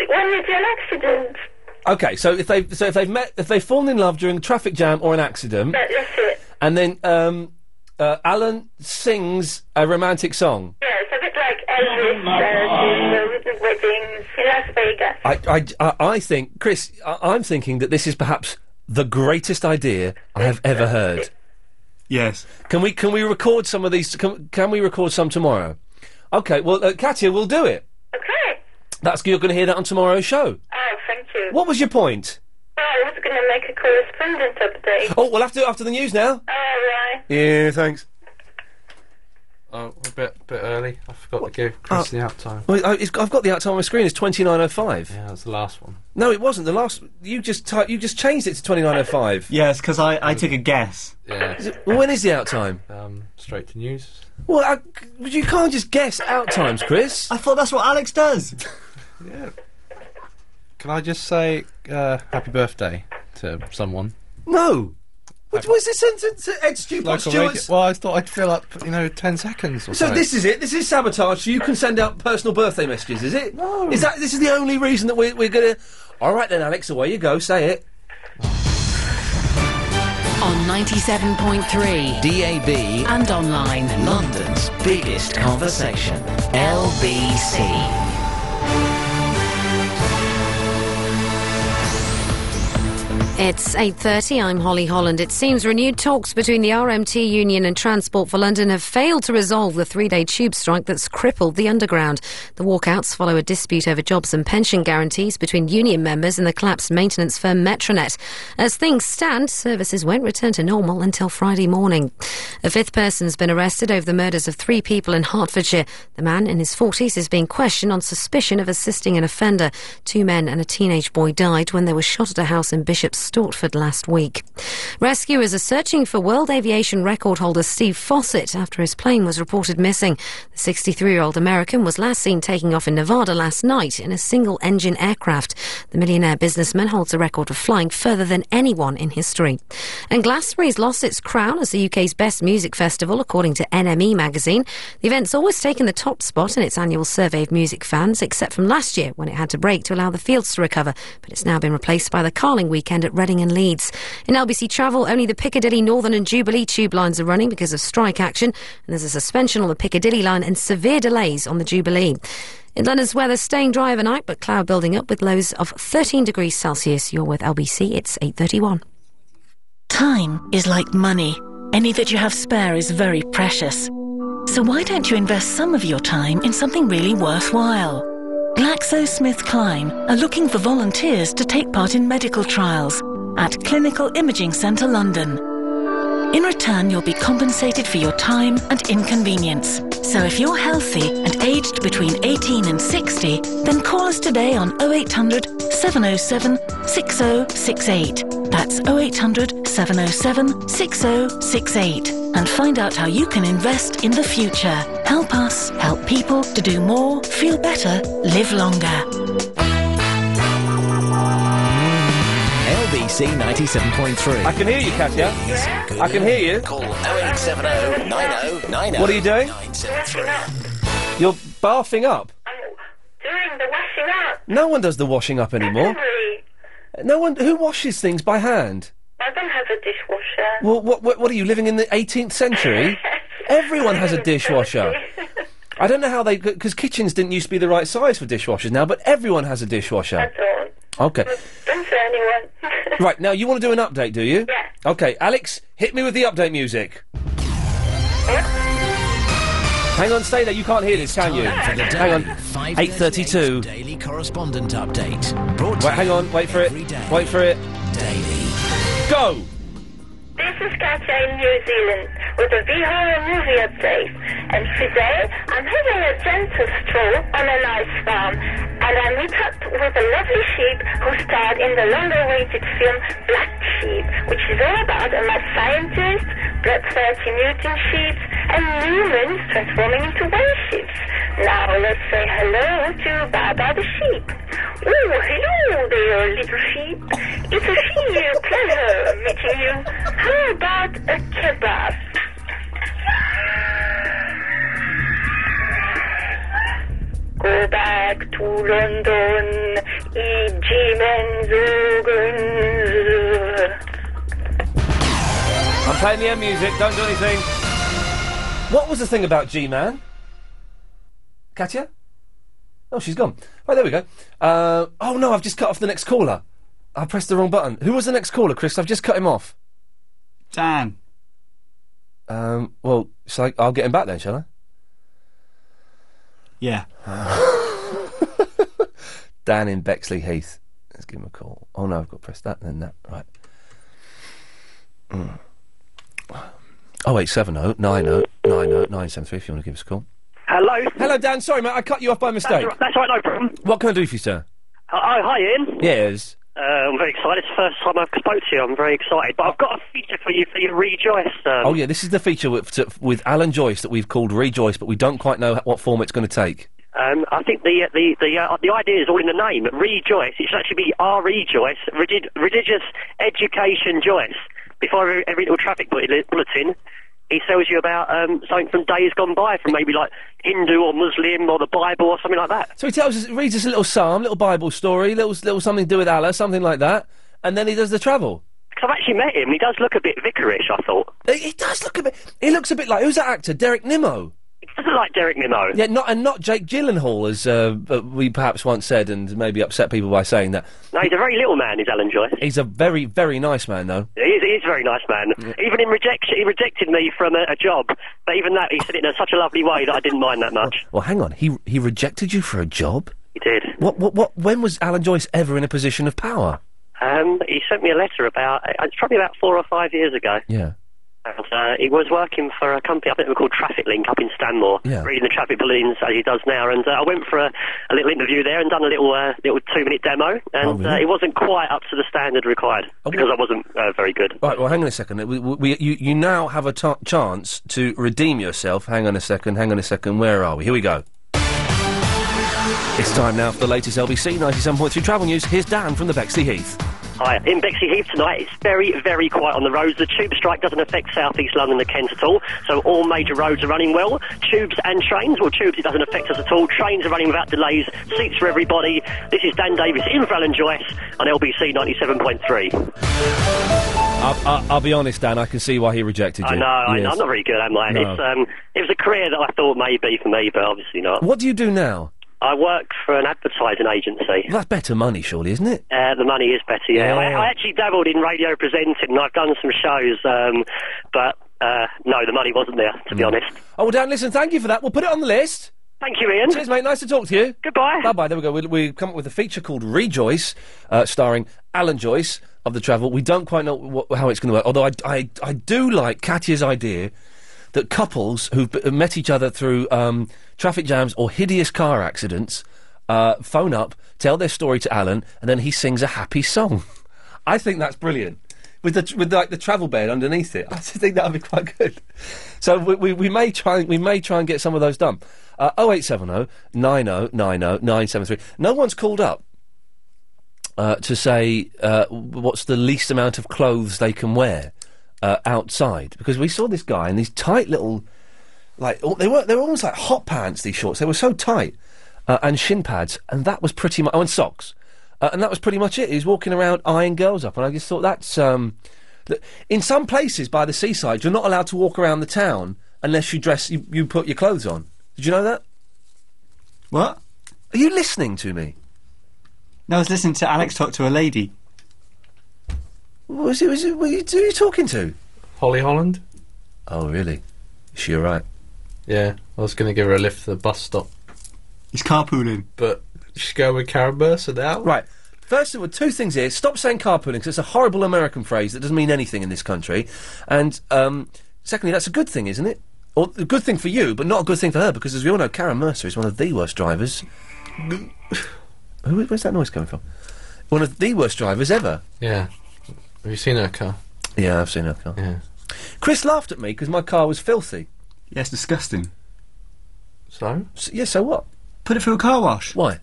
When you do an accident,
Okay, so if they so if they've met if they've fallen in love during a traffic jam or an accident,
that, that's it.
and then um, uh, Alan sings a romantic song.
Yeah, it's a bit like Elvis uh, did the weddings in Las Vegas.
I I, I, I think Chris, I, I'm thinking that this is perhaps the greatest idea I have ever heard. Yes. Can we can we record some of these? Can, can we record some tomorrow? Okay. Well, uh, Katia, we'll do it.
Okay.
That's you're going to hear that on tomorrow's show.
Oh, thank you.
What was your point?
Oh, I was going to make a correspondent update.
Oh, we'll have to do it after the news now.
All right.
Yeah. Thanks.
Oh, a bit bit early. I forgot to
Oh.
give Chris the out time.
Well, I, it's, I've got the out time on my screen. It's twenty nine oh five.
Yeah, that's the last one.
No, it wasn't. The last you just ty- you just changed it to twenty nine oh five. Yes, because I, I took a guess.
Yeah.
When is the out time?
Um, straight to news.
Well, I, but you can't just guess out times, Chris. I thought that's what Alex does.
Yeah. Can I just say uh, happy birthday to someone?
No. What was this sentence? Ed Stewart.
Local radio-
Stewart's.
Well, I thought I'd fill up, you know, ten seconds. Or
So
something.
this is it. This is sabotage. So you can send out personal birthday messages. Is it? No. Is that this is the only reason that we're, we're gonna? All right then, Alex. Away you go. Say it.
on 97.3 DAB and online London's biggest conversation LBC
It's 8:30. I'm Holly Holland. It seems renewed talks between the RMT union and Transport for London have failed to resolve the three-day tube strike that's crippled the underground. The walkouts follow a dispute over jobs and pension guarantees between union members and the collapsed maintenance firm Metronet. As things stand, services won't return to normal until Friday morning. A fifth person's been arrested over the murders of three people in Hertfordshire. The man in his 40s is being questioned on suspicion of assisting an offender. Two men and a teenage boy died when they were shot at a house in Bishop Stortford last week. Rescuers are searching for world aviation record holder Steve Fawcett after his plane was reported missing. The 63 year old American was last seen taking off in Nevada last night in a single engine aircraft. The millionaire businessman holds a record of flying further than anyone in history. And Glastonbury's lost its crown as the UK's best music festival, according to NME magazine. The event's always taken the top spot in its annual survey of music fans, except from last year when it had to break to allow the fields to recover. But it's now been replaced by the Carling weekend at Reading and Leeds. In LBC travel, only the Piccadilly, Northern and Jubilee tube lines are running because of strike action, and there's a suspension on the Piccadilly line and severe delays on the Jubilee. In London's weather, staying dry overnight, but cloud building up with lows of 13 degrees Celsius. You're with LBC. It's 8:31.
Time is like money. Any that you have spare is very precious. So why don't you invest some of your time in something really worthwhile? GlaxoSmithKline are looking for volunteers to take part in medical trials at Clinical Imaging Centre London. In return, you'll be compensated for your time and inconvenience. So if you're healthy and aged between 18 and 60, then call us today on 0800 707 6068. That's 0800 707 6068. And find out how you can invest in the future. Help us help people to do more, feel better, live longer.
LBC 97.3.
I can hear you, Katya. I can hear you.
Call 0870 90 90.
What are you doing? You're barfing up.
Doing the washing up.
No one does the washing up anymore.
Henry,
No one who washes things by hand.
I don't have a dishwasher.
Well, what what, what are you living in the 18th century? Everyone has a dishwasher. I don't know how they because kitchens didn't used to be the right size for dishwashers now, but everyone has a dishwasher.
That's all.
Okay.
Don't tell anyone.
Right, now you want to do an update, do you? Yeah. Okay, Alex, hit me with the update music. Hang on, stay there. You can't hear this, can you?
time for the
Hang on.
daily 5:38
8:32.
Daily correspondent update.
Wait, hang on. Wait for it. Wait for it. Go.
This is Katja in New Zealand with a V-horror movie update. And today, I'm having a gentle stroll on a nice farm. And I meet up with a lovely sheep who starred in the long-awaited film Black Sheep, which is all about a mad scientist, bloodthirsty mutant sheep, and humans transforming into whale sheeps. Now let's say hello to Baba the sheep. Oh, hello there, little sheep. It's a sheer pleasure meeting you. How about a kebab? Go back to London, eat Jimenzorgen.
I'm playing the end music. Don't do anything. What was the thing about G-Man? Katya? Oh, she's gone. Right, there we go. Uh, oh no, I've just cut off the next caller. I pressed the wrong button. Who was the next caller, Chris? I've just cut him off. Dan. Um. Well, shall I, I'll get him back then, shall I?
Yeah.
Dan in Bexley Heath. Let's give him a call. Oh no, I've got to press that and then that. Right. Mm. Oh eight seven oh nine oh nine oh nine seven three. If you want to give us a call.
Hello.
Hello, Dan. Sorry, mate. I cut you off by mistake.
That's, all right, no problem.
What can I do for you, sir?
Oh, hi, Ian.
Yes.
Uh, I'm very excited. It's the first time I've spoke to you. I'm very excited. But I've got a feature for you for your rejoice. Um,
oh yeah, this is the feature with, to- with Alan Joyce that we've called Rejoice, but we don't quite know what form it's going to take.
Um, I think the uh, the the uh, the idea is all in the name. Rejoice. It should actually be R E Joyce. Relig- religious education Joyce. Before every, every little traffic bullet- bulletin, he tells you about um, something from days gone by, from maybe like Hindu or Muslim or the Bible or something like that.
So he tells us, reads us a little psalm, little Bible story, little little something to do with Allah, something like that, and then he does the travel.
So I've actually met him. He does look a bit vicarish. I thought
He, he does look a bit. He looks a bit like who's that actor? Derek Nimmo.
he doesn't like Derek Nimmo.
Yeah, not and not Jake Gyllenhaal, as uh, uh, we perhaps once said, and maybe upset people by saying that.
No, he's a very little man. Is Alan Joyce?
He's a very, very nice man, though.
He is, he is a very nice man. Even in rejection, he rejected me from a, a job, but even that, he said it in such a lovely way that I didn't mind that much.
Well, hang on. He he rejected you for a job.
He did.
What what what? When was Alan Joyce ever in a position of power?
Um, he sent me a letter about uh, it's probably about four or five years ago.
Yeah.
And, uh, he was working for a company I think they were called Traffic Link up in Stanmore,
Yeah.
reading the traffic bulletins as he does now. And uh, I went for a, a little interview there and done a little uh, little two minute demo, and
Oh, really? Oh,
uh, it wasn't quite up to the standard required because I wasn't uh, very good.
Right. Well, hang on a second. We, we, we- you you now have a ta- chance to redeem yourself. Hang on a second. Hang on a second. Where are we? Here we go. It's time now for the latest LBC 97.3 travel news. Here's Dan from the Bexley Heath.
Hi, in Bexley Heath tonight, it's very, very quiet on the roads. The tube strike doesn't affect South East London and Kent at all, so all major roads are running well. Tubes and trains, well, tubes, it doesn't affect us at all. Trains are running without delays, seats for everybody. This is Dan Davis in for Alan Joyce on LBC 97.3.
I'll, I'll, I'll be honest, Dan. I can see why he rejected you.
I know, Uh, I know,
Yes.
I'm not very good, am I?
No.
It's, um, it was a career that I thought may be for me, but obviously not.
What do you do now?
I work for an advertising agency.
Well, that's better money, surely, isn't it?
Uh, the money is better,
Yeah.
yeah. I, I actually dabbled in radio presenting and I've done some shows, um, but uh, no, the money wasn't there, to be honest.
Oh, well, Dan, listen, thank you for that. We'll put it on the list.
Thank you, Ian.
Cheers, mate. Nice to talk to you.
Goodbye.
Bye bye. There we go. We'll, we've come up with a feature called Rejoice, uh, starring Alan Joyce of The Travel. We don't quite know wha how it's going to work, although I, I, I do like Katya's idea that couples who've b- met each other through um, traffic jams or hideous car accidents uh, phone up, tell their story to Alan, and then he sings a happy song. I think that's brilliant. With the with like the travel bed underneath it, I just think that would be quite good. So we, we, we may try we may try and get some of those done. Uh, 0870 9090 973. No one's called up uh, to say uh, what's the least amount of clothes they can wear uh, outside because we saw this guy in these tight little like al- they were they were almost like hot pants these shorts they were so tight uh, and shin pads and that was pretty much oh and socks uh, and that was pretty much it he was walking around eyeing girls up and I just thought that's um th- in some places by the seaside you're not allowed to walk around the town unless you dress you, you put your clothes on did you know that what are you listening to me
No, I was listening to Alex talk to a lady.
What was it? Was it? Were you, who are you talking to?
Holly Holland.
Oh, really? Is she alright?
Yeah, I was going to give her a lift to the bus stop.
He's carpooling.
But she's going with Karen Bursa now.
Right. First of all, two things here. Stop saying carpooling because it's a horrible American phrase that doesn't mean anything in this country. And um, secondly, that's a good thing, isn't it? Or a good thing for you, but not a good thing for her because, as we all know, Karen Mercer is one of the worst drivers. Who, where's that noise coming from? One of the worst drivers ever.
Yeah. Have you seen her car?
Yeah, I've seen her car.
Yeah.
Chris laughed at me because my car was filthy.
Yes, disgusting.
So?
yeah, so what?
Put it through a car wash.
Why?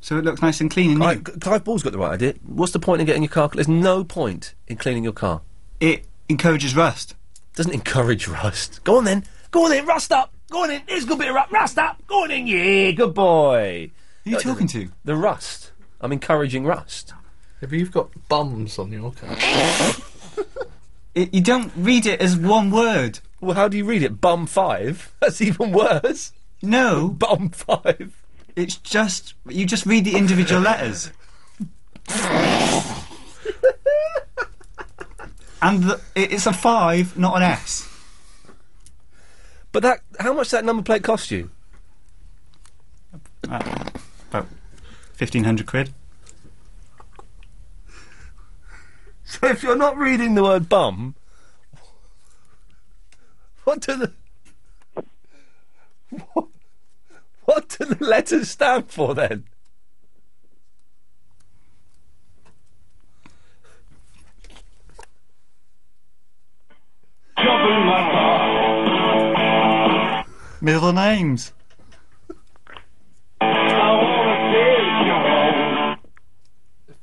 So it looks nice and clean and new.
Right, C- Clive Ball's got the right idea. What's the point in getting your car? There's no point in cleaning your car.
It encourages rust.
Doesn't encourage rust. Go on then. Go on in, rust up. Go on in. Here's a good bit of rust. Rust up. Go on in. Yeah, good boy. Who
are you talking to?
The rust. I'm encouraging rust.
Have you got bums on your car?
It, you don't read it as one word.
Well, how do you read it? Bum five? That's even worse.
No.
Bum five.
It's just. You just read the individual letters. and the, it, it's a five, not an S.
But that, how much that number plate cost you?
Uh, About 1500 quid.
So if you're not reading the word bum, what do the what, what do the letters stand for then?
Middle names.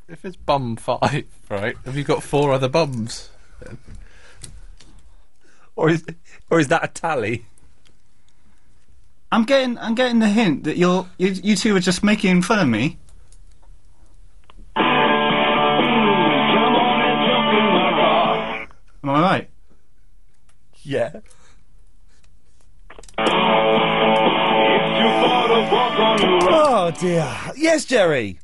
If it's bum five, right, have you got four other bums?
or is or is that a tally?
I'm getting, I'm getting the hint that you're, you, you two are just making fun of me. Am I right?
Yeah. Oh dear. Yes, Jerry.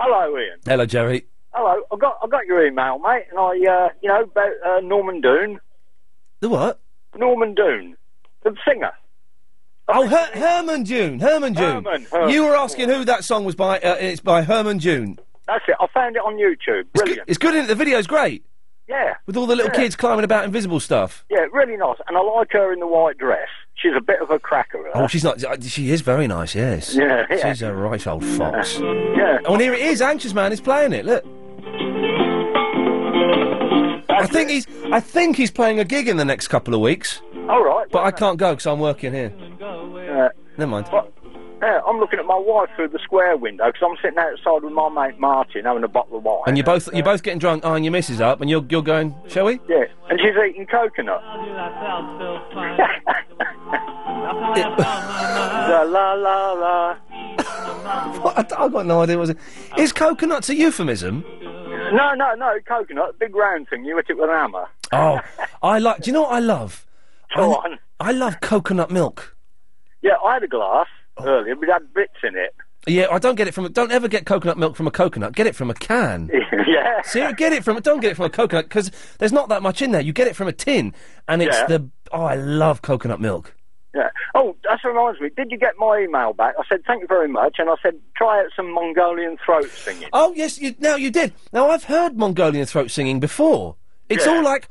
Hello, Ian.
Hello, Jerry.
Hello. I got I got your email, mate, and I uh, you know about uh, Norman Doone.
The what?
Norman Doone, the singer.
Oh, Her- Herman Dune. Herman Dune.
Herman, Herman.
You were asking who that song was by. Uh, it's by Herman Dune.
That's it. I found it on YouTube. Brilliant.
It's good. is The video's great
yeah.
with all the little
Yeah.
kids climbing about invisible stuff.
Yeah, really nice. And I like her in the white dress. She's a bit of a cracker.
Oh, she's not. She is very nice. Yes.
Yeah, yeah.
She's a right old fox.
Yeah.
Oh, and here it is. Anxious man is playing it. Look. I think he's. I think he's playing a gig in the next couple of weeks.
All right.
But I can't go because I'm working here.
Yeah.
Never mind.
Yeah, I'm looking at my wife through the square window because I'm sitting outside with my mate Martin having a bottle of wine.
And you're both you're both getting drunk. Oh, and your missus up, and you're you're going. Shall we?
Yeah, and she's eating coconut. la la la la.
What? I, have got no idea. What it is. is coconuts a euphemism?
No, no, no, coconut, big round thing. You hit it with a hammer.
Oh, I like. Do you know what I love?
Go
I,
on.
I love coconut milk.
Yeah, I had a glass earlier, but it had bits in it.
Yeah, I don't get it from. Don't ever get coconut milk from a coconut. Get it from a can.
yeah.
Ser- get it from. Don't get it from a coconut because there's not that much in there. You get it from a tin, and it's
Yeah.
the. Oh, I love coconut milk.
Yeah. Oh, that reminds me. Did you get my email back? I said thank you very much, and I said try out some Mongolian throat singing.
Oh yes, you, now you did. Now I've heard Mongolian throat singing before. It's all like.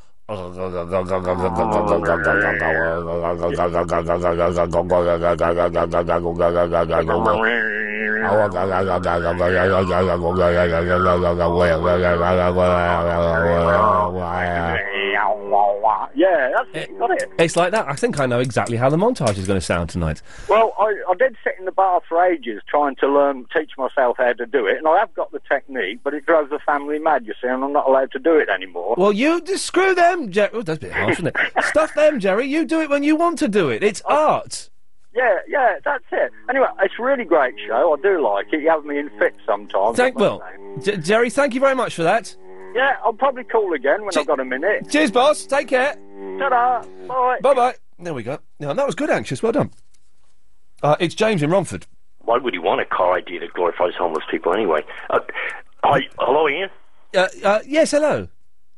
Yeah, that's got it.
It's like that. I think I know exactly how the montage is going to sound tonight.
Well, I, I did sit in the bar for ages trying to learn, teach myself how to do it, and I have got the technique, but it drove the family mad, you see, and I'm not allowed to do it anymore.
Well, you just screw them, Jerry. Oh, that's a bit harsh, isn't it? Stuff them, Jerry. You do it when you want to do it. It's art.
Yeah, yeah, that's it. Anyway, it's a really great show. I do like it. You have me in fit sometimes.
Thank well, J- Jerry. Thank you very much for that.
Yeah, I'll probably call again when I've got a minute.
Cheers, boss. Take care.
Ta-da. Bye.
Bye bye. There we go. No, that was good, anxious. Well done. Uh, it's James in Romford.
Why would he want a car ID that glorifies homeless people anyway? Uh, hi, hello, Ian.
Uh, uh, yes, hello.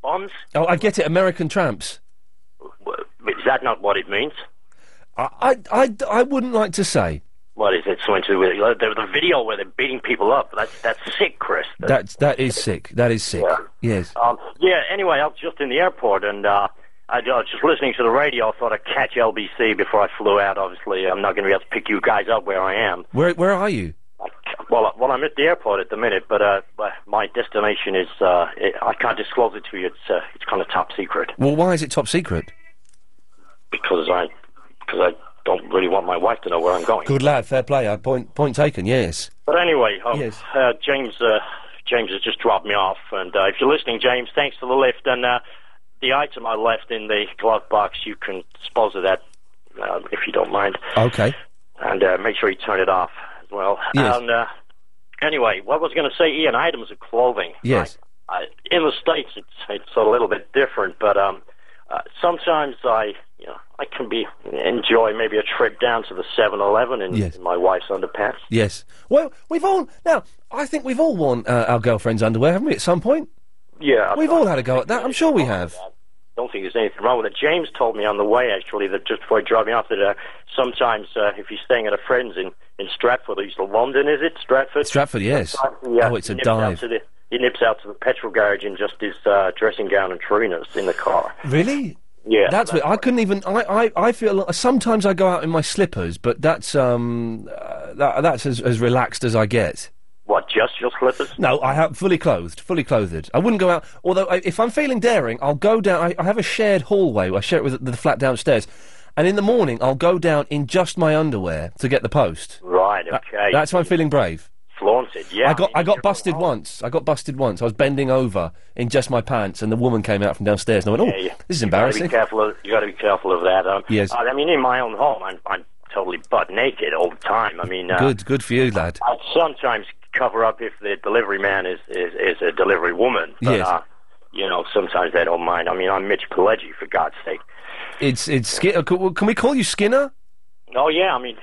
Bombs?
Oh, I get it. American tramps.
Is that not what it means?
I, I, I, I wouldn't like to say.
What is it? Something to do with uh, the, the video where they're beating people up? That's that's sick, Chris.
That's that is sick. That is sick. Yes.
Um, yeah. Anyway, I was just in the airport and uh, I, I was just listening to the radio. I thought I'd catch LBC before I flew out. Obviously, I'm not going to be able to pick you guys up where I am.
Where where are you?
Well, uh, well, I'm at the airport at the minute, but uh, but my destination is uh, i I can't disclose it to you. It's uh, it's kind of top secret
Well, why is it top secret?
because I because I don't really want my wife to know where I'm going.
Good lad. Fair play. I point point taken. Yes.
But anyway, um, uh, James uh, James has just dropped me off, and uh, if you're listening, James, thanks for the lift. And uh, the item I left in the glove box, you can dispose of that uh, if you don't mind,
Okay.
and uh, make sure you turn it off as well.
Yes.
And uh, anyway, what was I going to say, Ian? Items of clothing.
Yes.
I, in the states, it's it's a little bit different, but um, uh, sometimes I you know I can be enjoy maybe a trip down to the 7-Eleven in,
Yes.
in my wife's underpants.
Yes. Well, we've all now. I think we've all worn uh, our girlfriend's underwear, haven't we? At some point.
Yeah,
We've all had a go at that. I'm sure we have.
don't think there's anything wrong with it. James told me on the way, actually, that just before he dropped me off, that uh, sometimes uh, if you're staying at a friend's in, in Stratford, or he's to London, is it? Stratford?
Stratford, yes.
Sometimes he, uh,
Oh, it's a
he nips out
dive.
to the- he nips out to the petrol garage in just his uh, dressing gown and trainers in the car.
Really?
Yeah.
That's what I couldn't even. I, I, I feel like, sometimes I go out in my slippers, but that's um uh, that, that's as, as relaxed as I get.
What, just your slippers?
No, I have fully clothed, fully clothed. I wouldn't go out. Although, I, if I'm feeling daring, I'll go down. I, I have a shared hallway. I share it with the, the flat downstairs, and in the morning I'll go down in just my underwear to get the post.
Right,
That-
okay.
that's when I'm feeling brave.
Flaunted, yeah.
I got I got busted once. I got busted once. I was bending over in just my pants, and the woman came out from downstairs, and I went, "Oh, this is
You
embarrassing."
gotta be careful of, you gotta be careful of that. Um,
Yes.
uh, I mean, in my own home, I'm, I'm totally butt naked all the time. I mean, uh,
Good, good for you, lad.
I sometimes cover up if the delivery man is is, is a delivery woman. But,
Yes.
Uh, you know, sometimes they don't mind. I mean, I'm Mitch Pileggi, for God's sake.
It's it's Skinner. Can we call you Skinner?
Oh, yeah, I mean,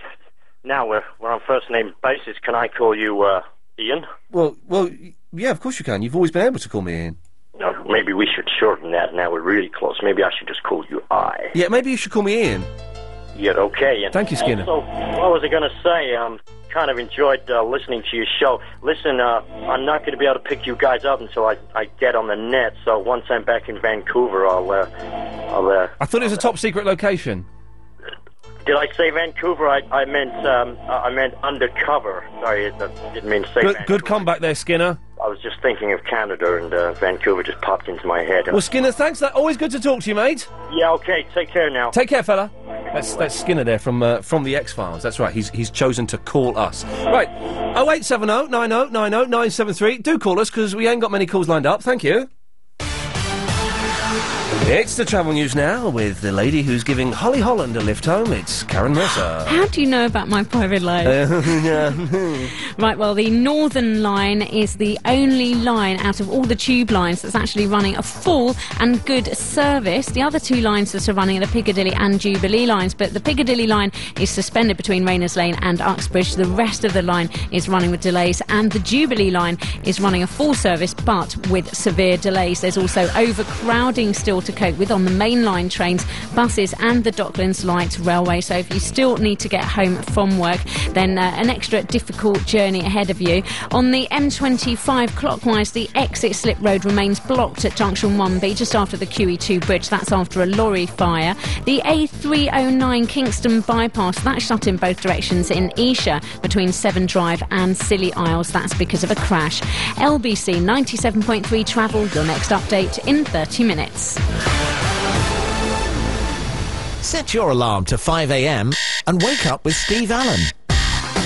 now we're, we're on first name basis. Can I call you uh, Ian?
Well, well, y- yeah, of course you can. You've always been able to call me Ian.
No, maybe we should shorten that. Now we're really close. Maybe I should just call you I.
Yeah, maybe you should call me Ian.
Yeah, okay. And
Thank you, Skinner.
Also, what was I going to say? Um, kind of enjoyed uh, listening to your show. Listen, uh, I'm not going to be able to pick you guys up until I, I get on the net. So once I'm back in Vancouver, I'll uh, I'll. Uh,
I thought it was a top secret location.
did I say Vancouver? I, I meant um, I I meant undercover. Sorry, I didn't mean to say.
Good,
Van-
good comeback there, Skinner.
I was just thinking of Canada, and uh, Vancouver just popped into my head.
Well, Skinner, thanks. That always good to talk to you, mate.
yeah, okay. Take care now.
Take care, fella. That's that's Skinner there from uh, from the X Files. That's right. He's he's chosen to call us. Right, Oh, 0870 90 90 973. Do call us because we ain't got many calls lined up. Thank you. It's the travel news now with the lady who's giving Holly Holland a lift home. It's Karen Mercer.
How do you know about my private life?
Uh,
Right, well, the Northern Line is the only line out of all the tube lines that's actually running a full and good service. The other two lines that are running are the Piccadilly and Jubilee lines, but the Piccadilly line is suspended between Rayners Lane and Uxbridge. The rest of the line is running with delays, and the Jubilee line is running a full service but with severe delays. There's also overcrowding still to cope with on the mainline trains, buses, and the Docklands Light Railway. So if you still need to get home from work, then uh, an extra difficult journey ahead of you. On the M25 clockwise, the exit slip road remains blocked at junction 1B just after the QE2 bridge. That's after a lorry fire. The A309 Kingston bypass, that's shut in both directions in Esher between Seven Drive and Scilly Isles. That's because of a crash. LBC 97.3 travel, your next update in 30 minutes.
Set your alarm to 5am and wake up with Steve Allen.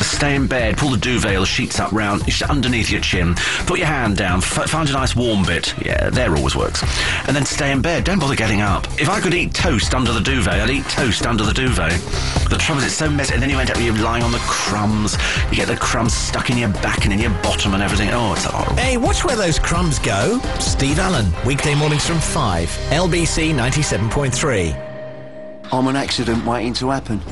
Stay in bed, pull the duvet or the sheets up round, sh- underneath your chin. Put your hand down, f- find a nice warm bit. Yeah, there always works. And then stay in bed, don't bother getting up. If I could eat toast under the duvet, I'd eat toast under the duvet. The trouble is, it's so messy, and then you end up you lying on the crumbs. You get the crumbs stuck in your back and in your bottom and everything. Oh, it's horrible.
Hey, watch where those crumbs go. Steve Allen, weekday mornings from 5, LBC 97.3.
I'm an accident waiting to happen.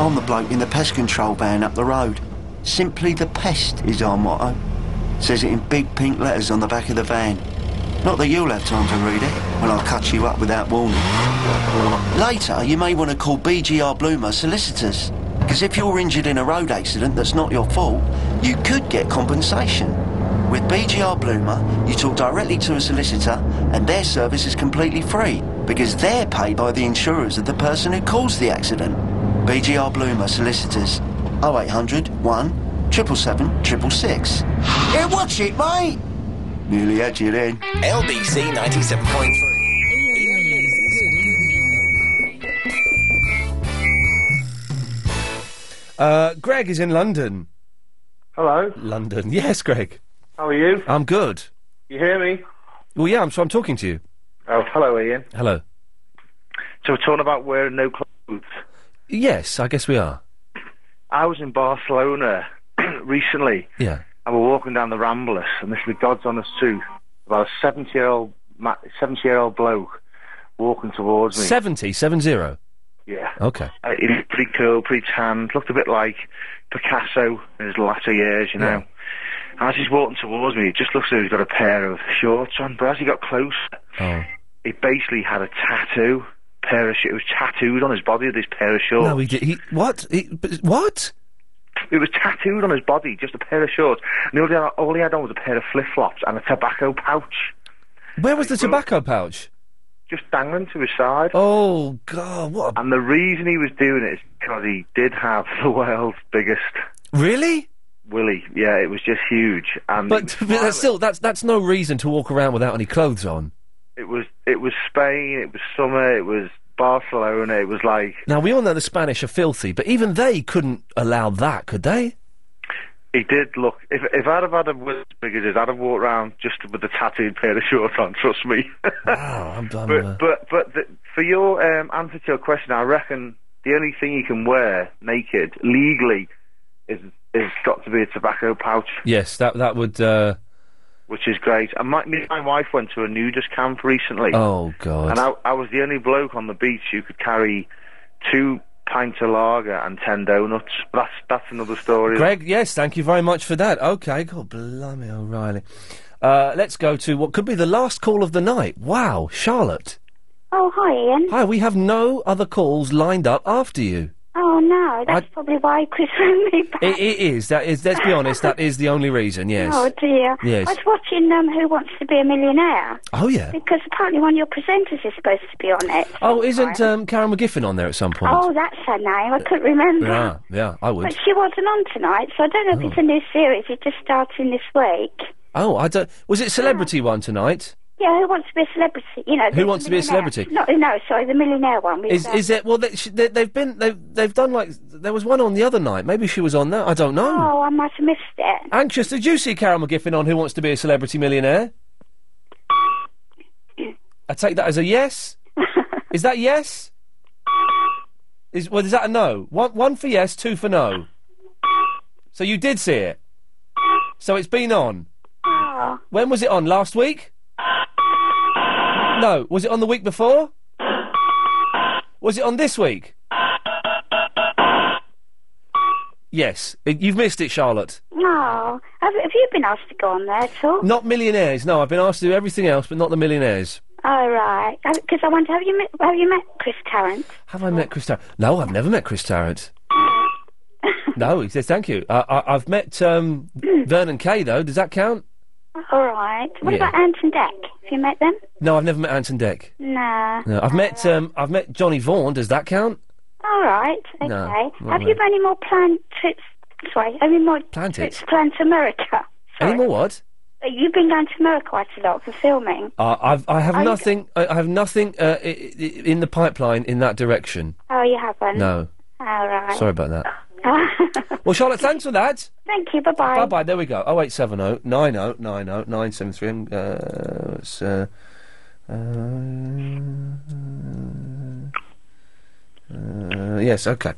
I'm the bloke in the pest control van up the road. Simply the pest is our motto. Says it in big pink letters on the back of the van. Not that you'll have time to read it when I cut you up without warning. Later, you may want to call BGR Bloomer solicitors. Because if you're injured in a road accident that's not your fault, you could get compensation. With BGR Bloomer, you talk directly to a solicitor and their service is completely free because they're paid by the insurers of the person who caused the accident. BGR Bloomer Solicitors 0800 1 777 666. Yeah, watch it, mate! Nearly had you then.
LBC 97.3.
Uh, Greg is in London.
Hello.
London. Yes, Greg.
How are you?
I'm good.
You hear me?
Well, yeah, I'm, so I'm talking to you.
Oh, hello, Ian.
Hello.
So we're talking about wearing no clothes.
Yes, I guess we are.
I was in Barcelona recently,
Yeah.
and we're walking down the Ramblas, and this is the God's honest truth. About a seventy-year-old, seventy-year-old bloke walking towards me.
70, 70.
Yeah.
Okay.
Uh, he was pretty cool, pretty tanned, looked a bit like Picasso in his latter years, you know. And as he's walking towards me, it just looks as if he's got a pair of shorts on, but as he got close,
Oh.
he basically had a tattoo, pair of sh- it was tattooed on his body with this pair of shorts.
No, he did. He, what? He, but- what?
It was tattooed on his body, just a pair of shorts. And all he had, all he had on was a pair of flip flops and a tobacco pouch,
Where was the tobacco pouch?
just dangling to his side.
Oh God! What?
And the reason he was doing it is because he did have the world's biggest
Really?
willy. Yeah, it was just huge. And
But, but that's still that's that's no reason to walk around without any clothes on.
it was it was Spain, it was summer, it was Barcelona, it was like
Now we all know the Spanish are filthy, but even they couldn't allow that, could they?
he did look. If if I'd have had a willy as big as his, I'd have walked around just with the tattooed pair of shorts on. Trust me.
wow, I'm done.
uh,
But but but the, for your um, answer to your question, I reckon the only thing you can wear naked legally is is got to be a tobacco pouch.
Yes, that that would uh,
which is great. And my, me and my wife went to a nudist camp recently.
Oh, God.
And I, I was the only bloke on the beach who could carry two pints of lager and ten donuts. But that's that's another story.
Greg, yes, thank you very much for that. Okay, God blimey, O'Reilly. Uh, let's go to what could be the last call of the night. Wow, Charlotte.
Oh, hi, Ian.
Hi, we have no other calls lined up after you.
Oh, no, that's probably why Chris rang me back.
It, it is that is. Let's be honest, that is the only reason. Yes.
Oh, dear.
Yes.
I was watching um, Who Wants to Be a Millionaire.
Oh, yeah.
Because apparently one of your presenters is supposed to be on it.
Oh, isn't um, Karen McGiffin on there at some point?
Oh, that's her name. I couldn't remember.
yeah, Oh. yeah, I would.
But she wasn't on tonight, so I don't know if it's a new series. It's just starting this week.
Oh, I don't. Was it celebrity one tonight?
Yeah, Who Wants to Be a Celebrity? You know.
Who
the
Wants to Be a
millionaire.
Celebrity?
Not, no, sorry, the millionaire one. with,
Is
uh,
is it? Well, they, sh- they, they've been they've they've done like there was one on the other night. Maybe she was on that. I don't know.
Oh, I might have missed it.
Anxious? Did you see Karen McGiffin on Who Wants to Be a Celebrity Millionaire? I take that as a yes. is that yes? Is well, is that a no? One one for yes, two for no. So you did see it. So it's been on. When was it on? Last week? No. Was it on the week before? Was it on this week? Yes. I- You've missed it, Charlotte.
No. Oh, Have, have you been asked to go on there at all?
Not millionaires. No, I've been asked to do everything else, but not the millionaires.
All right. Because I wonder, have you met, have you met Chris Tarrant?
Have I met Chris Tarrant? No, I've never met Chris Tarrant. no, he says thank you. Uh, I, I've met um, Vernon Kay though. Does that count?
All right. What
Yeah.
about Ant and Deck? Have you met them?
No, I've never met Anton Deck.
No.
No, I've
Uh.
met um, I've met Johnny Vaughan. Does that count?
All right. Okay.
No, not
have you
really.
got any more planned trips? Sorry, any more
Planned
trips
trips?
planned to America?
Any more what?
You've been going to America quite a lot for filming.
Uh, I've I have
Are you-
nothing. I, I have nothing uh, i- i- in the pipeline in that direction.
Oh, you haven't?
No,
All right.
sorry about that. Well, Charlotte, thanks for that.
Thank you. Bye-bye.
Bye bye. There we go. Oh, 0870 90 90 973. Um, Uh, it's, uh, uh, uh, yes, okay.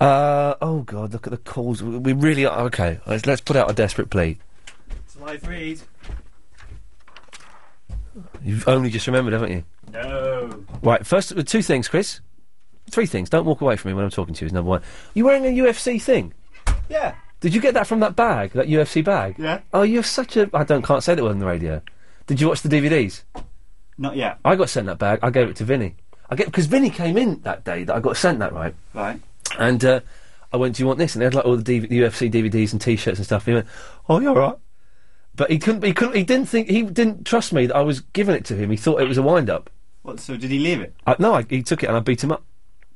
Uh, oh, God, look at the calls. We we really are. Okay, let's, let's put out a desperate plea.
It's a live read.
You've only just remembered, haven't you?
No.
Right, first, uh, two things, Chris. Three things. Don't walk away from me when I'm talking to you, is number one. you wearing a UFC thing?
Yeah.
Did you get that from that bag, that UFC bag?
Yeah.
Oh, you're such a. I don't can't say that word on the radio. Did you watch the DVDs?
Not yet.
I got sent that bag. I gave it to Vinny. I get because Vinny came in that day that I got sent that right,
Right.
and uh, I went, "Do you want this?" And they had like all the DV- UFC DVDs and T-shirts and stuff. And he went, "Oh, you're all right." But he couldn't. He couldn't. He didn't think. He didn't trust me that I was giving it to him. He thought it was a wind-up.
What? So did he leave it?
I, Uh, no, I, he took it and I beat him up.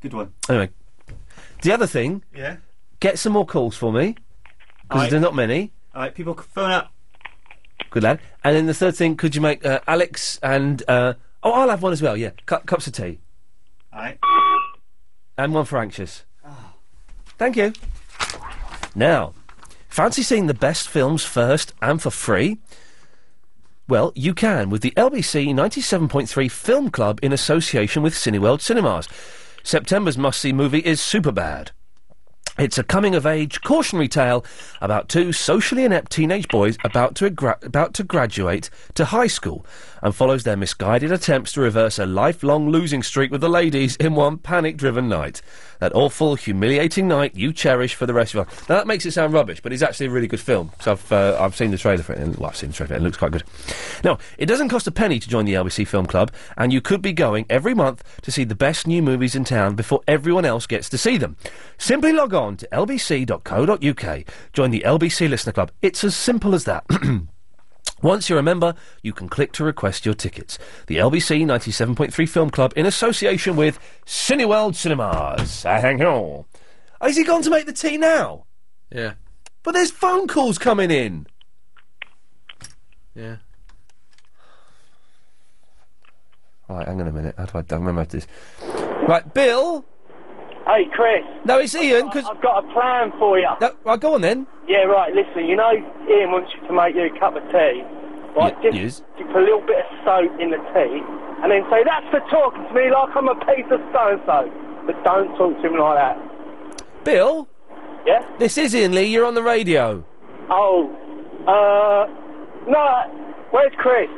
Good one.
Anyway, the other thing,
Yeah.
get some more calls for me because
Aye.
there are not many.
All right. People, c- phone up.
Good lad. And then the third thing, could you make uh, Alex and uh, oh, I'll have one as well. Yeah, Cu- cups of tea.
All right.
And one for anxious. Thank you. Now, fancy seeing the best films first and for free? Well, you can with the LBC 97.3 Film Club in association with Cineworld Cinemas. September's must see movie is Superbad. It's a coming of age cautionary tale about two socially inept teenage boys about to, gra- about to graduate to high school and follows their misguided attempts to reverse a lifelong losing streak with the ladies in one panic driven night. That awful, humiliating night you cherish for the rest of your life. Now, that makes it sound rubbish, but it's actually a really good film. So I've, uh, I've seen the trailer for it, and well, I've seen the trailer for it, and it looks quite good. Now, it doesn't cost a penny to join the LBC Film Club, and you could be going every month to see the best new movies in town before everyone else gets to see them. Simply log on to lbc.co.uk, join the LBC Listener Club. It's as simple as that. Once you're a member, you can click to request your tickets. The LBC 97.3 Film Club in association with Cineworld Cinemas. Ah, Hang on. Oh, Is he gone to make the tea now?
Yeah.
But there's phone calls coming in.
Yeah.
Right, hang on a minute. How do I, I remember how to do this? Right, Bill.
Hey, Chris.
No, it's Ian. Cause
I've got a plan for you.
No, right, go on then.
Yeah, right. Listen, you know, Ian wants you to make you a cup of tea. Right, just
yes.
you put a little bit of soap in the tea, and then say that's for talking to me like I'm a piece of so and so. But don't talk to him like that.
Bill?
Yeah?
This is Ian Lee. You're on the radio.
Oh, uh,
No, where's Chris?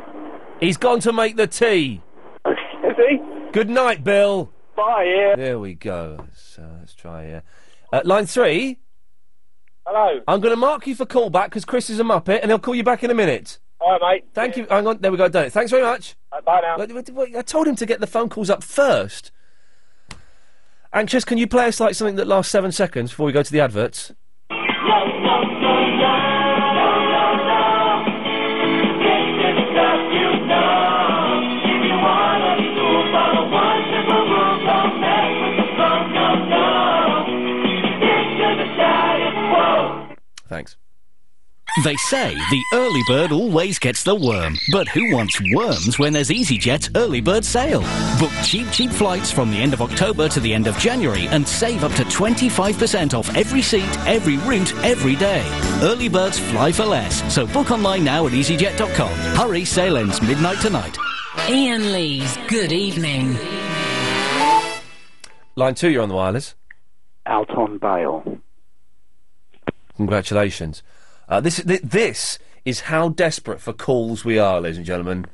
He's gone to make the tea.
Is he?
Good night, Bill.
Bye, yeah.
There we go. Let's, uh, let's try here. Uh, line three.
Hello.
I'm going to mark you for callback because Chris is a muppet, and he'll call you back in a minute.
All right, mate.
Thank you. Hang on. There we go. Done it. Thanks very much.
bye now.
I told him to get the phone calls up first. Anxious, can you play us like something that lasts seven seconds before we go to the adverts? Thanks.
They say the early bird always gets the worm, but who wants worms when there's EasyJet early bird sale? Book cheap, cheap flights from the end of October to the end of January and save up to 25% off every seat, every route, every day. Early birds fly for less, so book online now at easyjet.com. Hurry, sale ends midnight tonight.
Ian Lee's Good Evening.
Line two, you're on the wireless.
Alton Bale.
Congratulations. Uh, this, th- this is how desperate for calls we are, ladies and gentlemen.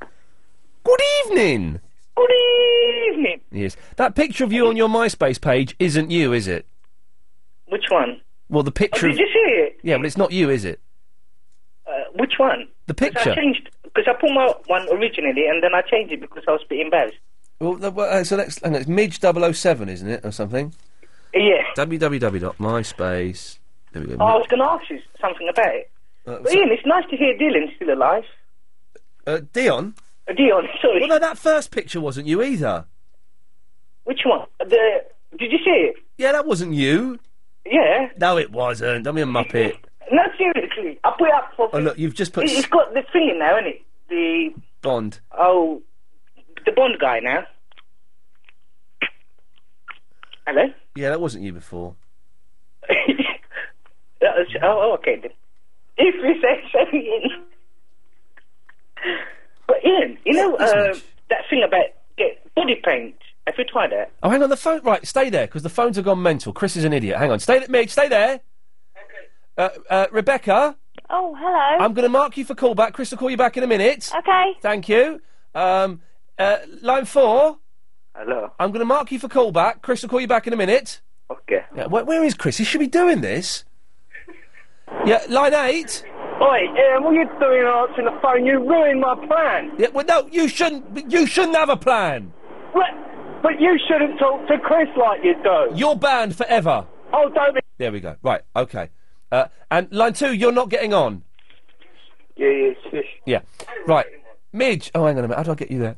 Good evening.
Good evening.
Yes. That picture of you on your MySpace page isn't you, is it?
Which one?
Well, the
Oh,
picture.
did
of-
you see it?
Yeah, but it's not you, is it?
Uh, which one?
The
'Cause
picture.
I changed because I put my one originally and then I changed it because I was a bit embarrassed.
Well, the, well, uh, so let's. Hang on, it's Midge 007, isn't it, or something?
Uh, Yeah. Oh,
www.myspace. There we go.
I was going to ask you something about it.
Uh,
but Ian, it's nice to hear Dylan's still alive.
Uh, Dion?
Uh, Dion, sorry.
Well, no, that first picture wasn't you either.
Which one? The did you see it?
Yeah, that wasn't you.
Yeah.
No, it wasn't. Don't be a muppet.
No, seriously, I put it up for.
oh, look, you've just put
It-
s-
it's got the thing in now, isn't it? The
Bond.
oh, the Bond guy now. Hello.
Yeah, that wasn't you before.
That was- oh, oh, okay then. If you say so, Ian. But Ian, you know uh, that thing about get body paint. Have you tried that?
Oh, hang on, the phone. Right, stay there, because the phones have gone mental. Chris is an idiot. Hang on, stay there, Midge, stay there. Uh, uh, Rebecca,
Oh, hello.
I'm going to mark you for callback. Chris will call you back in a minute.
Okay.
Thank you. Um, uh, line four.
Hello.
I'm going to mark you for callback. Chris will call you back in a minute.
Okay.
Yeah, where, where is Chris? He should be doing this. Yeah, line eight.
Oi, Ian, what are you doing answering the phone? You ruined my plan.
Yeah, well, no, you shouldn't. You shouldn't have a plan.
What? But you shouldn't talk to Chris like you do.
You're banned forever.
Oh, don't be.
There we go. Right, okay. Uh, and line two, you're not getting on.
Yeah, yeah, shush.
Yeah. Right. Midge. Oh, hang on a minute. How do I get you there?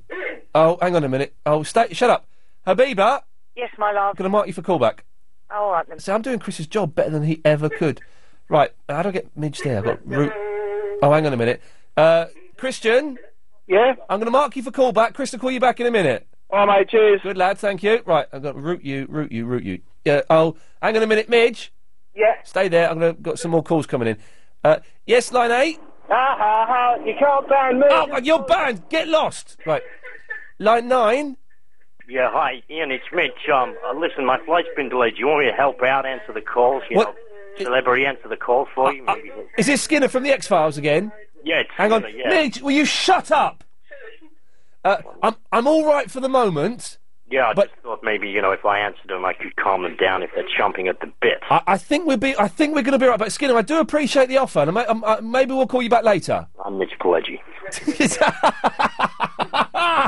Oh, hang on a minute. Oh, stay. Shut up. Habiba.
Yes, my love.
Going to mark you for callback.
All right then.
See, I'm doing Chris's job better than he ever could. Right. How do I get Midge there? I've got root. Oh, hang on a minute. Uh, Christian.
Yeah.
I'm going to mark you for callback. Chris will call you back in a minute.
All right, mate. Cheers.
Good lad. Thank you. Right. I've got root you. Root you. Root you. Yeah. Oh, hang on a minute, Midge.
Yeah.
Stay there. I'm going to got some more calls coming in. Uh, yes, line eight.
Ha ha ha! You can't ban me.
Oh, you're banned. Get lost. Right. Line nine.
Yeah, hi, Ian, it's Mitch. Um, uh, listen, my flight's been delayed. Do you want me to help out, answer the calls? You
What? Uh,
know, celebrity answer the calls for you? Maybe.
Is this Skinner from the X Files again?
yeah, it's
Hang on,
Skinner, yeah.
Midge, will you shut up? Uh, I'm I'm all right for the moment.
Yeah, I just thought maybe, you know, if I answered them, I could calm them down if they're chomping at the bit.
I, I think we'll be I think we're going to be all right. But Skinner, I do appreciate the offer, and I, may- um, uh, maybe we'll call you back later.
I'm Mitch Pileggi.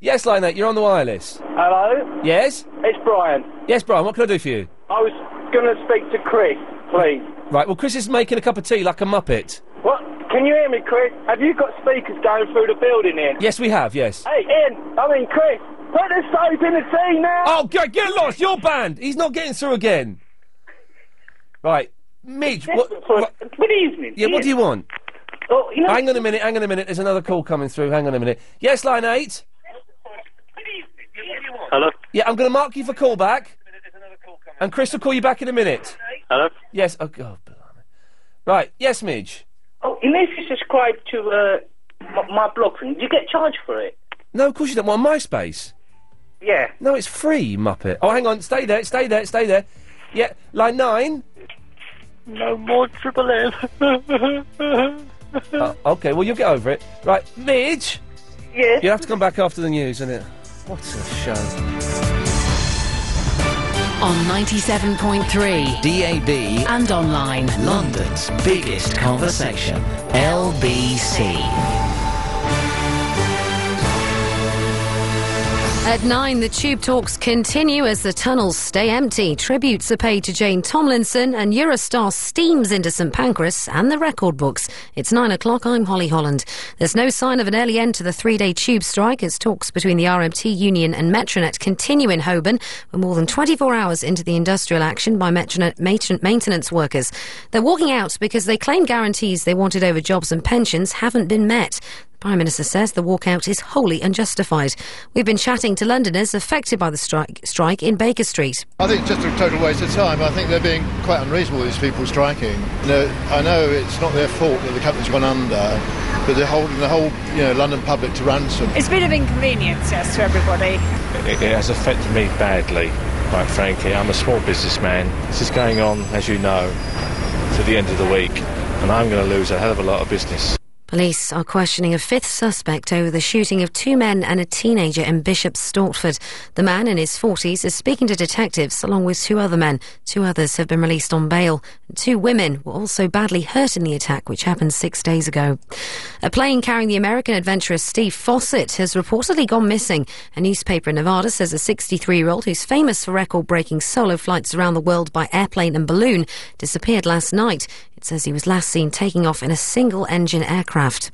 Yes, line eight, you're on the wireless.
Hello.
Yes.
It's Brian.
Yes, Brian. What can I do for you?
I was going to speak to Chris, please.
Right. Well, Chris is making a cup of tea like a muppet.
What? Can you hear me, Chris? Have you got speakers going through the building here?
Yes, we have. Yes.
Hey, Ian. I mean, Chris. Put the soap in the tea now.
Oh, get, get lost! You're banned. He's not getting through again. Right, Midge. What,
Good evening.
Yeah, what do you want?
Oh, you know,
hang on a minute. Hang on a minute. There's another call coming through. Hang on a minute. Yes, line eight.
Hello?
Yeah, I'm going to mark you for callback. And Chris will call you back in a minute.
Hello?
Yes. Oh, God, blimey. Right. Yes, Midge.
Oh, you know, if you subscribe to uh, my, my blog thing, do you get charged for it?
No, of course you don't want MySpace.
Yeah.
No, it's free, Muppet. Oh, hang on. Stay there. Stay there. Stay there. Yeah, line nine.
No more triple M.
Uh, okay, well, you'll get over it. Right, Midge?
Yes?
You'll have to come back after the news, innit? What a show.
On 97.3
DAB
and online.
London's biggest conversation, LBC.
At nine, the tube talks continue as the tunnels stay empty. Tributes are paid to Jane Tomlinson, and Eurostar steams into St Pancras and the record books. It's nine o'clock. I'm Holly Holland. There's no sign of an early end to the three-day tube strike as talks between the RMT union and Metronet continue in Holborn. We're more than 24 hours into the industrial action by Metronet main- maintenance workers. They're walking out because they claim guarantees they wanted over jobs and pensions haven't been met. Prime Minister says the walkout is wholly unjustified. We've been chatting to Londoners affected by the strike, strike in Baker Street.
I think it's just a total waste of time. I think they're being quite unreasonable, these people striking. You know, I know it's not their fault that the company's gone under, but they're holding the whole you know, London public to ransom.
It's a bit of inconvenience, yes, to everybody.
It, it has affected me badly, quite frankly. I'm a small businessman. This is going on, as you know, to the end of the week, and I'm going to lose a hell of a lot of business.
Police are questioning a fifth suspect over the shooting of two men and a teenager in Bishop's Stortford. The man in his 40s is speaking to detectives along with two other men. Two others have been released on bail. Two women were also badly hurt in the attack, which happened six days ago. A plane carrying the American adventurer Steve Fawcett has reportedly gone missing. A newspaper in Nevada says a 63 year old who's famous for record breaking solo flights around the world by airplane and balloon disappeared last night. It says he was last seen taking off in a single engine aircraft.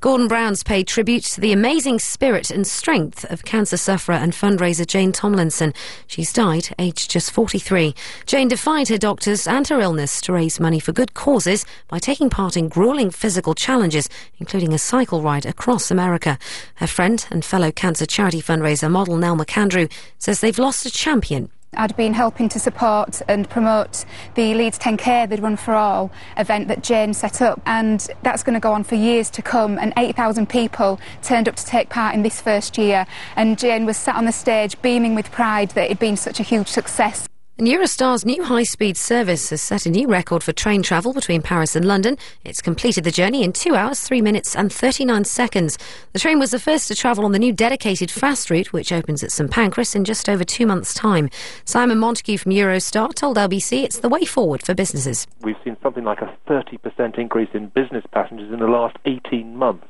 Gordon Brown's paid tribute to the amazing spirit and strength of cancer sufferer and fundraiser Jane Tomlinson. She's died aged just 43. Jane defied her doctors and her illness to raise money for good causes by taking part in grueling physical challenges, including a cycle ride across America. Her friend and fellow cancer charity fundraiser model Nell McAndrew says they've lost a champion
I'd been helping to support and promote the Leeds 10K, the Run for All event that Jane set up, and that's going to go on for years to come. And 8,000 people turned up to take part in this first year, and Jane was sat on the stage beaming with pride that it had been such a huge success.
And Eurostar's new high speed service has set a new record for train travel between Paris and London. It's completed the journey in 2 hours, 3 minutes, and 39 seconds. The train was the first to travel on the new dedicated fast route, which opens at St Pancras in just over two months' time. Simon Montague from Eurostar told LBC it's the way forward for businesses.
We've seen something like a 30% increase in business passengers in the last 18 months.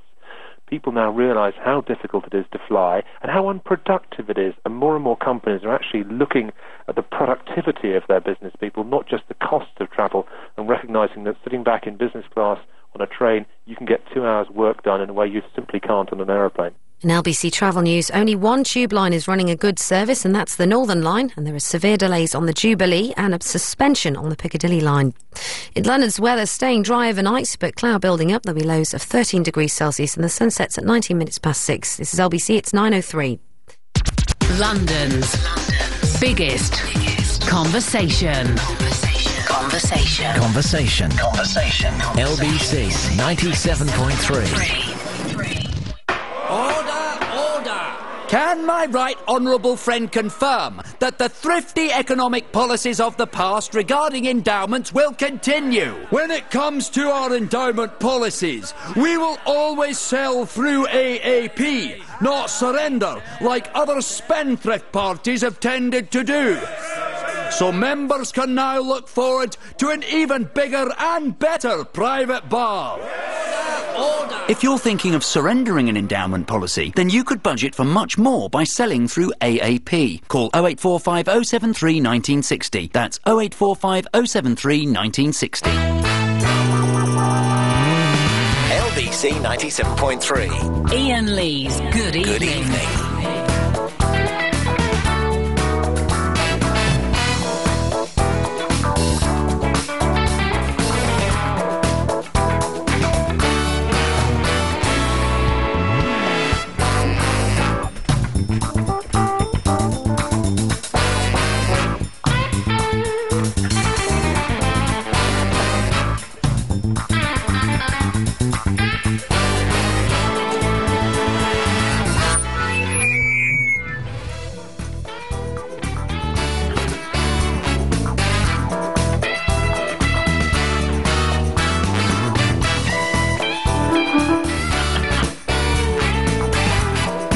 People now realize how difficult it is to fly and how unproductive it is, and more and more companies are actually looking at the productivity of their business people, not just the costs of travel, and recognizing that sitting back in business class on a train, you can get two hours' work done in a way you simply can't on an aeroplane.
In LBC Travel News, only one tube line is running a good service, and that's the Northern Line, and there are severe delays on the Jubilee and a suspension on the Piccadilly Line. In London's weather, staying dry overnight, but cloud building up. There'll be lows of 13 degrees Celsius, and the sun sets at 19 minutes past 6. This is LBC, it's 9.03.
London's biggest conversation. Conversation.
Conversation. Conversation. LBC 97.3.
Can my right honourable friend confirm that the thrifty economic policies of the past regarding endowments will continue? When it comes to our endowment policies, we will always sell through AAP, not surrender like other spendthrift parties have tended to do. So members can now look forward to an even bigger and better private bar. If you're thinking of surrendering an endowment policy, then you could budget for much more by selling through AAP. Call 0845 073 1960. That's 0845 073 1960.
LBC 97.3.
Ian Lee's Good Evening.
Good evening.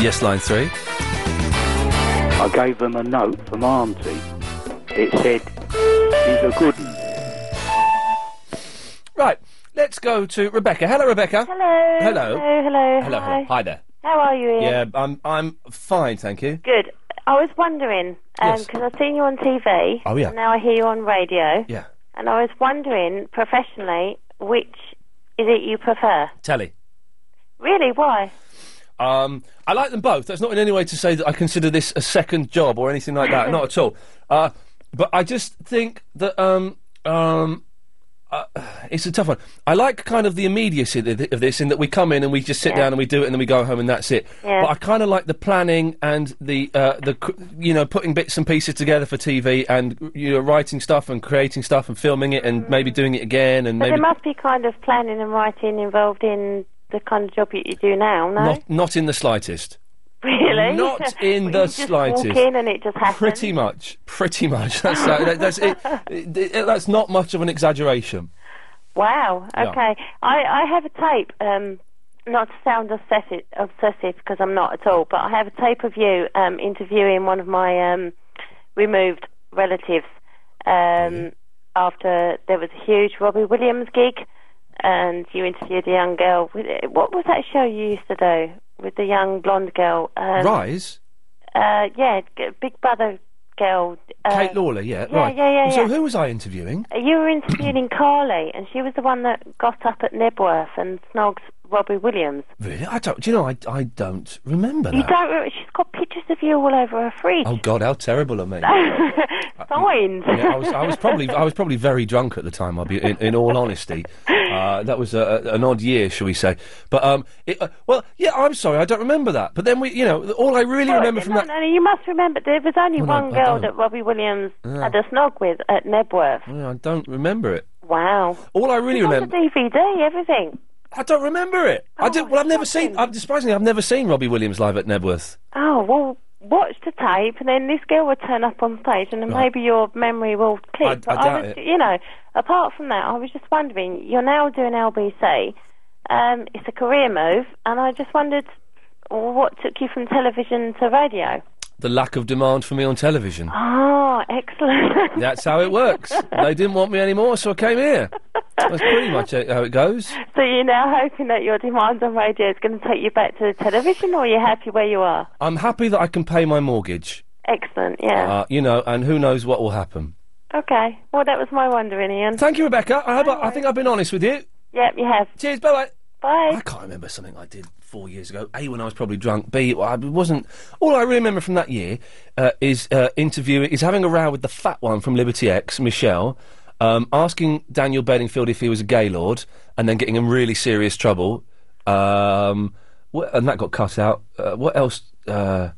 Yes, line three.
I gave them a note from Auntie. It said, "He's a good."
Right, let's go to Rebecca. Hello, Rebecca.
Hello.
Hello.
Hello. Hello.
Hello.
Hi.
Hi there.
How are you, Ian?
Yeah, I'm I'm fine, thank you.
Good. I was wondering
Yes.
because I've seen you on TV.
Oh, yeah.
And now I hear you on radio.
Yeah.
And I was wondering, professionally, which is it you prefer?
Telly.
Really? Why?
Um, I like them both. That's not in any way to say that I consider this a second job or anything like that. not at all. Uh, but I just think that um, um, uh, it's a tough one. I like kind of the immediacy of thi- of this, in that we come in and we just sit
Yeah.
down and we do it, and then we go home and that's it.
Yeah.
But I kind of like the planning and the uh, the cr- you know putting bits and pieces together for TV and you know writing stuff and creating stuff and filming it and maybe doing it again and
But
maybe
there must be kind of planning and writing involved in the kind of job that you do now, no?
not not in the slightest.
really?
not in
Well,
the
you just
slightest.
Walk in and it just happens.
Pretty much, pretty much. That's uh, that, that's it, it, it- That's not much of an exaggeration.
Wow.
Yeah.
Okay. I, I have a tape. Um, not to sound obsessive, obsessive because I'm not at all, but I have a tape of you um, interviewing one of my um, removed relatives um,
Mm-hmm.
after there was a huge Robbie Williams gig, and you interviewed a young girl. With, what was that show you used to do with the young blonde girl? Um,
Rise,
Uh, yeah, g- Big Brother girl. Uh,
Kate Lawler. Yeah,
yeah,
right.
yeah, yeah,
So
yeah.
who was I interviewing?
you were interviewing Carly, and she was the one that got up at Nibworth and snogs Robbie Williams.
Really, I don't. Do you know? I I don't remember
You
that.
don't. re- She's got pictures of you all over her fridge.
uh, Oh God, how terrible of me.
Signs.
Yeah, I was, I was probably, I was probably very drunk at the time. I'll be, in, in all honesty, uh, that was a, a- an odd year, shall we say? But um, it, uh, well, yeah, I'm sorry, I don't remember that. But then we, you know, all I really remember from
no,
that.
no, no, you must remember there was only
Well, no,
one
I
girl
don't.
that Robbie Williams
Yeah.
had a snog with at Nebworth.
Yeah, I don't remember it.
Wow.
All I really
She got
remember.
the DVD, everything.
I don't remember it. I do. Well, I've never seen. I'm surprisingly, I've never seen Robbie Williams live at Nebworth.
Oh well, watch the tape, and then this girl will turn up on stage, and then
Right.
maybe your memory will click.
I- I
But
doubt
was,
it.
You know, apart from that, I was just wondering. You're now doing LBC. Um, it's a career move, and I just wondered what took you from television to radio.
The lack of demand for me on television.
Ah, excellent.
That's how it works. they didn't want me anymore, so I came here. That's pretty much it- how it goes.
so you're now hoping that your demand on radio is going to take you back to the television, or you're happy where you are?
I'm happy that I can pay my mortgage.
Excellent. Yeah.
Uh, you know, and who knows what will happen.
okay. Well, that was my wondering, Ian.
Thank you, Rebecca. I, hope I, I think I've been honest with you.
Yep, you have.
Cheers. Bye.
Bye.
I can't remember something I did four years ago. A, when I was probably drunk. B, well, I wasn't. All I really remember from that year uh, is uh, interviewing, is having a row with the fat one from Liberty X, Michelle, um, asking Daniel Bedingfield if he was a gaylord, and then getting in really serious trouble. Um, wh- and that got cut out. Uh, what else? Uh,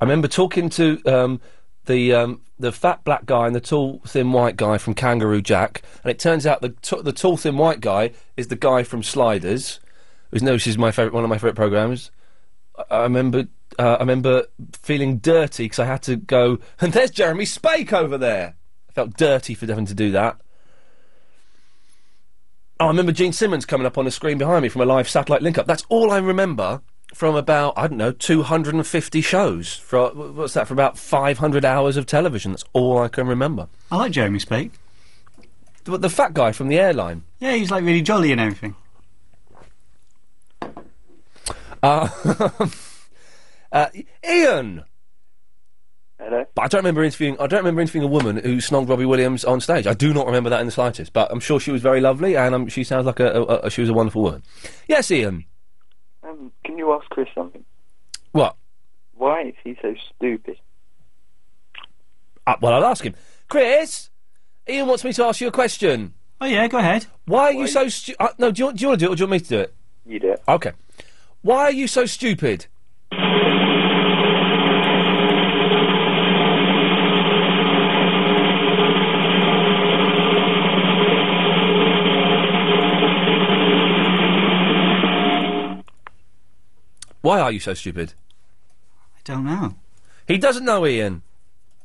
I remember talking to um, the um, the fat black guy and the tall thin white guy from Kangaroo Jack, and it turns out the t- the tall thin white guy is the guy from Sliders, who's no, she's my favorite one of my favorite programs. I, I remember uh, I remember feeling dirty because I had to go and there's Jeremy Spake over there. I felt dirty for having to do that. Oh, I remember Gene Simmons coming up on the screen behind me from a live satellite link up. That's all I remember from about, I don't know, 250 shows. For, wh- what's that, for about 500 hours of television. That's all I can remember.
I like Jeremy Spake.
The, the fat guy from the airline.
Yeah, he's like really jolly and everything.
Uh, uh, Ian! Hello. But I don't remember interviewing. I don't remember interviewing a woman who snogged Robbie Williams on stage. I do not remember that in the slightest. But I'm sure she was very lovely, and um, she sounds like a, a, a she was a wonderful woman. Yes, Ian.
Um, can you ask Chris something?
What?
Why is he so stupid?
Uh, well, I'll ask him. Chris, Ian wants me to ask you a question.
Oh yeah, go ahead.
Why are you so stu- uh, No, do you, want- do you want to do it or do you want me to do it?
You do it.
Okay. Why are you so stupid? Why are you so stupid?
I don't know.
He doesn't know, Ian.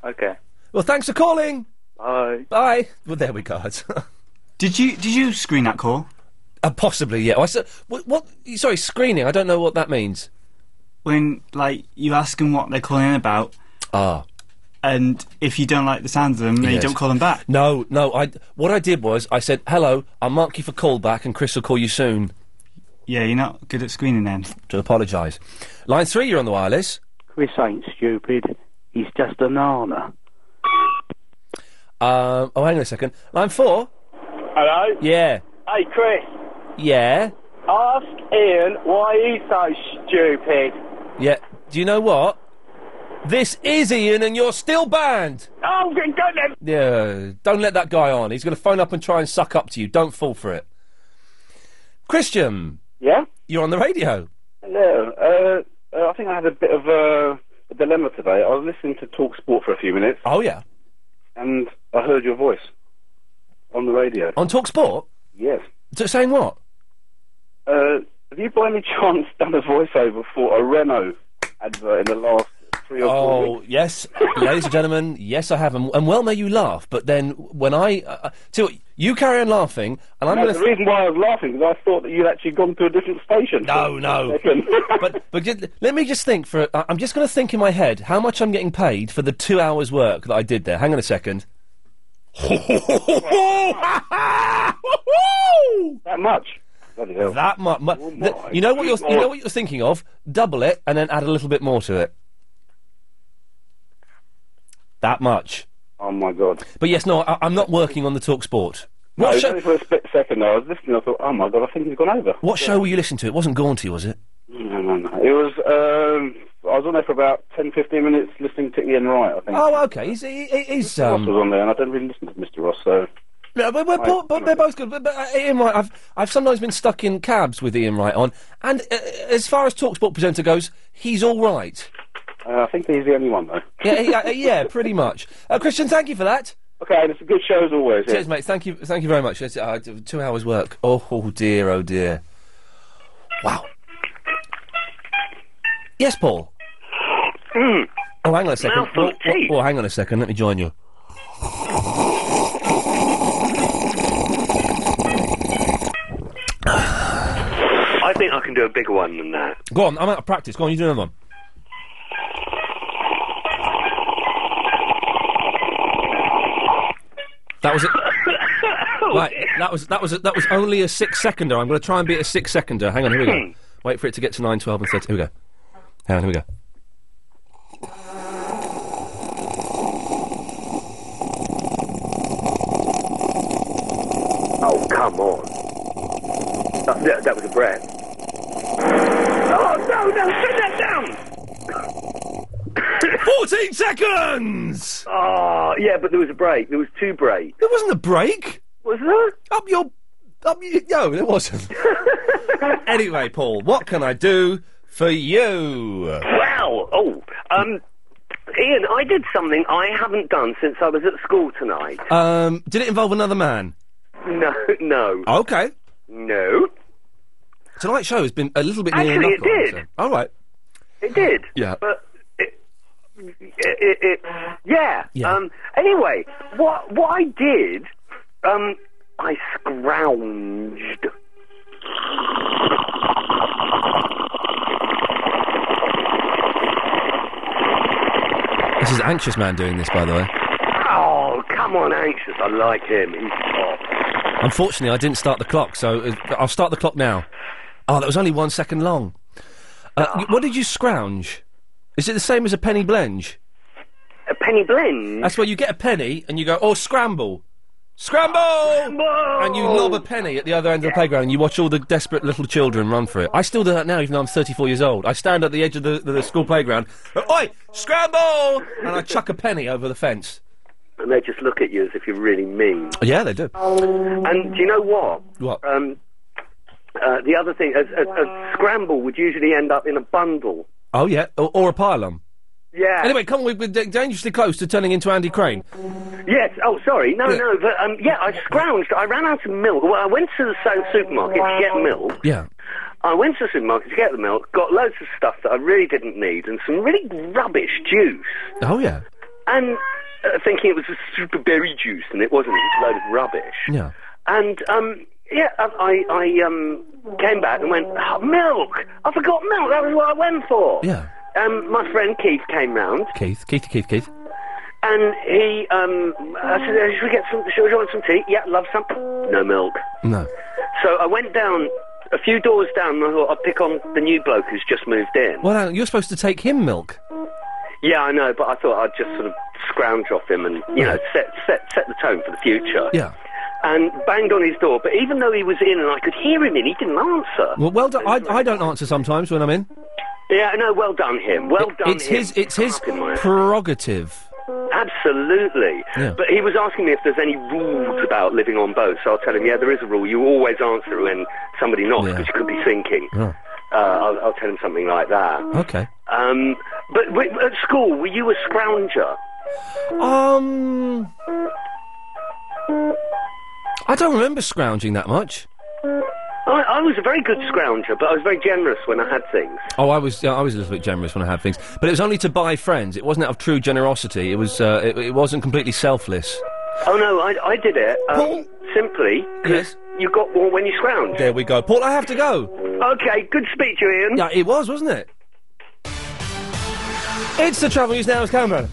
Okay.
Well, thanks for calling.
Bye.
Bye. Well, there we go.
did you did you screen that call?
Uh, possibly, yeah. I said, what, what? Sorry, screening. I don't know what that means.
when like you ask them what they're calling in about.
Ah.
And if you don't like the sounds of them, then you
Yes.
don't call them back.
No, no. I what I did was I said, "Hello, I'll mark you for callback, and Chris will call you soon."
Yeah, you're not good at screening then.
To apologise. Line three, you're on the wireless.
Chris ain't stupid. He's just a nana.
Um, oh, hang on a second. Line four.
Hello?
Yeah,
Hey, Chris,
yeah,
ask Ian why he's so stupid.
yeah. Do you know what? This is Ian, and you're still banned.
Oh, good goodness!
Yeah, don't let that guy on. He's going to phone up and try and suck up to you. Don't fall for it. Christian.
Yeah?
You're on the radio.
Hello. Uh, uh, I think I had a bit of a, a dilemma today. I was listening to Talk Sport for a few minutes.
Oh, yeah.
And I heard your voice on the radio.
On Talk Sport?
Yes.
So saying what?
Uh, have you by any chance done a voiceover for a Renault advert in the last three or four
Oh
weeks?
yes, ladies and gentlemen, yes I have, and, and well may you laugh. But then when I, uh, so you carry on laughing, and I'm
No,
going
the reason why I was laughing is I thought that you'd actually gone to a different station.
No, no. but but ju- let me just think for. I- I'm just going to think in my head how much I'm getting paid for the two hours work that I did there. Hang on a second. that
much.
That much.
Oh
you know what you're. You know what you're thinking of. Double it and then add a little bit more to it. That much.
Oh my god.
But yes, no, I, I'm not working on the talk sport.
No,
What
it was
show?
only for a split second. I was listening. I thought, oh my god, I think he's gone over.
What show were you listening to? It wasn't Gaunty, was it?
No, no, no. It was. Um, I was on there for about 10, 15 minutes listening to Ian Wright. I think.
Oh, okay. He's he, he- he's
Ross
um.
was on there, and I don't really listen to Mr. Ross. So
No, but, we're
Right.
po- but they're both good. But, but uh, Ian Wright, I've I've sometimes been stuck in cabs with Ian Wright on, and uh, as far as Talksport presenter goes, he's all right.
uh, I think he's the only one though.
Yeah, he- uh, yeah, pretty much. Uh, Christian, thank you for that.
Okay, and it's a good show as always. yeah.
Cheers, mate. Thank you, thank you very much. It's, uh, d- two hours work. Oh, oh dear, oh dear. Wow. Yes, Paul. Oh, hang on a second.
Mouthful of
Oh, oh,
tea.
oh, hang on a second. Let me join you.
I think I can do a bigger one than that.
Go on. I'm out of practice. Go on. You do another one. That was it. right. That was that was that was only a six seconder. I'm going to try and beat a six seconder. Hang on. Here we
Hmm.
go. Wait for it to get to nine, twelve, and thirteen. Here we go. Hang on. Here we go.
Oh, come on. That, that, that was a breath. Oh, no, no, turn that down!
14 seconds!
Ah,
Oh, yeah, but there was a break. There was two breaks.
There wasn't a break.
Was there?
Up your. Up your. No, there wasn't. anyway, Paul, what can I do for you?
Wow! Oh, um, Ian, I did something I haven't done since I was at school tonight.
Um, did it involve another man?
No, no.
Okay.
No.
Tonight's show has been a little bit near
Actually, it
knuckle,
did.
so- All right.
It did.
Yeah.
But it, it, it, yeah.
Yeah.
Um, anyway, what what I did, um, I scrounged.
This is Anxious Man doing this, by the way.
Oh, come on, anxious. I like him. He's top.
Unfortunately, I didn't start the clock, so uh, I'll start the clock now. Oh, that was only one second long. Uh, y- What did you scrounge? Is it the same as a penny blenge?
A penny blenge?
That's where you get a penny and you go, oh, scramble. Scramble! And you lob a penny at the other end of the playground and you watch all the desperate little children run for it. I still do that now, even though I'm 34 years old. I stand at the edge of the, the, the school playground, oi, scramble! And I chuck a penny over the fence.
And they just look at you as if you're really mean.
Yeah, they do.
And do you know what?
What?
Um, uh, the other thing, a, a, a scramble would usually end up in a bundle.
Oh, yeah, or, or a pylon.
Yeah.
Anyway, come on, we're, we're da- dangerously close to turning into Andy Crane.
Yes. Oh, sorry. No,
Yeah.
no. But um, yeah, I scrounged. I ran out of milk. Well, I went to the so- supermarket to get milk.
Yeah.
I went to the supermarket to get the milk. Got loads of stuff that I really didn't need and some really rubbish juice.
Oh, yeah.
And uh, thinking it was a super berry juice, and it wasn't. It was a load of rubbish.
Yeah.
And um, yeah, I, I, I um, came back and went, oh, milk. I forgot milk. That was what I went for.
Yeah.
Um, my friend Keith came round
Keith, Keith, Keith, Keith.
and he, um, I said, "Uh, should we get some, should we want some tea? Yeah, love some. No milk.
No.
So I went down a few doors down and I thought I'd pick on the new bloke who's just moved in.
Well, Alan, you're supposed to take him milk.
Yeah, I know, but I thought I'd just sort of scrounge off him and, you know, set, set, set the tone for the future.
Yeah.
And banged on his door, but even though he was in and I could hear him in, he didn't answer.
Well, well done. I, I don't answer sometimes when I'm in.
Yeah, no, well done him. Well done
it's
him.
his. It's his
Fucking man.
prerogative.
Absolutely.
Yeah.
But he was asking me if there's any rules about living on boats. So I'll tell him, yeah, there is a rule. You always answer when somebody knocks because you could be thinking.
Oh,
Uh, I'll, I'll tell him something like that.
okay.
Um, but w- at school, were you a scrounger?
Um, I don't remember scrounging that much.
I, I was a very good scrounger, but I was very generous when I had things.
Oh, I was. yeah, I was a little bit generous when I had things, but it was only to buy friends. It wasn't out of true generosity. It was. Uh, it, it wasn't completely selfless.
Oh no, I, I did it um, simply 'cause you got one when you scrounged.
There we go, Paul. I have to go.
Okay, good speech, Ian.
Yeah, it was, wasn't it? It's the travel news now, is Cameron.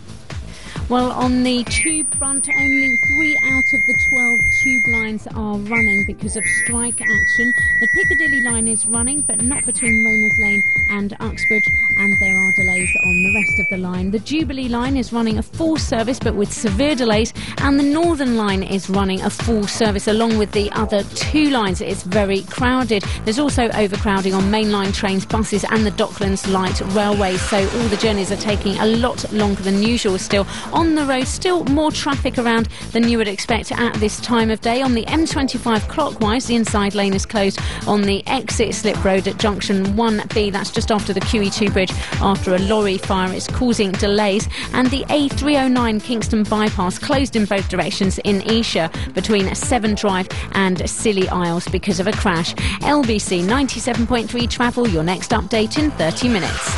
Well, on the tube front, only three out of the 12 tube lines are running because of strike action. The Piccadilly line is running, but not between Rayners Lane and Uxbridge, and there are delays on the rest of the line. The Jubilee line is running a full service, but with severe delays, and the Northern line is running a full service along with the other two lines. It's very crowded. There's also overcrowding on mainline trains, buses, and the Docklands Light Railway, so all the journeys are taking a lot longer than usual still. On the road, still more traffic around than you would expect at this time of day. On the M25 clockwise, the inside lane is closed on the exit slip road at junction 1B. That's just after the QE2 bridge after a lorry fire. It's causing delays. And the A309 Kingston bypass closed in both directions in Esher between Seven Drive and Scilly Isles because of a crash. LBC 97.3 travel, your next update in 30 minutes.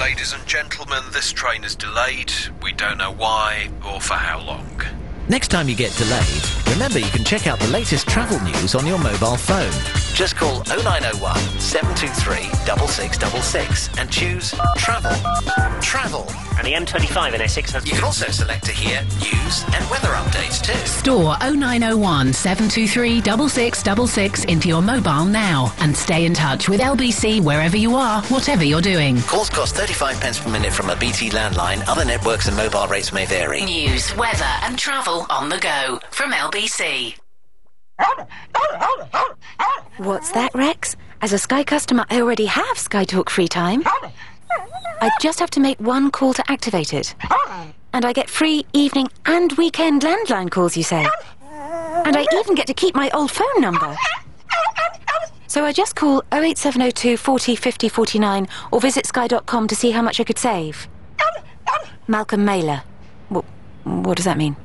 Ladies and gentlemen, this train is delayed. We don't know why or for how long.
Next time you get delayed, remember you can check out the latest travel news on your mobile phone. Just call 0901 723 6666 and choose Travel. Travel. And the M25 in Essex has. You can also select to hear news and weather updates too.
Store 0901 723 6666 into your mobile now and stay in touch with LBC wherever you are, whatever you're doing.
Calls cost 35 pence per minute from a BT landline. Other networks and mobile rates may vary.
News, weather, and travel on the go from LBC.
What's that, Rex? As a Sky customer, I already have Sky Talk free time. I just have to make one call to activate it. And I get free evening and weekend landline calls, you say? And I even get to keep my old phone number. So I just call 08702 40 50 49 or visit sky.com to see how much I could save. Malcolm Mailer. Wh- what does that mean?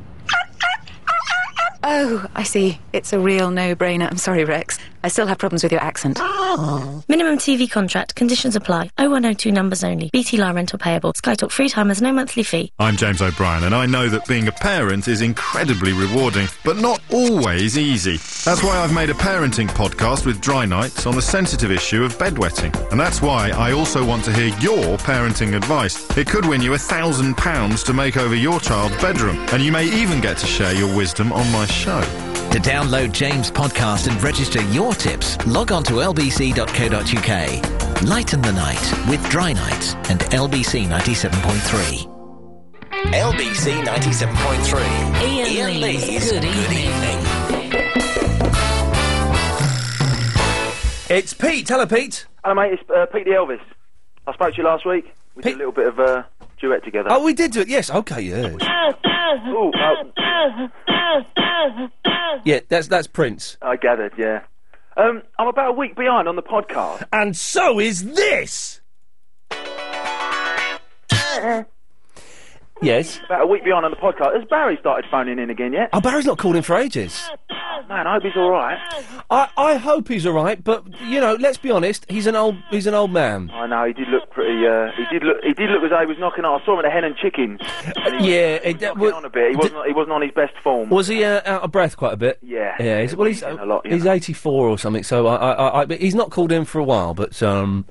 Oh, I see. It's a real no-brainer. I'm sorry, Rex. I still have problems with your accent.
Minimum TV contract. Conditions apply. 0102 numbers only. BT line rental payable. Sky Talk free time has no monthly fee.
I'm James O'Brien, and I know that being a parent is incredibly rewarding, but not always easy. That's why I've made a parenting podcast with Dry Nights on the sensitive issue of bedwetting. And that's why I also want to hear your parenting advice. It could win you a thousand pounds to make over your child's bedroom, and you may even get to share your wisdom on my show.
To download James' podcast and register your tips, log on to lbc.co.uk. Lighten the night with Dry Night and LBC 97.3. LBC 97.3.
Ian, Lee's, Good Evening.
It's Pete. Hello, Pete.
Hello, mate. It's uh, Pete the Elvis. I spoke to you last week. We did a little bit of uh, duet together.
Oh, we did do it. Yes. Okay. Yeah.
Ooh, oh.
Yeah. That's that's Prince.
I gathered. Yeah. Um, I'm about a week behind on the podcast.
And so is this. Yes.
About a week behind on the podcast. Has Barry started phoning in again yet?
Oh, Barry's not called in for ages.
No,
Man, I hope he's all right. I, I hope he's all right, but you know, let's be honest, he's an old he's an old man.
I know he did look pretty. Uh, he did look. He did look as though he was knocking on. I saw him at the Hen and Chicken. And he
yeah,
was, he was knocking on a bit. He wasn't. he wasn't on his best form.
Was he uh, out of breath quite a bit?
Yeah.
Yeah. He's, well, he's
a lot. you
he's
know.
84 or something, so I, I, I, I but he's not called in for a while, but um,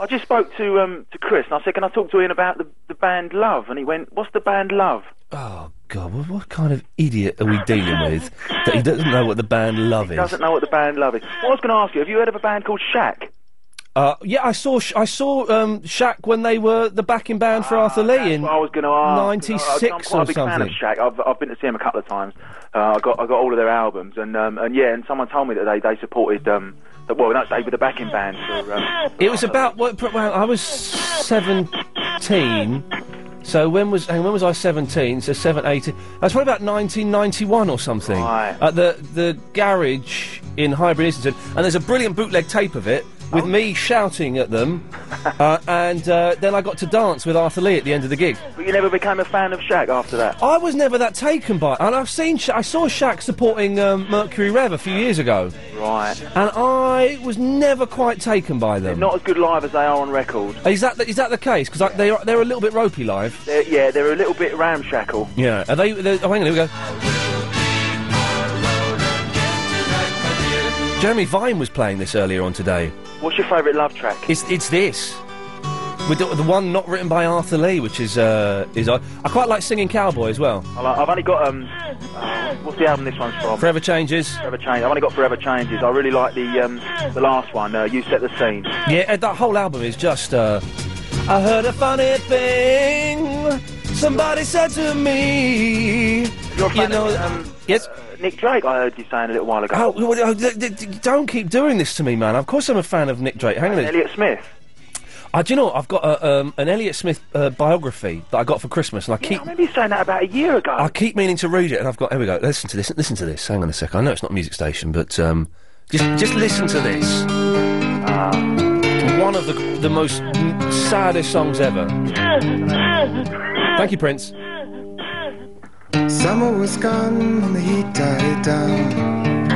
I just spoke to um to Chris and I said, "Can I talk to Ian about the the band Love?" And he went, "What's the band Love?"
oh god, what, what kind of idiot are we dealing with that he doesn't know what the band Love
He
is?
doesn't know what the band Love is. Well, I was going to ask you, have you heard of a band called Shack?
Uh, yeah, I saw Sh- I saw um, Shaq when they were the backing band for Arthur Lee in
Ah, I was going to ask. 'cause I, I'm quite a
96 or
big fan of
something.
Shack. I've, I've been to see him a couple of times. Uh, I got I got all of their albums, and um, and yeah, and someone told me that they they supported um, that, well, that they were the backing band for. Um,
It was about what? pro- Well, I was seventeen. So when was hang on, when was I seventeen? So seven, eighteen. I was probably about nineteen ninety one or something. At the the garage in Highbury Islington, and there's a brilliant bootleg tape of it with me shouting at them, uh, and uh, then I got to dance with Arthur Lee at the end of the gig.
but you never became a fan of Shack after that.
I was never that taken by, and I've seen Sha- I saw Shaq supporting um, Mercury Rev a few years ago,
Right.
and I was never quite taken by them.
Not as good live as they are on record.
Is that the, is that the case? Because they are, they're a little bit ropey live.
They're, yeah, they're a little bit ramshackle.
Yeah. Are they? they're- Oh, hang on. Here we go. Jeremy Vine was playing this earlier on today.
What's your favourite love track?
It's it's this. With the, the one not written by Arthur Lee, which is uh, is I, I quite like singing cowboy as well.
I like- I've only got um, uh, what's the album this one's from?
Forever changes.
Forever change. I've only got Forever Changes. I really like the um, the last one. Uh, you set the scene.
Yeah, and that whole album is just. Uh, I heard a funny thing. Somebody said to me.
You're a fan
you know.
of, um,
yes.
Nick Drake. I heard you saying a little while ago.
Oh, well, well, oh, d- d- d- don't keep doing this to me, man. Of course, I'm a fan of Nick Drake. Hang on. a minute.
Elliot Smith.
I Ah, do you know what? I've got a, um, an Elliot Smith uh, biography that I got for Christmas, and I keep
I remember you saying that about a year ago.
I keep meaning to read it. And I've got here we go. Listen to this. Listen to this. Hang on a sec. I know it's not music station, but um, just just listen to this. One of the the most m- saddest songs ever. Thank you, Prince.
Summer was gone and the heat died down.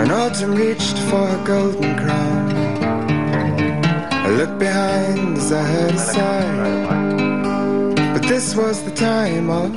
And autumn reached for a golden crown. I looked behind as I heard a sigh. But this was the time of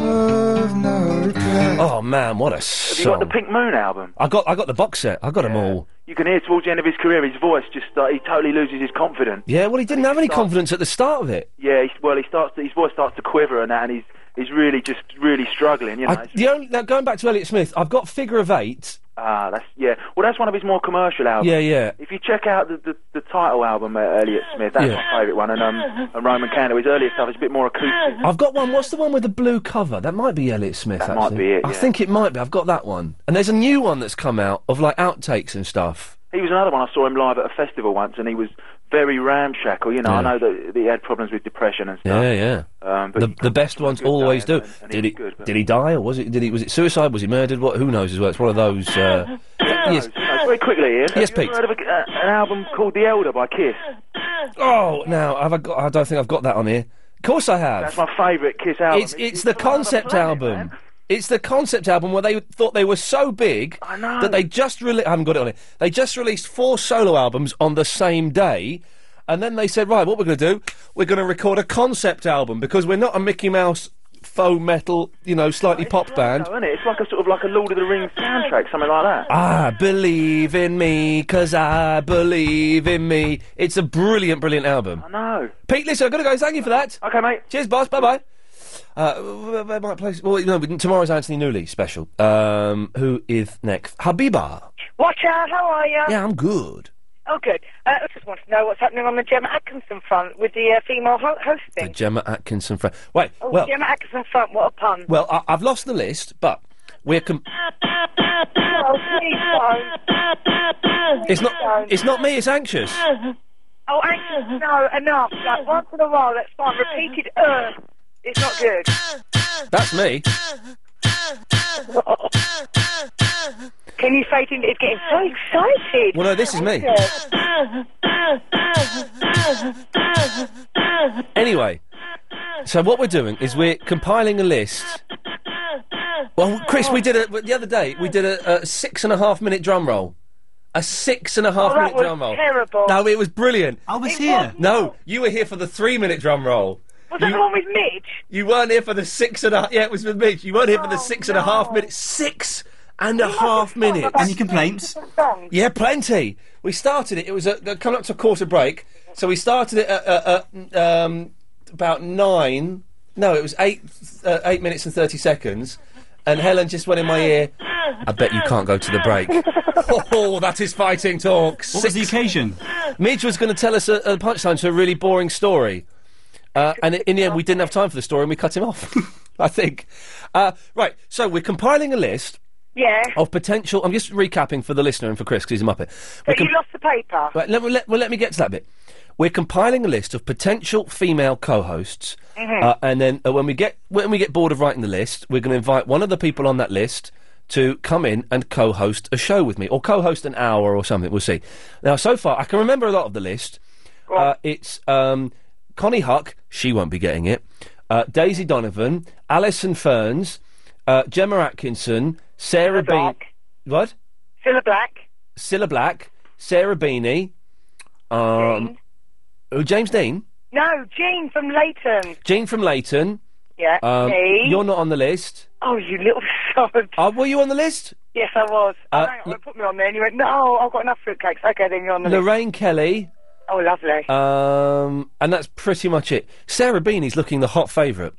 no reply.
Oh man, what a
Have
song!
you got the Pink Moon album?
I got I got the box set. I got them all.
You can hear towards the end of his career, his voice just uh, he totally loses his confidence.
Yeah, well, he didn't have any confidence at the start of it.
Yeah, he, well, he starts to, his voice starts to quiver and that, and he's he's really just really struggling. You know,
I, the only, now going back to Elliot Smith, I've got Figure of Eight.
Ah, that's yeah. Well, that's one of his more commercial albums.
Yeah, yeah.
If you check out the the, the title album, uh, Elliot Smith, that's
Yeah.
my favourite one, and um, and Roman Candle, his earlier stuff is a bit more acoustic.
I've got one. What's the one with the blue cover? That might be Elliot Smith.
That
actually.
might be it,
I
yeah.
think it might be. I've got that one. And there's a new one that's come out of like outtakes and stuff.
He was another one. I saw him live at a festival once, and he was very ramshackle. You know, I
Yeah.
know that, that he had problems with depression and stuff.
Yeah, yeah.
Um, but
the,
he-
the best ones always do. did he? did he die or was it? Did he? Was it suicide? Was he murdered? What? Who knows? As well, it's one of those. Uh, yes.
Uh, very quickly, Ian.
Yes,
have you
Pete.
ever heard of a, uh, an album called The Elder by Kiss?
Oh, now have I got? I don't think I've got that on here. Of course I have.
That's my favourite Kiss album.
It's it's the concept album. It's the concept album where they thought they were so big
know.
that they just rele I haven't got it on it. They just released four solo albums on the same day, and then they said, "Right, what we're going to do? We're going to record a concept album because we're not a Mickey Mouse faux metal, you know, slightly pop band."
Isn't it? It's like a sort of like a Lord of the Rings soundtrack, something like that.
I believe in me, cause I believe in me. It's a brilliant, brilliant album.
I know.
Pete, listen, I've got to go. Thank you for that.
Okay, mate.
Cheers, boss. Bye bye. Uh, w- w- my place. Well, no, tomorrow's Anthony Newley special. Um, who is next? Habiba.
Watch out, how are you?
Yeah, I'm good.
Oh, good. Uh, I just want to know what's happening on the Gemma Atkinson front with the uh, female ho- host
The
thing.
Gemma Atkinson. Fra- Wait.
Oh,
well,
Gemma Atkinson front, what a pun.
well, I- I've lost the list, but we're. Com-
oh, please don't.
it's not.
Please don't.
It's not me. It's anxious.
Oh, anxious, no, enough. Like, once in a while, that's fine. Repeated, uh, it's not good.
That's me.
Can you say to him, it's getting so excited?
Well, no, this is me. Anyway, so what we're doing is we're compiling a list Well, Chris, we did a the other day. We did a, a six and a half minute drum roll. A six and a half
Oh, that
minute
was
drum roll.
terrible.
No, it was brilliant.
I was
here.
No, you were here for the three minute drum roll.
Was that
You-
the one with Mitch? Oh,
You weren't here for the six and a yeah. It was with Mitch. You weren't here for the six and a half minutes. Six and a half minutes. Any complaints? Yeah, plenty. We started it. It was a, uh, coming up to a quarter break, so we started it at uh, uh, um, about nine. No, it was eight uh, eight minutes and thirty seconds. And Helen just went in my ear. I bet you can't go to the break. oh, that is fighting talk. What was the occasion? Midge was going to tell us a, a punchline to a really boring story. Uh, and in the end, we didn't have time for the story and we cut him off, I think. Uh, right, so we're compiling a list
Yeah.
of potential. I'm just recapping for the listener and for Chris because he's a muppet. We're
But you lost the paper.
Right, let, let, well, let me get to that bit. We're compiling a list of potential female co-hosts,
Mhm.
uh, and then uh, when we get when we get bored of writing the list, we're going to invite one of the people on that list to come in and co-host a show with me, or co-host an hour or something. We'll see. Now, so far, I can remember a lot of the list. Uh, it's um, Connie Huck. She won't be getting it. Uh, Daisy Donovan, Alison Ferns, uh, Gemma Atkinson, Sarah Bean. What?
Cilla Black.
Cilla Black, Sarah Beanie, um, oh, James Dean,
No, Jean from Leighton.
Jean from Leighton.
Yeah.
Um,
me.
you're not on the list.
Oh, you little sod.
Uh, were you on the list?
Yes, I was.
Uh,
I know, put me on there, and you went, no, I've got enough fruitcakes. Okay, then you're on the list.
Lorraine Kelly.
Oh, lovely.
Um, and that's pretty much it. Sarah Beanie's looking the hot favourite.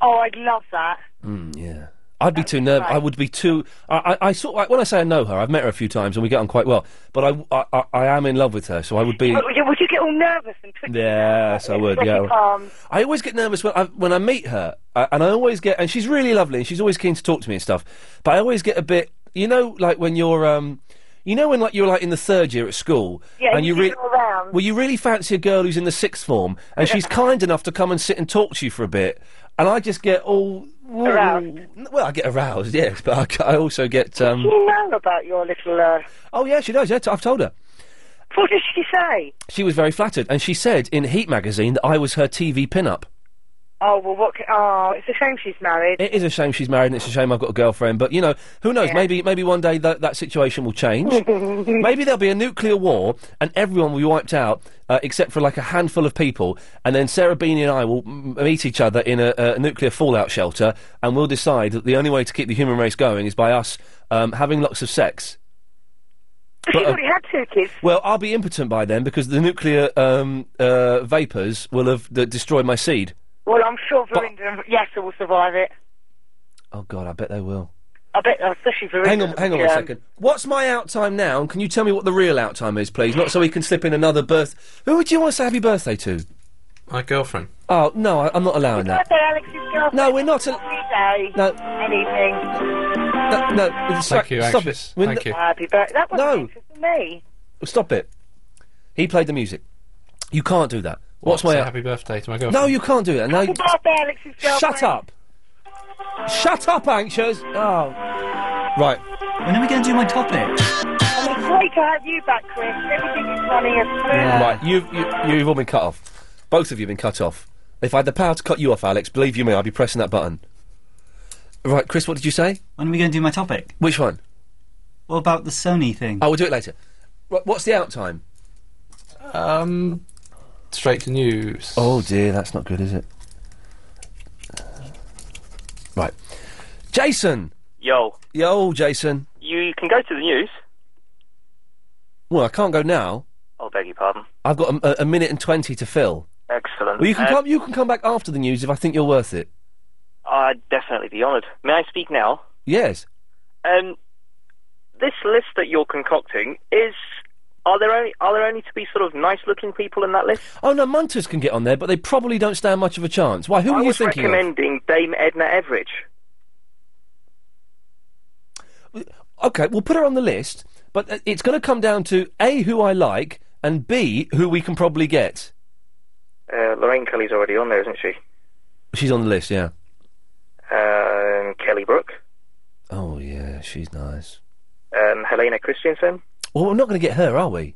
Oh, I'd love that.
Mm, yeah. I'd be too nervous. I would be too. I, I, I sort. I, when I say I know her, I've met her a few times and we get on quite well. But I, I, I, I am in love with her, so I would be.
Oh, yeah, would you get all nervous and twitch?
Yes, I would. Yeah.
Um,
I always get nervous when I, when I meet her, uh, and I always get, and she's really lovely, and she's always keen to talk to me and stuff. But I always get a bit, you know, like when you're, um, you know, when like you're like in the third year at school,
yeah,
and you,
you
really,
really... around.
well, you really fancy a girl who's in the sixth form, and she's kind enough to come and sit and talk to you for a bit, and I just get all aroused. Well, I get aroused, yes, but I, ca- I also get, um,
Do you know about your little, uh...
oh yeah, she does. Yeah, t- I've told her.
What did she say?
She was very flattered, and she said in Heat magazine that I was her TV pin-up.
Oh, well, what... ca- Oh, it's a shame she's married.
It is a shame she's married, and it's a shame I've got a girlfriend. But you know, who knows? Maybe, maybe one day that that situation will change. maybe there'll be a nuclear war, and everyone will be wiped out uh, except for like a handful of people. And then Sarah Beanie and I will m- meet each other in a, a nuclear fallout shelter, and we'll decide that the only way to keep the human race going is by us um, having lots of sex.
But she's
But, uh,
already had two kids.
well, I'll be impotent by then because the nuclear um, uh, vapors will have d- destroyed my seed.
Well, I'm sure Verinda and Yasser will survive it.
Oh God, I bet they will.
I bet, uh, especially Verinda.
Hang on, hang on
yeah.
a second. What's my out time now? And can you tell me what the real out time is, please? Not so we can slip in another birth. Who would you want to say happy birthday to?
My girlfriend.
Oh no, I, I'm not allowing that.
Birthday, Alex's girlfriend.
No, we're not. A...
Every day.
No.
Anything.
No,
Thank you,
stop
Anxious.
it. We're
Thank
n-
you.
Happy birthday. That wasn't
No.
no. for me.
Stop it. He played the music. You can't do that. What's
What,
my
say
out-
happy birthday to my girlfriend?
No, you can't do that. No.
Happy birthday, Alex's girlfriend.
Shut up. Shut up, anxious. Oh. Right. When are we going to do my topic?
And it's great to have you back, Chris. Everything is running as smooth.
Right, you've, you, you've all been cut off. Both of you have been cut off. If I had the power to cut you off, Alex, believe you me, I'd be pressing that button. Right, Chris, what did you say?
When are we going to do my topic?
Which one?
What about the Sony thing?
Oh, we'll do it later. Right, what's the out time?
Um, straight to news.
Oh dear, that's not good, is it? Right. Jason!
Yo,
Yo, Jason.
you can go to the news.
Well, I can't go now.
Oh, beg your pardon.
I've got a, a- a minute and 20 to fill.
Excellent.
Well, you can,
Uh,
come, you can come back after the news if I think you're worth it.
I'd definitely be honoured. May I speak now?
Yes.
Um, this list that you're concocting is. Are there only are there only to be sort of nice looking people in that list?
Oh, no, Munters can get on there, but they probably don't stand much of a chance. Why, who
I
are you
was
thinking of?
recommending Dame Edna Everidge.
Okay, we'll put her on the list, but uh, it's going to come down to A, who I like, and B, who we can probably get.
Uh, Lorraine Kelly's already on there, isn't she?
She's on the list, yeah.
Um, Kelly Brook,
Oh, yeah, she's nice.
um, Helena Christensen.
Well, we're not going to get her, are we?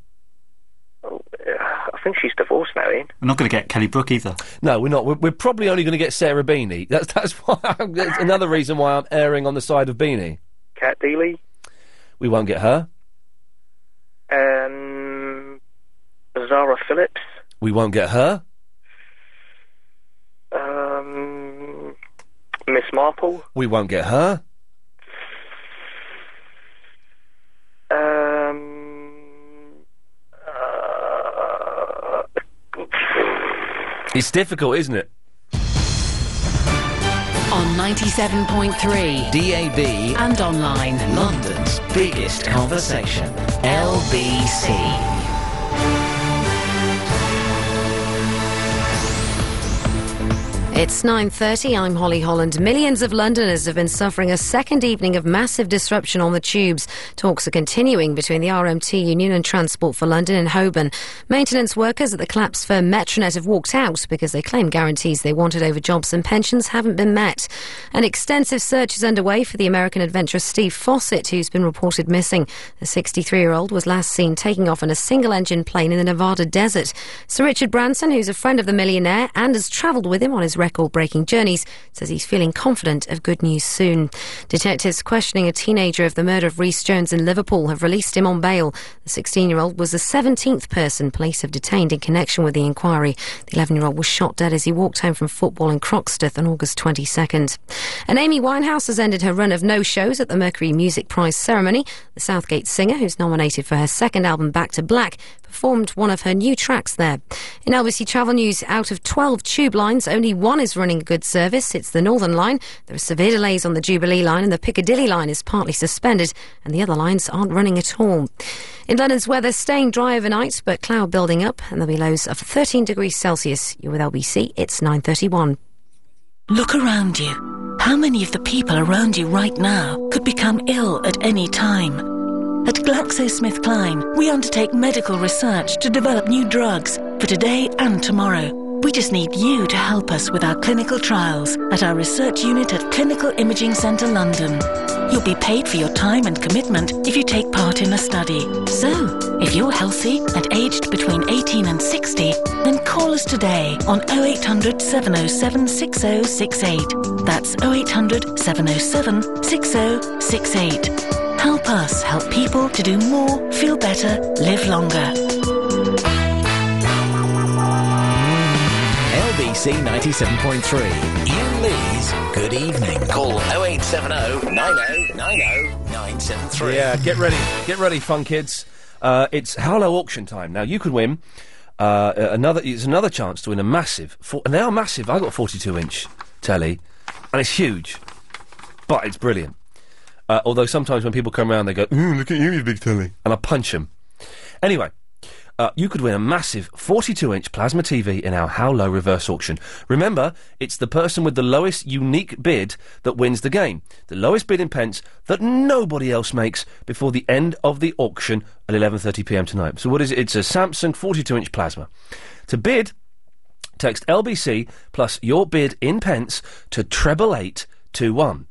Uh, I think she's divorced now, Ian.
We're not going to get Kelly Brook either.
No, we're not. We're, we're probably only going to get Sarah Beanie. That's that's why. I'm, that's another reason why I'm erring on the side of Beanie.
Cat Dealey.
We won't get her.
Um, Zara Phillips.
We won't get her.
Um, Miss Marple.
We won't get her.
Um, uh,
It's difficult, isn't it?
On 97.3
DAB
and online.
London's biggest conversation. LBC.
It's 9:30. I'm Holly Holland. Millions of Londoners have been suffering a second evening of massive disruption on the tubes. Talks are continuing between the RMT union and Transport for London in Holborn. Maintenance workers at the collapse firm Metronet have walked out because they claim guarantees they wanted over jobs and pensions haven't been met. An extensive search is underway for the American adventurer Steve Fawcett, who's been reported missing. The 63-year-old was last seen taking off in a single-engine plane in the Nevada desert. Sir Richard Branson, who's a friend of the millionaire and has travelled with him on his record-breaking journeys, says he's feeling confident of good news soon. Detectives questioning a teenager of the murder of Rhys Jones in Liverpool have released him on bail. The 16-year-old was the 17th person police have detained in connection with the inquiry. The 11-year-old was shot dead as he walked home from football in Croxteth on August 22nd. And Amy Winehouse has ended her run of no-shows at the Mercury Music Prize ceremony. The Southgate singer, who's nominated for her second album Back to Black, performed one of her new tracks there. In LBC Travel News, out of 12 tube lines, only one is running good service. It's the Northern Line. There are severe delays on the Jubilee Line, and the Piccadilly Line is partly suspended, and the other lines aren't running at all. In London's weather, staying dry overnight, but cloud building up, and there'll be lows of 13 degrees Celsius. You're with LBC. It's 9:31.
Look around you. How many of the people around you right now could become ill at any time? At GlaxoSmithKline, we undertake medical research to develop new drugs for today and tomorrow. We just need you to help us with our clinical trials at our research unit at Clinical Imaging Centre London. You'll be paid for your time and commitment if you take part in a study. So, if you're healthy and aged between 18 and 60, then call us today on 0800 707 6068. That's 0800 707 6068. Help us help people to do more, feel better, live longer.
LBC 97.3. Ian Lee's Good Evening. Call 0870 90 90 973.
Yeah, get ready. Get ready, fun kids. Uh, it's Howlow auction time. Now, you could win uh, another. It's another chance to win a massive. For, and they are massive. I got a 42 inch telly, and it's huge, but it's brilliant. Uh, although sometimes when people come around, they go, Ooh, look at you, you big telly. And I punch them. Anyway, uh, you could win a massive 42 inch plasma TV in our How Low reverse auction. Remember, it's the person with the lowest unique bid that wins the game. The lowest bid in pence that nobody else makes before the end of the auction at 11.30pm tonight. So what is it? It's a Samsung 42 inch plasma. To bid, text LBC plus your bid in pence to treble eight two one.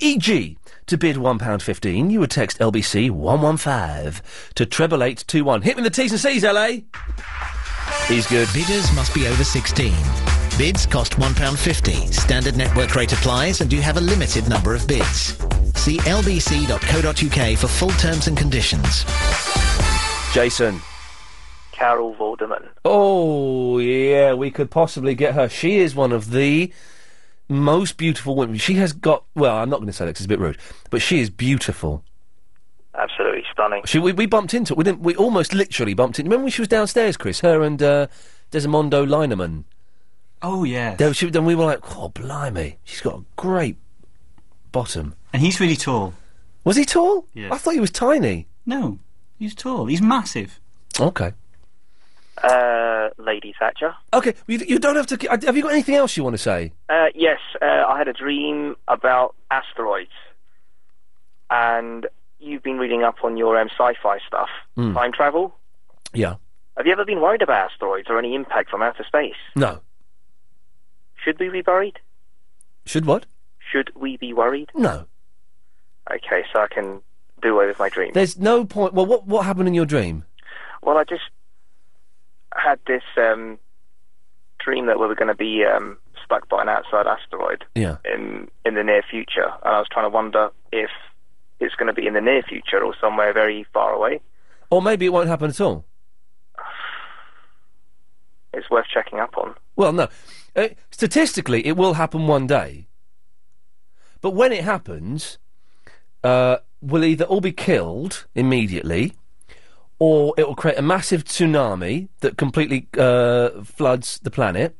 E.g., E to bid £1.15, you would text LBC 115 to treble 821. Hit me with the T's and C's, LA! He's good.
Bidders must be over 16. Bids cost £1.50. Standard network rate applies and you have a limited number of bids. See lbc.co.uk for full terms and conditions.
Jason.
Carol Vorderman.
Oh, yeah, we could possibly get her. She is one of the most beautiful women. She has got, well, I'm not going to say that 'cause it's a bit rude, but she is beautiful.
Absolutely stunning.
She, we, we bumped into, we didn't, we almost literally bumped into, remember when she was downstairs, Chris? Her and uh, Desimondo Lineman.
Oh yeah.
Then, she, then we were like, oh, blimey, she's got a great bottom.
And he's really tall.
Was he tall?
Yeah.
I thought he was tiny.
No, he's tall. He's massive.
Okay.
Uh, Lady Thatcher.
Okay, you, you don't have to. Have you got anything else you want to say?
Uh, yes, uh, I had a dream about asteroids, and you've been reading up on your um, sci-fi stuff,
Hmm.
time travel.
Yeah.
Have you ever been worried about asteroids or any impact from outer space?
No.
Should we be worried?
Should what?
Should we be worried?
No.
Okay, so I can do away with my dream.
There's no point. Well, what what happened in your dream?
Well, I just had this um, dream that we were going to be um, stuck by an outside asteroid
Yeah.
in in the near future, and I was trying to wonder if it's going to be in the near future or somewhere very far away.
Or maybe it won't happen at all.
It's worth checking up on.
Well, no. Uh, statistically, it will happen one day. But when it happens, uh, we'll either all be killed immediately, or it will create a massive tsunami that completely uh, floods the planet,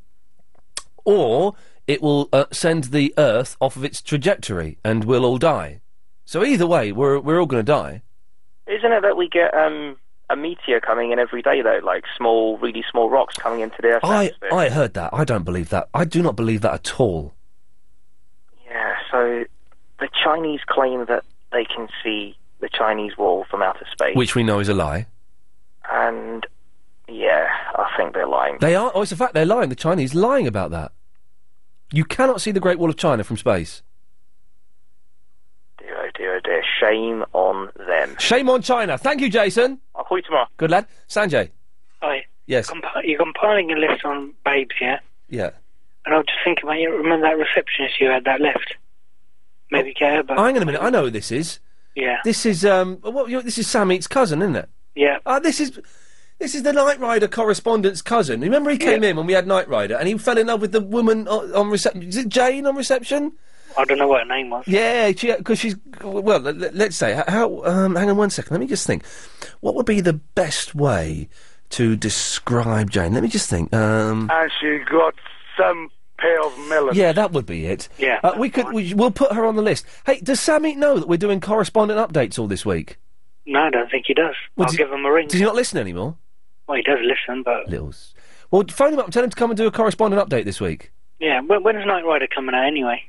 or it will uh, send the Earth off of its trajectory and we'll all die. So either way, we're we're all going to die.
Isn't it that we get um, a meteor coming in every day though, like small, really small rocks coming into the Earth?
I I heard that. I don't believe that. I do not believe that at all.
Yeah. So the Chinese claim that they can see the Chinese Wall from outer space,
Which we know is a lie.
and yeah, I think they're lying.
They are. Oh, it's a fact. They're lying. The Chinese lying about that. You cannot see the Great Wall of China from space.
Dear, oh dear, oh dear. Shame on them.
Shame on China. Thank you, Jason.
I'll call you tomorrow.
Good lad, Sanjay.
Hi.
Yes.
Compi- you're compiling a list on babes, yeah?
Yeah.
And I was just thinking, about you remember that receptionist you had that left? Maybe get her back.
Hang on a minute. I know who this is.
Yeah.
This is um. What, you- this is Sam Eat's cousin, isn't it?
Yeah.
Ah, this is. This is the Knight Rider correspondent's cousin. Remember, he came in when we had Knight Rider, and he fell in love with the woman on, on reception. Is it Jane on reception?
I don't know what her name was.
Yeah, she because she's well. let- let- Let's say how. Um, hang on one second. Let me just think. What would be the best way to describe Jane? Let me just think. Um,
And she got some pair of melons.
yeah, that would be it.
Yeah,
uh, we could. We, we'll put her on the list. Hey, does Sammy know that we're doing correspondent updates all this week?
No, I don't think he does.
Well,
I'll
did-
give him a ring.
Does he not listen anymore?
Well, he does listen, but
Littles. Well, phone him up. and Tell him to come and do a correspondent update this week.
yeah. When, when is Knight Rider coming out anyway?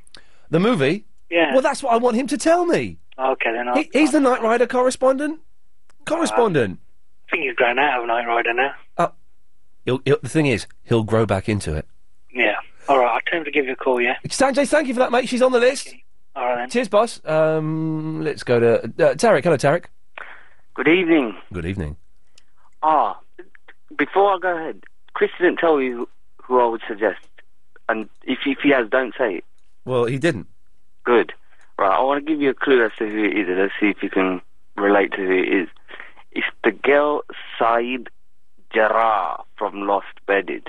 The movie.
Yeah. Uh,
Well, that's what I want him to tell me.
Okay, then. I'll,
He, he's the Knight Rider correspondent. Correspondent.
I think he's grown out of Knight Rider now.
He'll, he'll, the thing is, he'll grow back into it.
Yeah. All right. I'll tell him to give you a call. Yeah.
Sanjay, thank you for that, mate. She's on the list.
All right then.
Cheers, boss. Um, let's go to uh, Tarek. Hello, Tarek.
Good evening.
Good evening.
Ah, before I go ahead, Chris didn't tell you who I would suggest, and if if he has, don't say it.
Well, he didn't.
Good. Right, I want to give you a clue as to who it is, and let's see if you can relate to who it is. It's the girl Saeed Jarrah from Lost Bedded.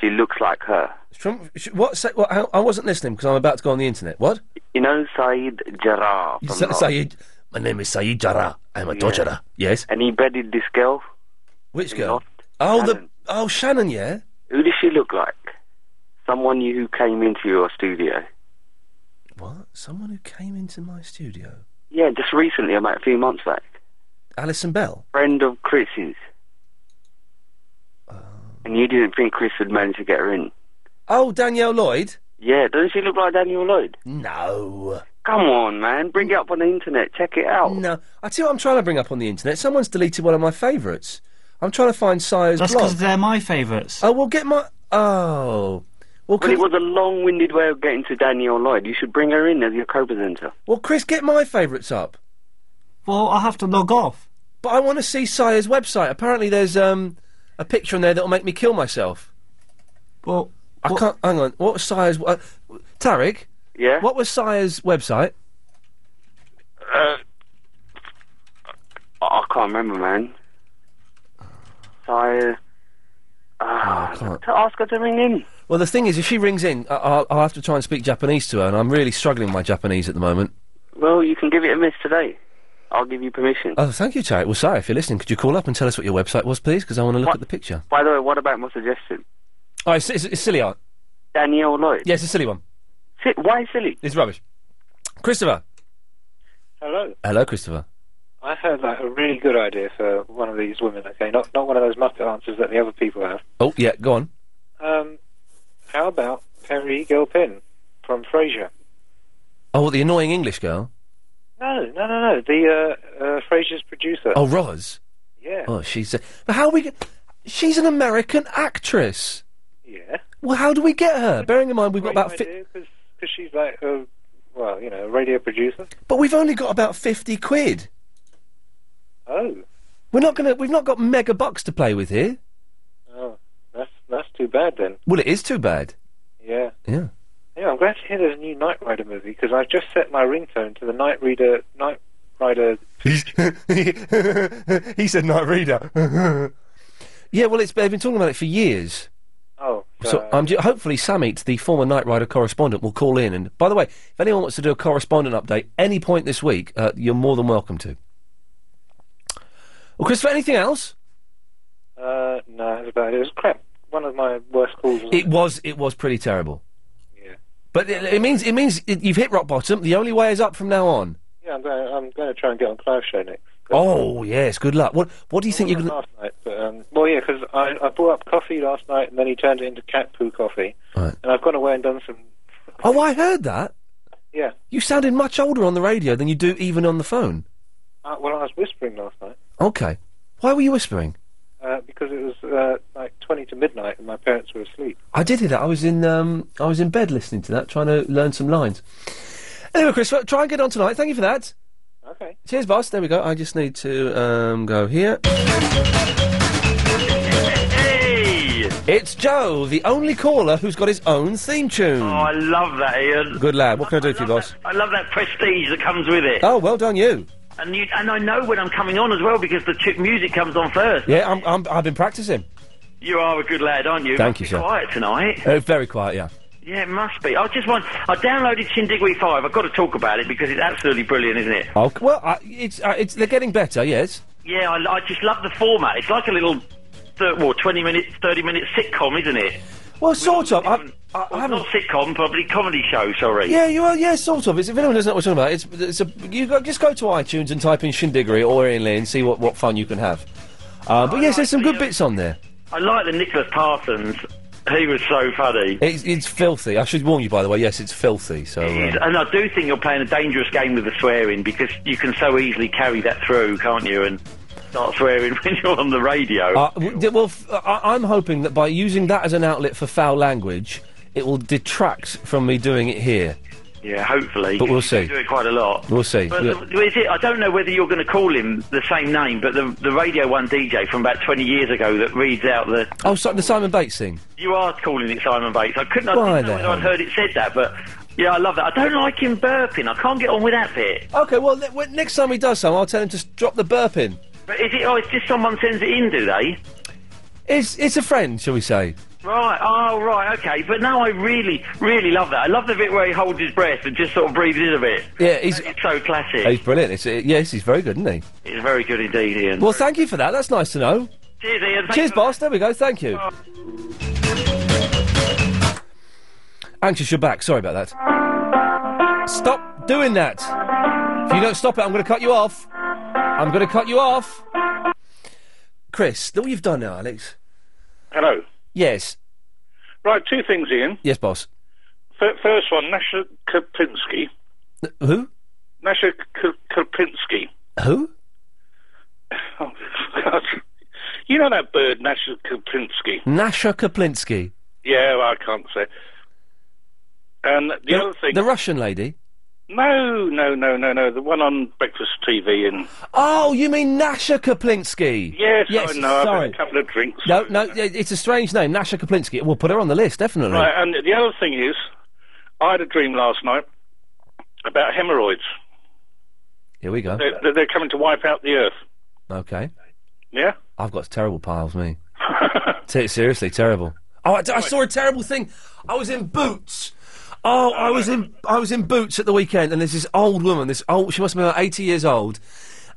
She looks like her.
From, sh- what, say, what, how, I wasn't listening because I'm about to go on the internet. What?
You know Saeed Jarrah from
Sa-
Lost?
Saeed. My name is Saeed Jara. I'm a
Yeah.
torturer. Yes.
And he bedded this girl.
Which
in
girl?
Lost.
Oh, the oh Shannon. Yeah.
Who does she look like? Someone you who came into your studio.
What? Someone who came into my studio.
Yeah, just recently, about a few months back.
Alison Bell.
Friend of Chris's. And you didn't think Chris would manage to get her in?
Oh, Danielle Lloyd. Oh,
Yeah, doesn't she look like Daniel Lloyd?
No.
Come on, man. Bring it up on the internet. Check it out.
No. I tell you what I'm trying to bring up on the internet. Someone's deleted one of my favourites. I'm trying to find Sire's
That's
blog.
because they're my favourites.
Oh, well, get my. Oh. Well,
But
Chris,
it was a long winded way of getting to Daniel Lloyd. You should bring her in as your co presenter.
well, Chris, get my favourites up.
Well, I have to log off.
But I want to see Sire's website. Apparently, there's um a picture on there that'll make me kill myself.
Well,
I can't. Hang on. What was Sire's? Uh, Tarek.
Yeah.
What was Sire's website?
Uh, I can't remember, man. Sire.
I can't.
To ask her to ring in.
Well, the thing is, if she rings in, I- I'll, I'll have to try and speak Japanese to her, and I'm really struggling with my Japanese at the moment.
Well, you can give it a miss today. I'll give you permission.
Oh, thank you, Tarek. Well, Sire, if you're listening, could you call up and tell us what your website was, please? Because I want to look
What?
at the picture.
By the way, what about my suggestion?
Oh, it's, it's, it's silly art.
Danielle Lloyd.
Yeah, it's a silly one.
Si- Why silly?
It's rubbish. Christopher.
Hello.
Hello, Christopher.
I had like a really good idea for one of these women. Okay, not not one of those Muppet answers that the other people have.
Oh, yeah, go on.
Um, how about Perry Gilpin from Frasier?
Oh, the annoying English girl.
No, no, no, no. The uh, uh, Frasier's producer.
Oh, Roz.
Yeah.
Oh, she's. A... But how are we? g- She's an American actress.
Yeah.
Well, how do we get her? Bearing in mind we've got
Great
about, fi-
idea because she's like a well, you know, a radio producer.
but we've only got about fifty quid.
Oh,
Oh,
We're not gonna. We've not got mega bucks to play with here.
bad then.
Well, it is too bad.
Yeah.
Yeah.
Yeah, I'm glad to hear there's a new Knight Rider movie because I've just set my ringtone to the Knight Reader Knight Rider.
he said night reader. yeah, well, it's they've been talking about it for years.
Oh,
So I'm ju- hopefully Sam Eats, the former Knight Rider correspondent, will call in. And by the way, if anyone wants to do a correspondent update any point this week, uh, you're more than welcome to. Well, Christopher, anything else?
Uh, no, that's about it. It was crap. One of my worst calls.
It was it was pretty terrible. But it, it means it means it, you've hit rock bottom. The only way is up from now on.
Yeah, I'm going. I'm going to try and get on Clive show next.
Oh yes, good luck. What what do you think you're going
Last night, but um, well, yeah, because I, I bought up coffee last night, and then he turned it into cat poo coffee,
Right.
and I've gone away and done some.
Oh, I heard that.
Yeah,
You sounded much older on the radio than you do even on the phone.
uh, well, I was whispering last night
Okay. Why were you whispering?
uh, because it was uh, like twenty to midnight, and my parents were asleep.
I did hear that. I was in um, I was in bed listening to that, trying to learn some lines. Anyway, Chris, well, try and get on tonight. Thank you for that.
Okay.
Cheers, boss. There we go. I just need to um, go here. Hey! It's Joe, the only caller who's got his own theme tune.
Oh, I love that, Ian.
Good lad. What can I do for you, boss?
I love that prestige that comes with it.
Oh, well done, you.
And you, and I know when I'm coming on as well because the ch- music comes on first.
Yeah, I'm, I'm, I've been practicing.
You are a good lad, aren't you?
Thank you,
Be
sir.
Quiet tonight.
Uh, very quiet, yeah.
Yeah, it must be. I just want. I downloaded Shindigui Five. I've got to talk about it because it's absolutely brilliant, isn't it?
Oh, well, I, it's, uh, it's they're getting better. Yes.
Yeah, I, I just love the format. It's like a little, thir- well, twenty minute, thirty minute sitcom, isn't it?
Well, sort of. I,
I, not sitcom, probably comedy show. Sorry.
Yeah, you are. Yeah, sort of. It's, if anyone doesn't know what we're talking about, it's, it's a, you go, just go to iTunes and type in Shindiggery or Ian Lee and see what, what fun you can have. Uh, but yes, there's some good bits on there.
I like the Nicholas Parsons. He was so funny.
It's, it's filthy. I should warn you, by the way. Yes, it's filthy. So
It is,
uh,
And I do think you're playing a dangerous game with the swearing because you can so easily carry that through, can't you? And start swearing when you're on the radio.
uh, w- d- well, f- I, am hoping that by using that as an outlet for foul language, it will detract from me doing it here.
yeah, hopefully.
But we'll
You
see.
do it quite a lot.
We'll see.
But
Yeah.
the- is it? I don't know whether you're going to call him the same name, but the the Radio One DJ from about 20 years ago that reads out the.
Oh, so, the Simon Bates thing.
You are calling it Simon Bates. I couldn't. I
Why
didn't know
the
whether
hell?
I'd heard it said that, but yeah, I love that. I don't like him burping. I can't get on with that bit.
Okay, well, ne- when- next time he does something, I'll tell him to s- drop the burp in.
But is it? Oh, it's just someone sends it in, do they?
It's, it's a friend, shall we say.
Right. Oh, right. Okay. But no, I really, really love that. I love the bit where he holds his breath and just sort of breathes in a bit.
Yeah, he's-
That is so classic.
He's brilliant. It's, uh, yes, he's very good, isn't he?
It's very good indeed, Ian.
Well, thank you for that. That's nice to know.
Cheers, Ian. Thanks
Cheers,
for-
boss. There we go. Thank you. Anxious you're back. Sorry about that. Stop doing that. If you don't stop it, I'm going to cut you off. I'm going to cut you off. Chris, look what you've done now, Alex.
Hello.
Yes.
Right, two things, Ian.
Yes, boss.
F- first one, Nasha Karpinski.
Who?
Nasha K- Karpinski.
Who?
Oh, God. You know that bird, Nasha Karpinski?
Nasha Kaplinsky.
Yeah, well, I can't say. And the, other thing.
The Russian lady.
No, no, no, no, no. The one on breakfast TV and.
Oh, you mean Nasha Kaplinsky?
Yes,
yes
I know. I've
Sorry.
had a couple of drinks.
No, no, yeah, it's a strange name, Nasha Kaplinsky. We'll put her on the list, definitely.
Right, uh, and the other thing is, I had a dream last night about hemorrhoids.
Here we go.
They're, they're- they're coming to wipe out the earth.
Okay.
Yeah?
I've got terrible piles, me. T- seriously, terrible. Oh, I, d- I saw a terrible thing. I was in Boots. Oh, I was in I was in Boots at the weekend, and there's this old woman. This old, she must be about eighty years old.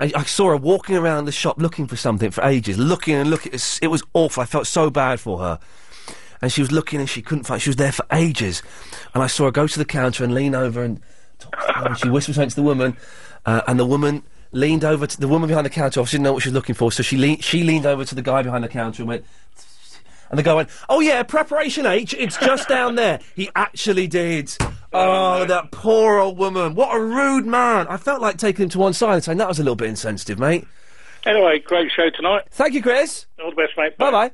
And I saw her walking around the shop looking for something for ages, looking and looking. It was, it was awful. I felt so bad for her. And she was looking and she couldn't find. She was there for ages, and I saw her go to the counter and lean over and talk to her, and she whispered something to the woman, uh, and the woman leaned over to the woman behind the counter. Obviously, didn't know what she was looking for, so she leaned she leaned over to the guy behind the counter and went. And the guy went, "Oh yeah, preparation H. It's just down there." He actually did. Oh, that poor old woman. What a rude man. I felt like taking him to one side and saying that was a little bit insensitive, mate.
Anyway, great show tonight.
Thank you, Chris.
All the best, mate.
Bye bye.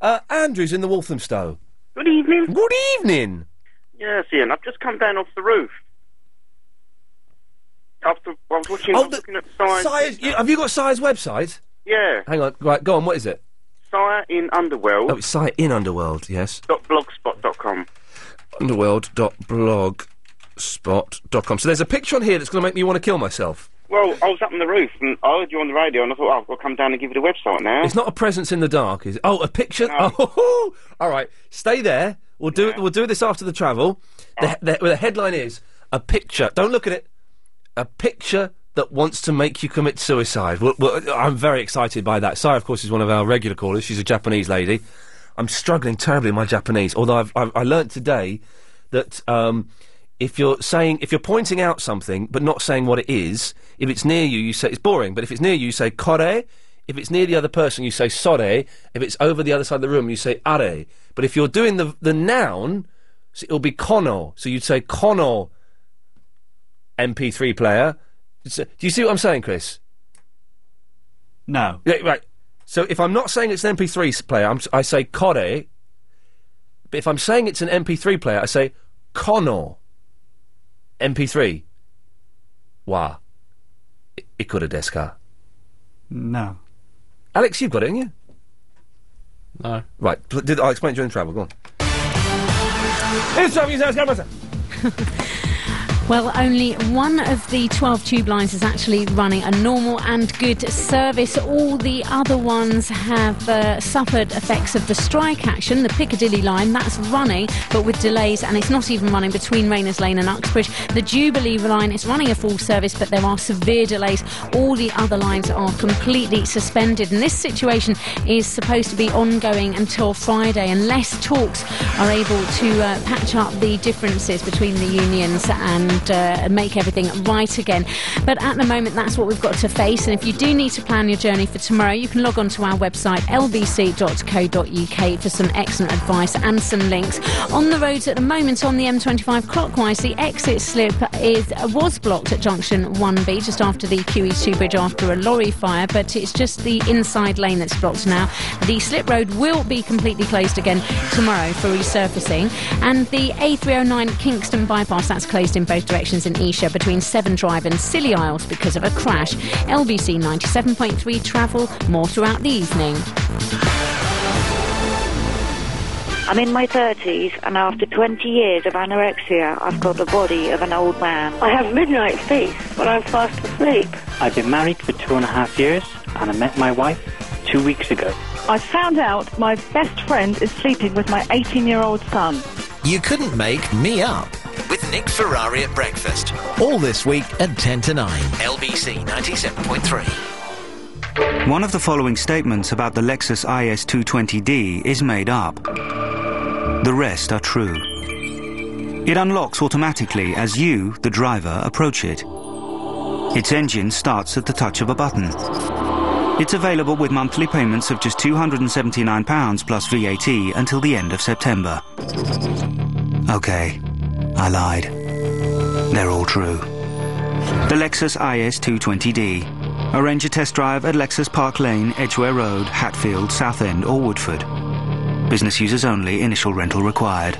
Uh, Andrew's in the Walthamstow.
Good evening.
Good evening.
Yes, Ian. I've just come down off the roof. After I was
Oh,
watching, I was looking at science.
Sire's, you, have you got Sire's website?
Yeah.
Hang on. Right, go on. What is it?
Sire in Underworld.
Oh, it's site in Underworld, yes.
dot blogspot.com.
Underworld.blogspot.com. So there's a picture on here that's going to make me want to kill myself.
Well, I was up on the roof and I heard you on the radio and I thought, oh, I've got to come down and give you the website now.
It's not a presence in the dark, is it? Oh, a picture. Oh, all right. Stay there. We'll do it. We'll do this after the travel. The, the, well, the headline is a picture. Don't look at it. A picture that wants to make you commit suicide. Well, well, I'm very excited by that. Sai, of course, is one of our regular callers. She's a Japanese lady. I'm struggling terribly in my Japanese. Although I've, I've I learnt today that um, if you're saying if you're pointing out something but not saying what it is, if it's near you, you say it's boring. But if it's near you, you say kore. If it's near the other person, you say sore. If it's over the other side of the room, you say are. But if you're doing the the noun, so it'll be kono. So you'd say kono MP3 player. So- do you see what I'm saying, Chris?
No.
Yeah, right. So if I'm not saying it's an MP3 s- player, I'm, s- I say kore. But if I'm saying it's an MP3 player, I say kono MP3. Wa. I- Ikura desu ka?
No.
Alex, you've got it, haven't you?
No.
Right. pl- Did, I'll explain it during travel. Go on. It's Travel News Now, it's Gavin Rutter.
Well, only one of the 12 tube lines is actually running a normal and good service. All the other ones have uh, suffered effects of the strike action. The Piccadilly line, that's running, but with delays, and it's not even running between Rayners Lane and Uxbridge. The Jubilee line is running a full service, but there are severe delays. All the other lines are completely suspended, and this situation is supposed to be ongoing until Friday, unless talks are able to uh, patch up the differences between the unions and uh, make everything right again. But at the moment, that's what we've got to face. And if you do need to plan your journey for tomorrow, you can log on to our website lbc.co.uk for some excellent advice and some links. On the roads at the moment on the M25 clockwise, the exit slip is was blocked at junction 1B just after the QE2 bridge after a lorry fire, but it's just the inside lane that's blocked now. The slip road will be completely closed again tomorrow for resurfacing. And the A309 Kingston bypass, that's closed in both directions in Esher between Seven Drive and Scilly Isles because of a crash. LBC 97.3 travel, more throughout the evening.
I'm in my 30s, and after 20 years of anorexia, I've got the body of an old man.
I have midnight feast when I'm fast asleep.
I've been married for two and a half years, and I met my wife two weeks ago.
I found out my best friend is sleeping with my 18 year old son.
You couldn't make me up with Nick Ferrari at breakfast. All this week at 10 to 9. LBC 97.3.
One of the following statements about the Lexus IS220D is made up. The rest are true. It unlocks automatically as you, the driver, approach it. Its engine starts at the touch of a button. It's available with monthly payments of just £279 plus VAT until the end of September. Okay, I lied. They're all true. The Lexus IS220D. Arrange a test drive at Lexus Park Lane, Edgware Road, Hatfield, Southend, or Woodford. Business users only, initial rental required.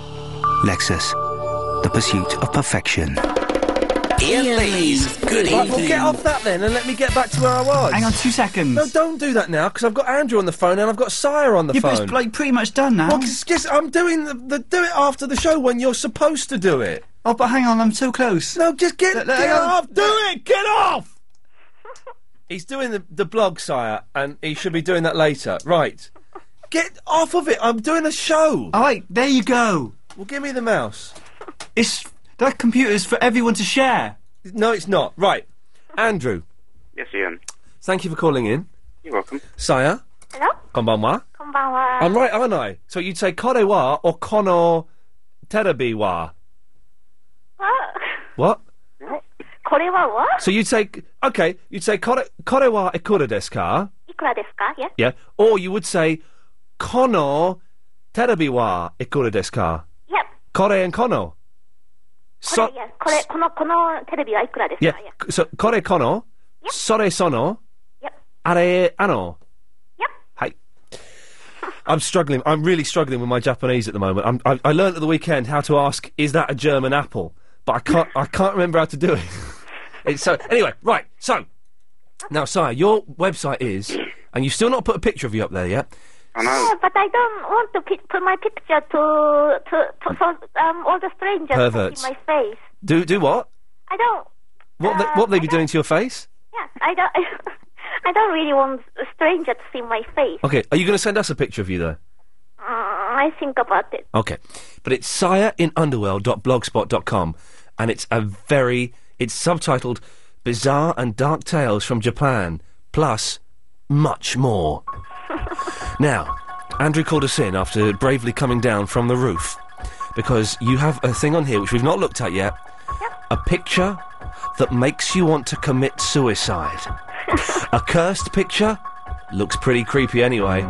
Lexus. The pursuit of perfection.
Ian Lee's Good
Right, well,
Evening.
get off that then and let me get back to where I was.
Hang on two seconds.
No, don't do that now because I've got Andrew on the phone and I've got Sire on the
You're
phone.
best- like, pretty much done now.
Well, 'cause- 'cause I'm doing the, the do it after the show when you're supposed to do it.
Oh, but hang on, I'm so close.
No, just get,
let-
get
hang on.
off. Do it. Get off. He's doing the, the blog, Sire, and he should be doing that later. Right. Get off of it. I'm doing a show.
All right, there you go.
Well, give me the mouse.
It's that computer's for everyone to share.
No, it's not. Right. Andrew,
Yes, Ian.
thank you for calling in.
You're welcome.
Sire,
Hello?
konbanwa.
Konbanwa.
I'm right, aren't I? So you'd say korewa or kono terabi wa. What? So you'd say, okay, you'd say kore, korewa ikura desu ka?
いくらですか Yes.
Yeah. Or you would say kono terabi wa ikura desu ka?
Yep.
Kore and kono.
これ、いやこれ、この、このテレビはいくらです
Yeah.
か
k- So kore kono, sore sono, are ano. Hey. I'm struggling. I'm really struggling with my Japanese at the moment. I'm, I, I learned at the weekend how to ask, "Is that a German apple?" But I can't. I can't remember how to do it. it's so anyway, right. So now, Sire, your website is, and you've still not put a picture of you up there yet.
I know.
Yeah, Uh, but I don't want to pic- put my picture to to, to so, um, all the strangers
Perverts.
in my face.
Do do what?
I don't.
What the, what they be doing to your face?
Yeah, I don't. I don't really want a stranger to see my face.
Okay, are you going to send us a picture of you though?
Mm, I think about it.
Okay, but it's sire in underworld.blogspot.com, and it's a very it's subtitled "Bizarre and Dark Tales from Japan," plus much more. now, Andrew called us in after bravely coming down from the roof because you have a thing on here which we've not looked at yet, a picture that makes you want to commit suicide. a cursed picture looks pretty creepy anyway.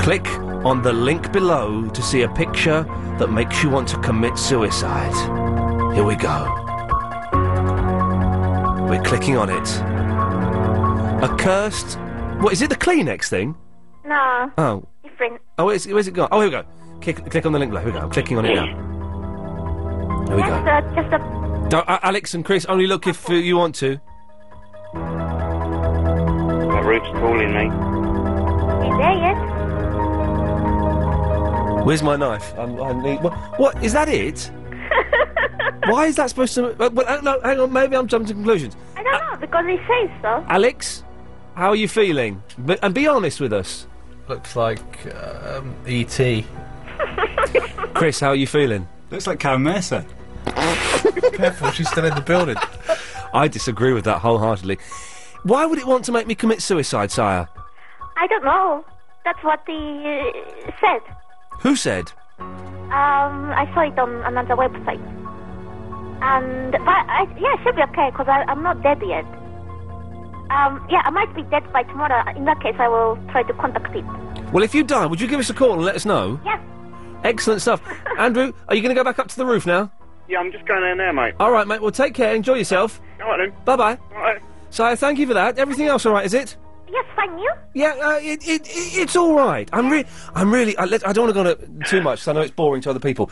Click on the link below to see a picture that makes you want to commit suicide. Here we go. We're clicking on it. A cursed. What is it? The Kleenex thing?
No,
Oh,
different.
oh, where's, where's it gone? Oh, here we go. Click, click on the link below. Here we go. I'm clicking on it now. There we
just
go.
a, just a.
Don't- uh, Alex and Chris, only look if uh, you want to.
That roof's calling me.
Is there yet?
Where's my knife? I'm, I need. What, what is that? It? Why is that supposed to? Well, well, hang on, hang on. Maybe I'm jumping to conclusions.
I don't know because it says so.
Alex, how are you feeling? But and be honest with us.
Looks like um,
E
ET.
Chris, how are you feeling?
Looks like Karen Mercer.
Careful, she's still in the building. I disagree with that wholeheartedly. Why would it want to make me commit suicide, sire?
I don't know. That's what he uh, said.
Who said?
Um, I saw it on another website. And but I, yeah, it should be okay because I'm not dead yet. Um, yeah, I might be dead by tomorrow. In that case, I will try to contact it.
Well, if you die, would you give us a call and let us know?
Yeah.
Excellent stuff. Andrew, are you going to go back up to the roof now?
Yeah, I'm just going in there, mate.
All right, mate. Well, take care. Enjoy yourself.
All right, then.
Bye bye.
All right.
Sire, thank you for that. Everything else all right, is it?
Yes, fine. You?
Yeah, uh, it, it, it, it's all right. I'm really, I'm really. I, let, I don't want to go into too much. 'cause I know it's boring to other people.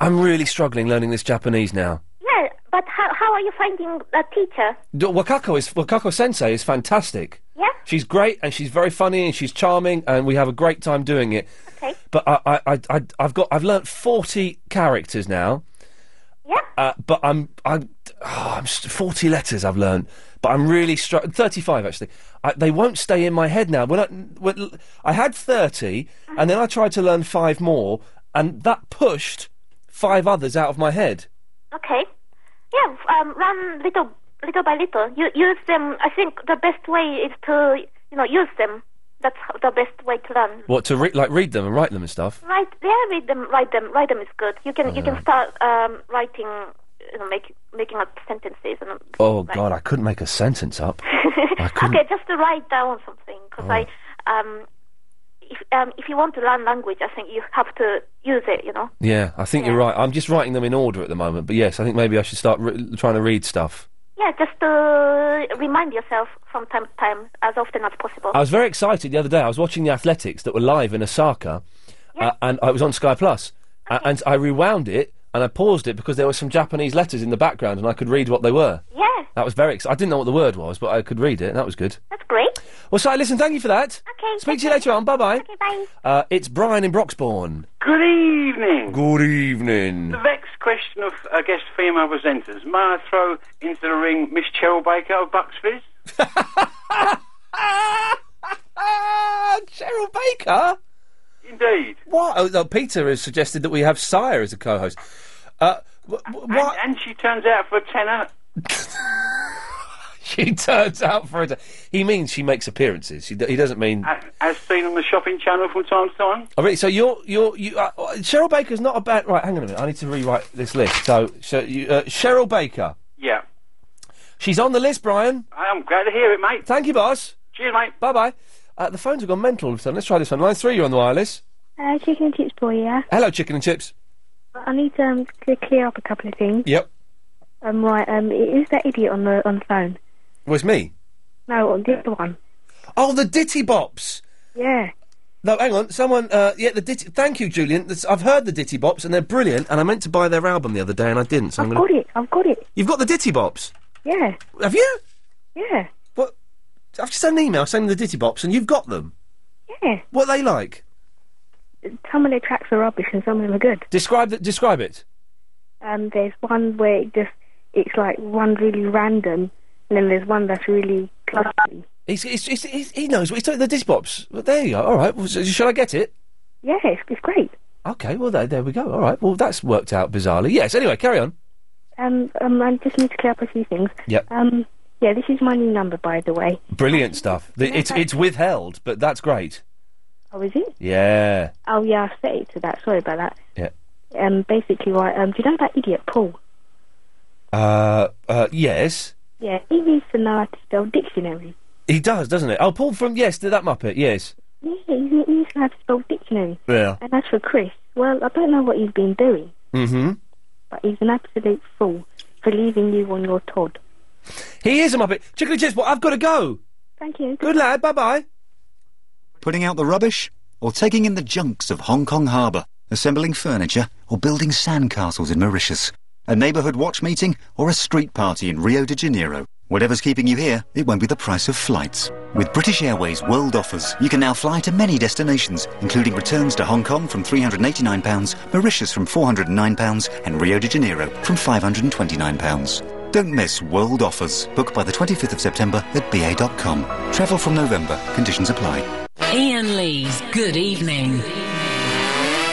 I'm really struggling learning this Japanese now.
Yeah, but how how are you finding a teacher?
D- Wakako is Wakako Sensei is fantastic.
Yeah.
She's great and she's very funny and she's charming and we have a great time doing it.
Okay.
But I, I, I, I I've got I've learnt forty characters now.
Yeah.
Uh, but I'm I'm oh, I'm st- forty letters I've learned, but I'm really str- thirty five actually. I, they won't stay in my head now. When I when, I had 30 and then I tried to learn five more and that pushed five others out of my head.
Okay. Yeah. f- Um, run little little by little. You use them. I think the best way is to you know use them. That's how- the best way to learn.
What to re- like read them and write them and stuff.
Right there, read them. Write them. Write them is good. You can you can start um, writing, you know, make, making up sentences and.
Oh God, I couldn't make a sentence up. I couldn't. Oh.
okay, just to write down something because I um, if um, if you want to learn language, I think you have to use it. You know.
Yeah, I think you're right. I'm just writing them in order at the moment. But yes, I think maybe I should start re- trying to read stuff.
Yeah, just to remind yourself from time to time, as often as possible.
I was very excited the other day. I was watching the athletics that were live in Osaka, uh, and I was on Sky Plus, A- and I rewound it and I paused it because there were some Japanese letters in the background, and I could read what they were.
Yeah,
That was very exciting. I didn't know what the word was, but I could read it, and that was good.
that's great.
Well, so listen, thank you for that.
Okay.
Speak to you later on. Bye bye. Okay,
bye.
Uh, it's Brian in Broxbourne.
Good evening.
Good evening.
The vexed question of, I guess, female presenters. May I throw into the ring Miss Cheryl Baker of Bucks Fizz?
Cheryl Baker?
Indeed.
What? Oh, no, Peter has suggested that we have Sire as a co-host. Uh, what?
And, and she turns out for a tenner.
she turns out for a. He means she makes appearances. She, d- he doesn't mean.
a- As seen on the shopping channel from time to time.
Oh, really? So you're you're you. Uh, uh, Cheryl Baker's not a bad. Right, hang on a minute. I need to rewrite this list. So, so you, uh, Cheryl Baker.
Yeah.
She's on the list, Brian.
I'm glad to hear it, mate.
Thank you, boss.
Cheers, mate.
Bye bye. Uh, the phones have gone mental all of a sudden. Let's try this one. Line three. You're on the wireless.
Uh, chicken and chips boy, yeah.
Hello, chicken and chips.
I need um, to clear up a couple of things.
Yep.
Um, right, um, it is that idiot on the on the phone?
Well, it's me.
No, on the other one.
Oh, the Ditty Bops.
Yeah.
No, hang on. Someone, uh, yeah, the Ditty. Thank you, Julian. That's- I've heard the Ditty Bops, and they're brilliant. And I meant to buy their album the other day, and I didn't. So I'm
I've
gonna...
got it. I've got it.
You've got the Ditty Bops.
Yeah.
Have you?
Yeah.
What? I've just sent an email saying the Ditty Bops, and you've got them.
Yeah.
What are they like?
Some of their tracks are rubbish and some of them are good.
Describe the, describe it.
Um, there's one where it just it's like one really random, and then there's one that's really clunky.
He's, he's, he's, he's, he knows what he's talking. The Disbops. Well, there you go. All right. Well, so, shall I get it?
Yeah, it's, it's great.
Okay. Well, there, there we go. All right. Well, that's worked out bizarrely. Yes. Anyway, carry on.
Um, um, I just need to clear up a few things.
Yep.
Um, yeah, this is my new number, by the way.
Brilliant stuff. The, it's it's withheld, but that's great.
Oh, is it?
Yeah.
Oh, yeah, I set it to that. Sorry about that.
Yeah.
Um, basically, right. Um, do you know that idiot Paul?
Uh, uh, yes.
Yeah, he needs to know how to spell dictionary.
He does, doesn't it? Oh, Paul from yes, th- that Muppet. Yes.
Yeah, he he needs to know how to spell dictionary.
Yeah.
And as for Chris, well, I don't know what he's been doing,
Mm-hmm.
but he's an absolute fool for leaving you on your Todd.
He is a Muppet. Chickly Chispot, I've got to go.
Thank you.
Good lad. Bye bye.
Putting out the rubbish or taking in the junks of Hong Kong Harbour, assembling furniture or building sandcastles in Mauritius, a neighbourhood watch meeting or a street party in Rio de Janeiro. Whatever's keeping you here, it won't be the price of flights. With British Airways World Offers, you can now fly to many destinations, including returns to Hong Kong from £389, Mauritius from £409, and Rio de Janeiro from £529. Don't miss World Offers. Book by the 25th of September at BA.com. Travel from November. Conditions apply.
Ian Lee's Good Evening.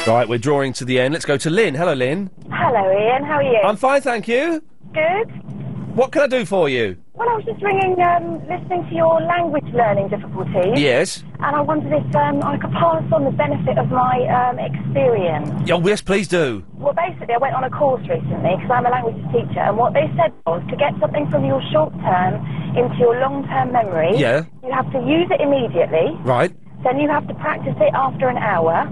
Right, we're drawing to the end. Let's go to Lynn. Hello, Lynn.
Hello, Ian. How are you?
I'm fine, thank you.
Good.
What can I do for you?
Well, I was just ringing, um, listening to your language learning difficulties.
Yes.
And I wondered if um, I could pass on the benefit of my um, experience.
Oh, yes, please do.
Well, basically, I went on a course recently because I'm a languages teacher, and what they said was to get something from your short term into your long term memory,
Yeah.
you have to use it immediately,
Right,
then you have to practice it after an hour,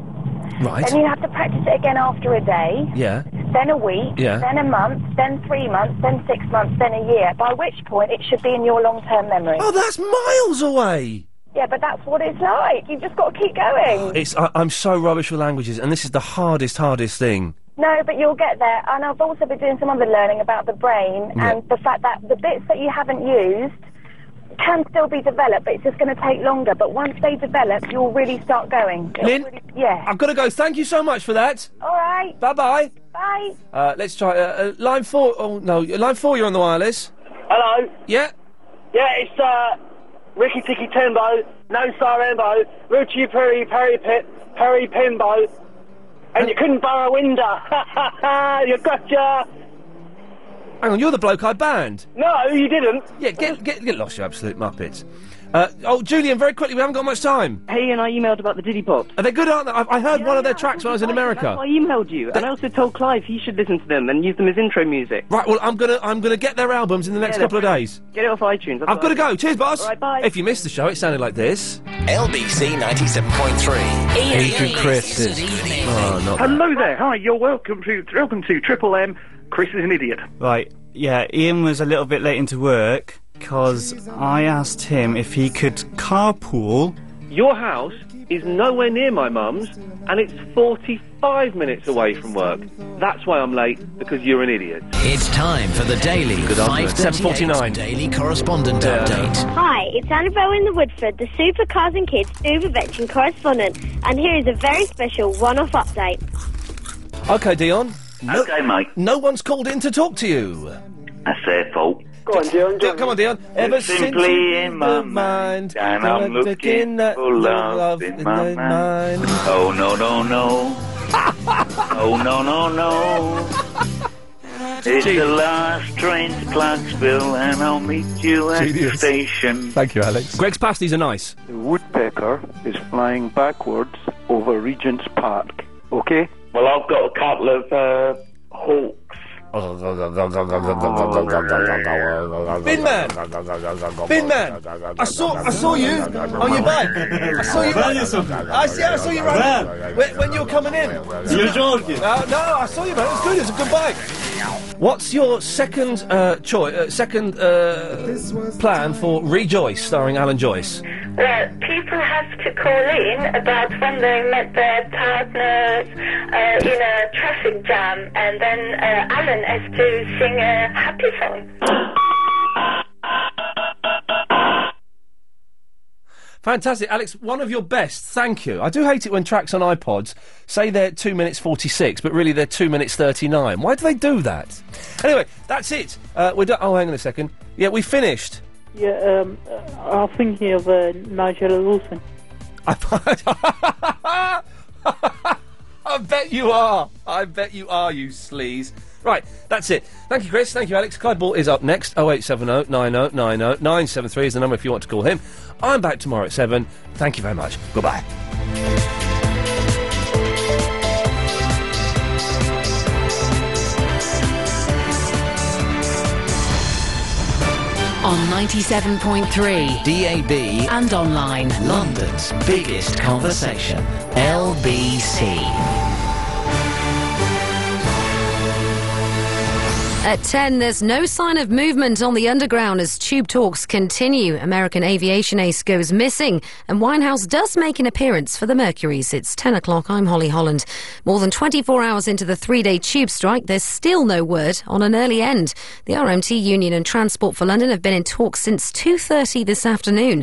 right.
then you have to practice it again after a day,
Yeah.
then a week,
Yeah.
then a month, then three months, then six months, then a year, by which point it should be in your long term memory.
Oh, that's miles away.
Yeah, but that's what it's like. You've just got to keep going.
It's I, I'm so rubbish with languages, and this is the hardest, hardest thing.
No, but you'll get there. And I've also been doing some other learning about the brain
Yeah.
and the fact that the bits that you haven't used can still be developed, but it's just going to take longer. But once they develop, you'll really start going. It'll
Lynn?
really- yeah.
I've got to go. Thank you so much for that.
All right.
Bye bye.
Bye.
Uh, let's try uh, uh, line four. Oh no, line four. You're on the wireless.
Hello.
Yeah.
Yeah, it's uh, Ricky Tikki Tembo, No Sarambo, Ruchi Puri Peri Pit, Peri Pimbo, and you couldn't borrow a window. Ha ha
Ah,
ha! You gotcha.
Hang on, you're the bloke I banned.
No, you didn't.
Yeah, get get, get lost, you absolute muppets. Uh, oh, Julian, very quickly, we haven't got much time.
Hey, and I emailed about the Diddy Pop.
Are they good, aren't they? I, I heard one of their tracks when I was in
That's
America.
why I emailed you, and I also told Clive he should listen to them and use them as intro music.
Right, well, I'm gonna I'm gonna get their albums in the next
Yeah,
couple of days.
Get it off iTunes. that's
I've got to
all.
go. Cheers, boss.
All right, bye.
If you missed the show, it sounded like this.
LBC 97.3.
Adrian Chris is. Oh, not
Hello there. Hi, you're welcome to welcome to Triple M. Chris is an idiot.
Right, yeah, Ian was a little bit late into work because I asked him if he could carpool.
Your house is nowhere near my mum's, and it's 45 minutes away from work. That's why I'm late, because you're an idiot.
It's time for the daily
Good afternoon.
5:38 daily correspondent update.
Hi, it's Annabelle in the Woodford, the Supercars and Kids Uber Veteran correspondent, and here is a very special one-off update.
Okay, Dion. No,
okay, mate.
No one's called in to talk to you.
That's their fault.
Go on, Dion. come on, Dion. Ever
It's
since
simply
you
in
read
my
the mind,
And I'm looking for love in my mind. Oh, no, no, no. oh, no, no, no. It's the last train to Clarksville, and I'll meet you at the
Genius.
station.
Thank you, Alex. Greg's pasties are nice.
The woodpecker is flying backwards over Regent's Park. Okay.
Well, I've got a couple of uh, hawks.
Bin man. Bin man. I saw, I saw you on your bike. I saw you.
Run
I see. I saw you running when, when you were coming in.
You're joking.
No, no, I saw you, man. It was good. It's a good bike. What's your second uh, choice? Uh, second uh, plan for Rejoice, starring Alan Joyce?
Well, people have to call in about when they met their partners uh, in a traffic jam, and then uh, Alan has to sing a happy song.
Fantastic, Alex. One of your best. Thank you. I do hate it when tracks on iPods say they're two minutes forty-six, but really they're two minutes thirty-nine. Why do they do that? Anyway, that's it. Uh, we're done. Oh, hang on a second. Yeah, we finished.
Yeah, um, I was thinking of uh, Nigella Lawson.
I bet you are. I bet you are, you sleaze. Right, that's it. Thank you, Chris. Thank you, Alex. Clyde Ball is up next. 0870 90 90 973 is the number if you want to call him. I'm back tomorrow at 7. Thank you very much. Goodbye.
On 97.3
DAB
and online.
London's biggest conversation, LBC.
At 10, there's no sign of movement on the underground as tube talks continue. American aviation ace goes missing, and Winehouse does make an appearance for the Mercuries. It's 10 o'clock. I'm Holly Holland. More than 24 hours into the three day tube strike, there's still no word on an early end. The RMT Union and Transport for London have been in talks since 2.30 this afternoon.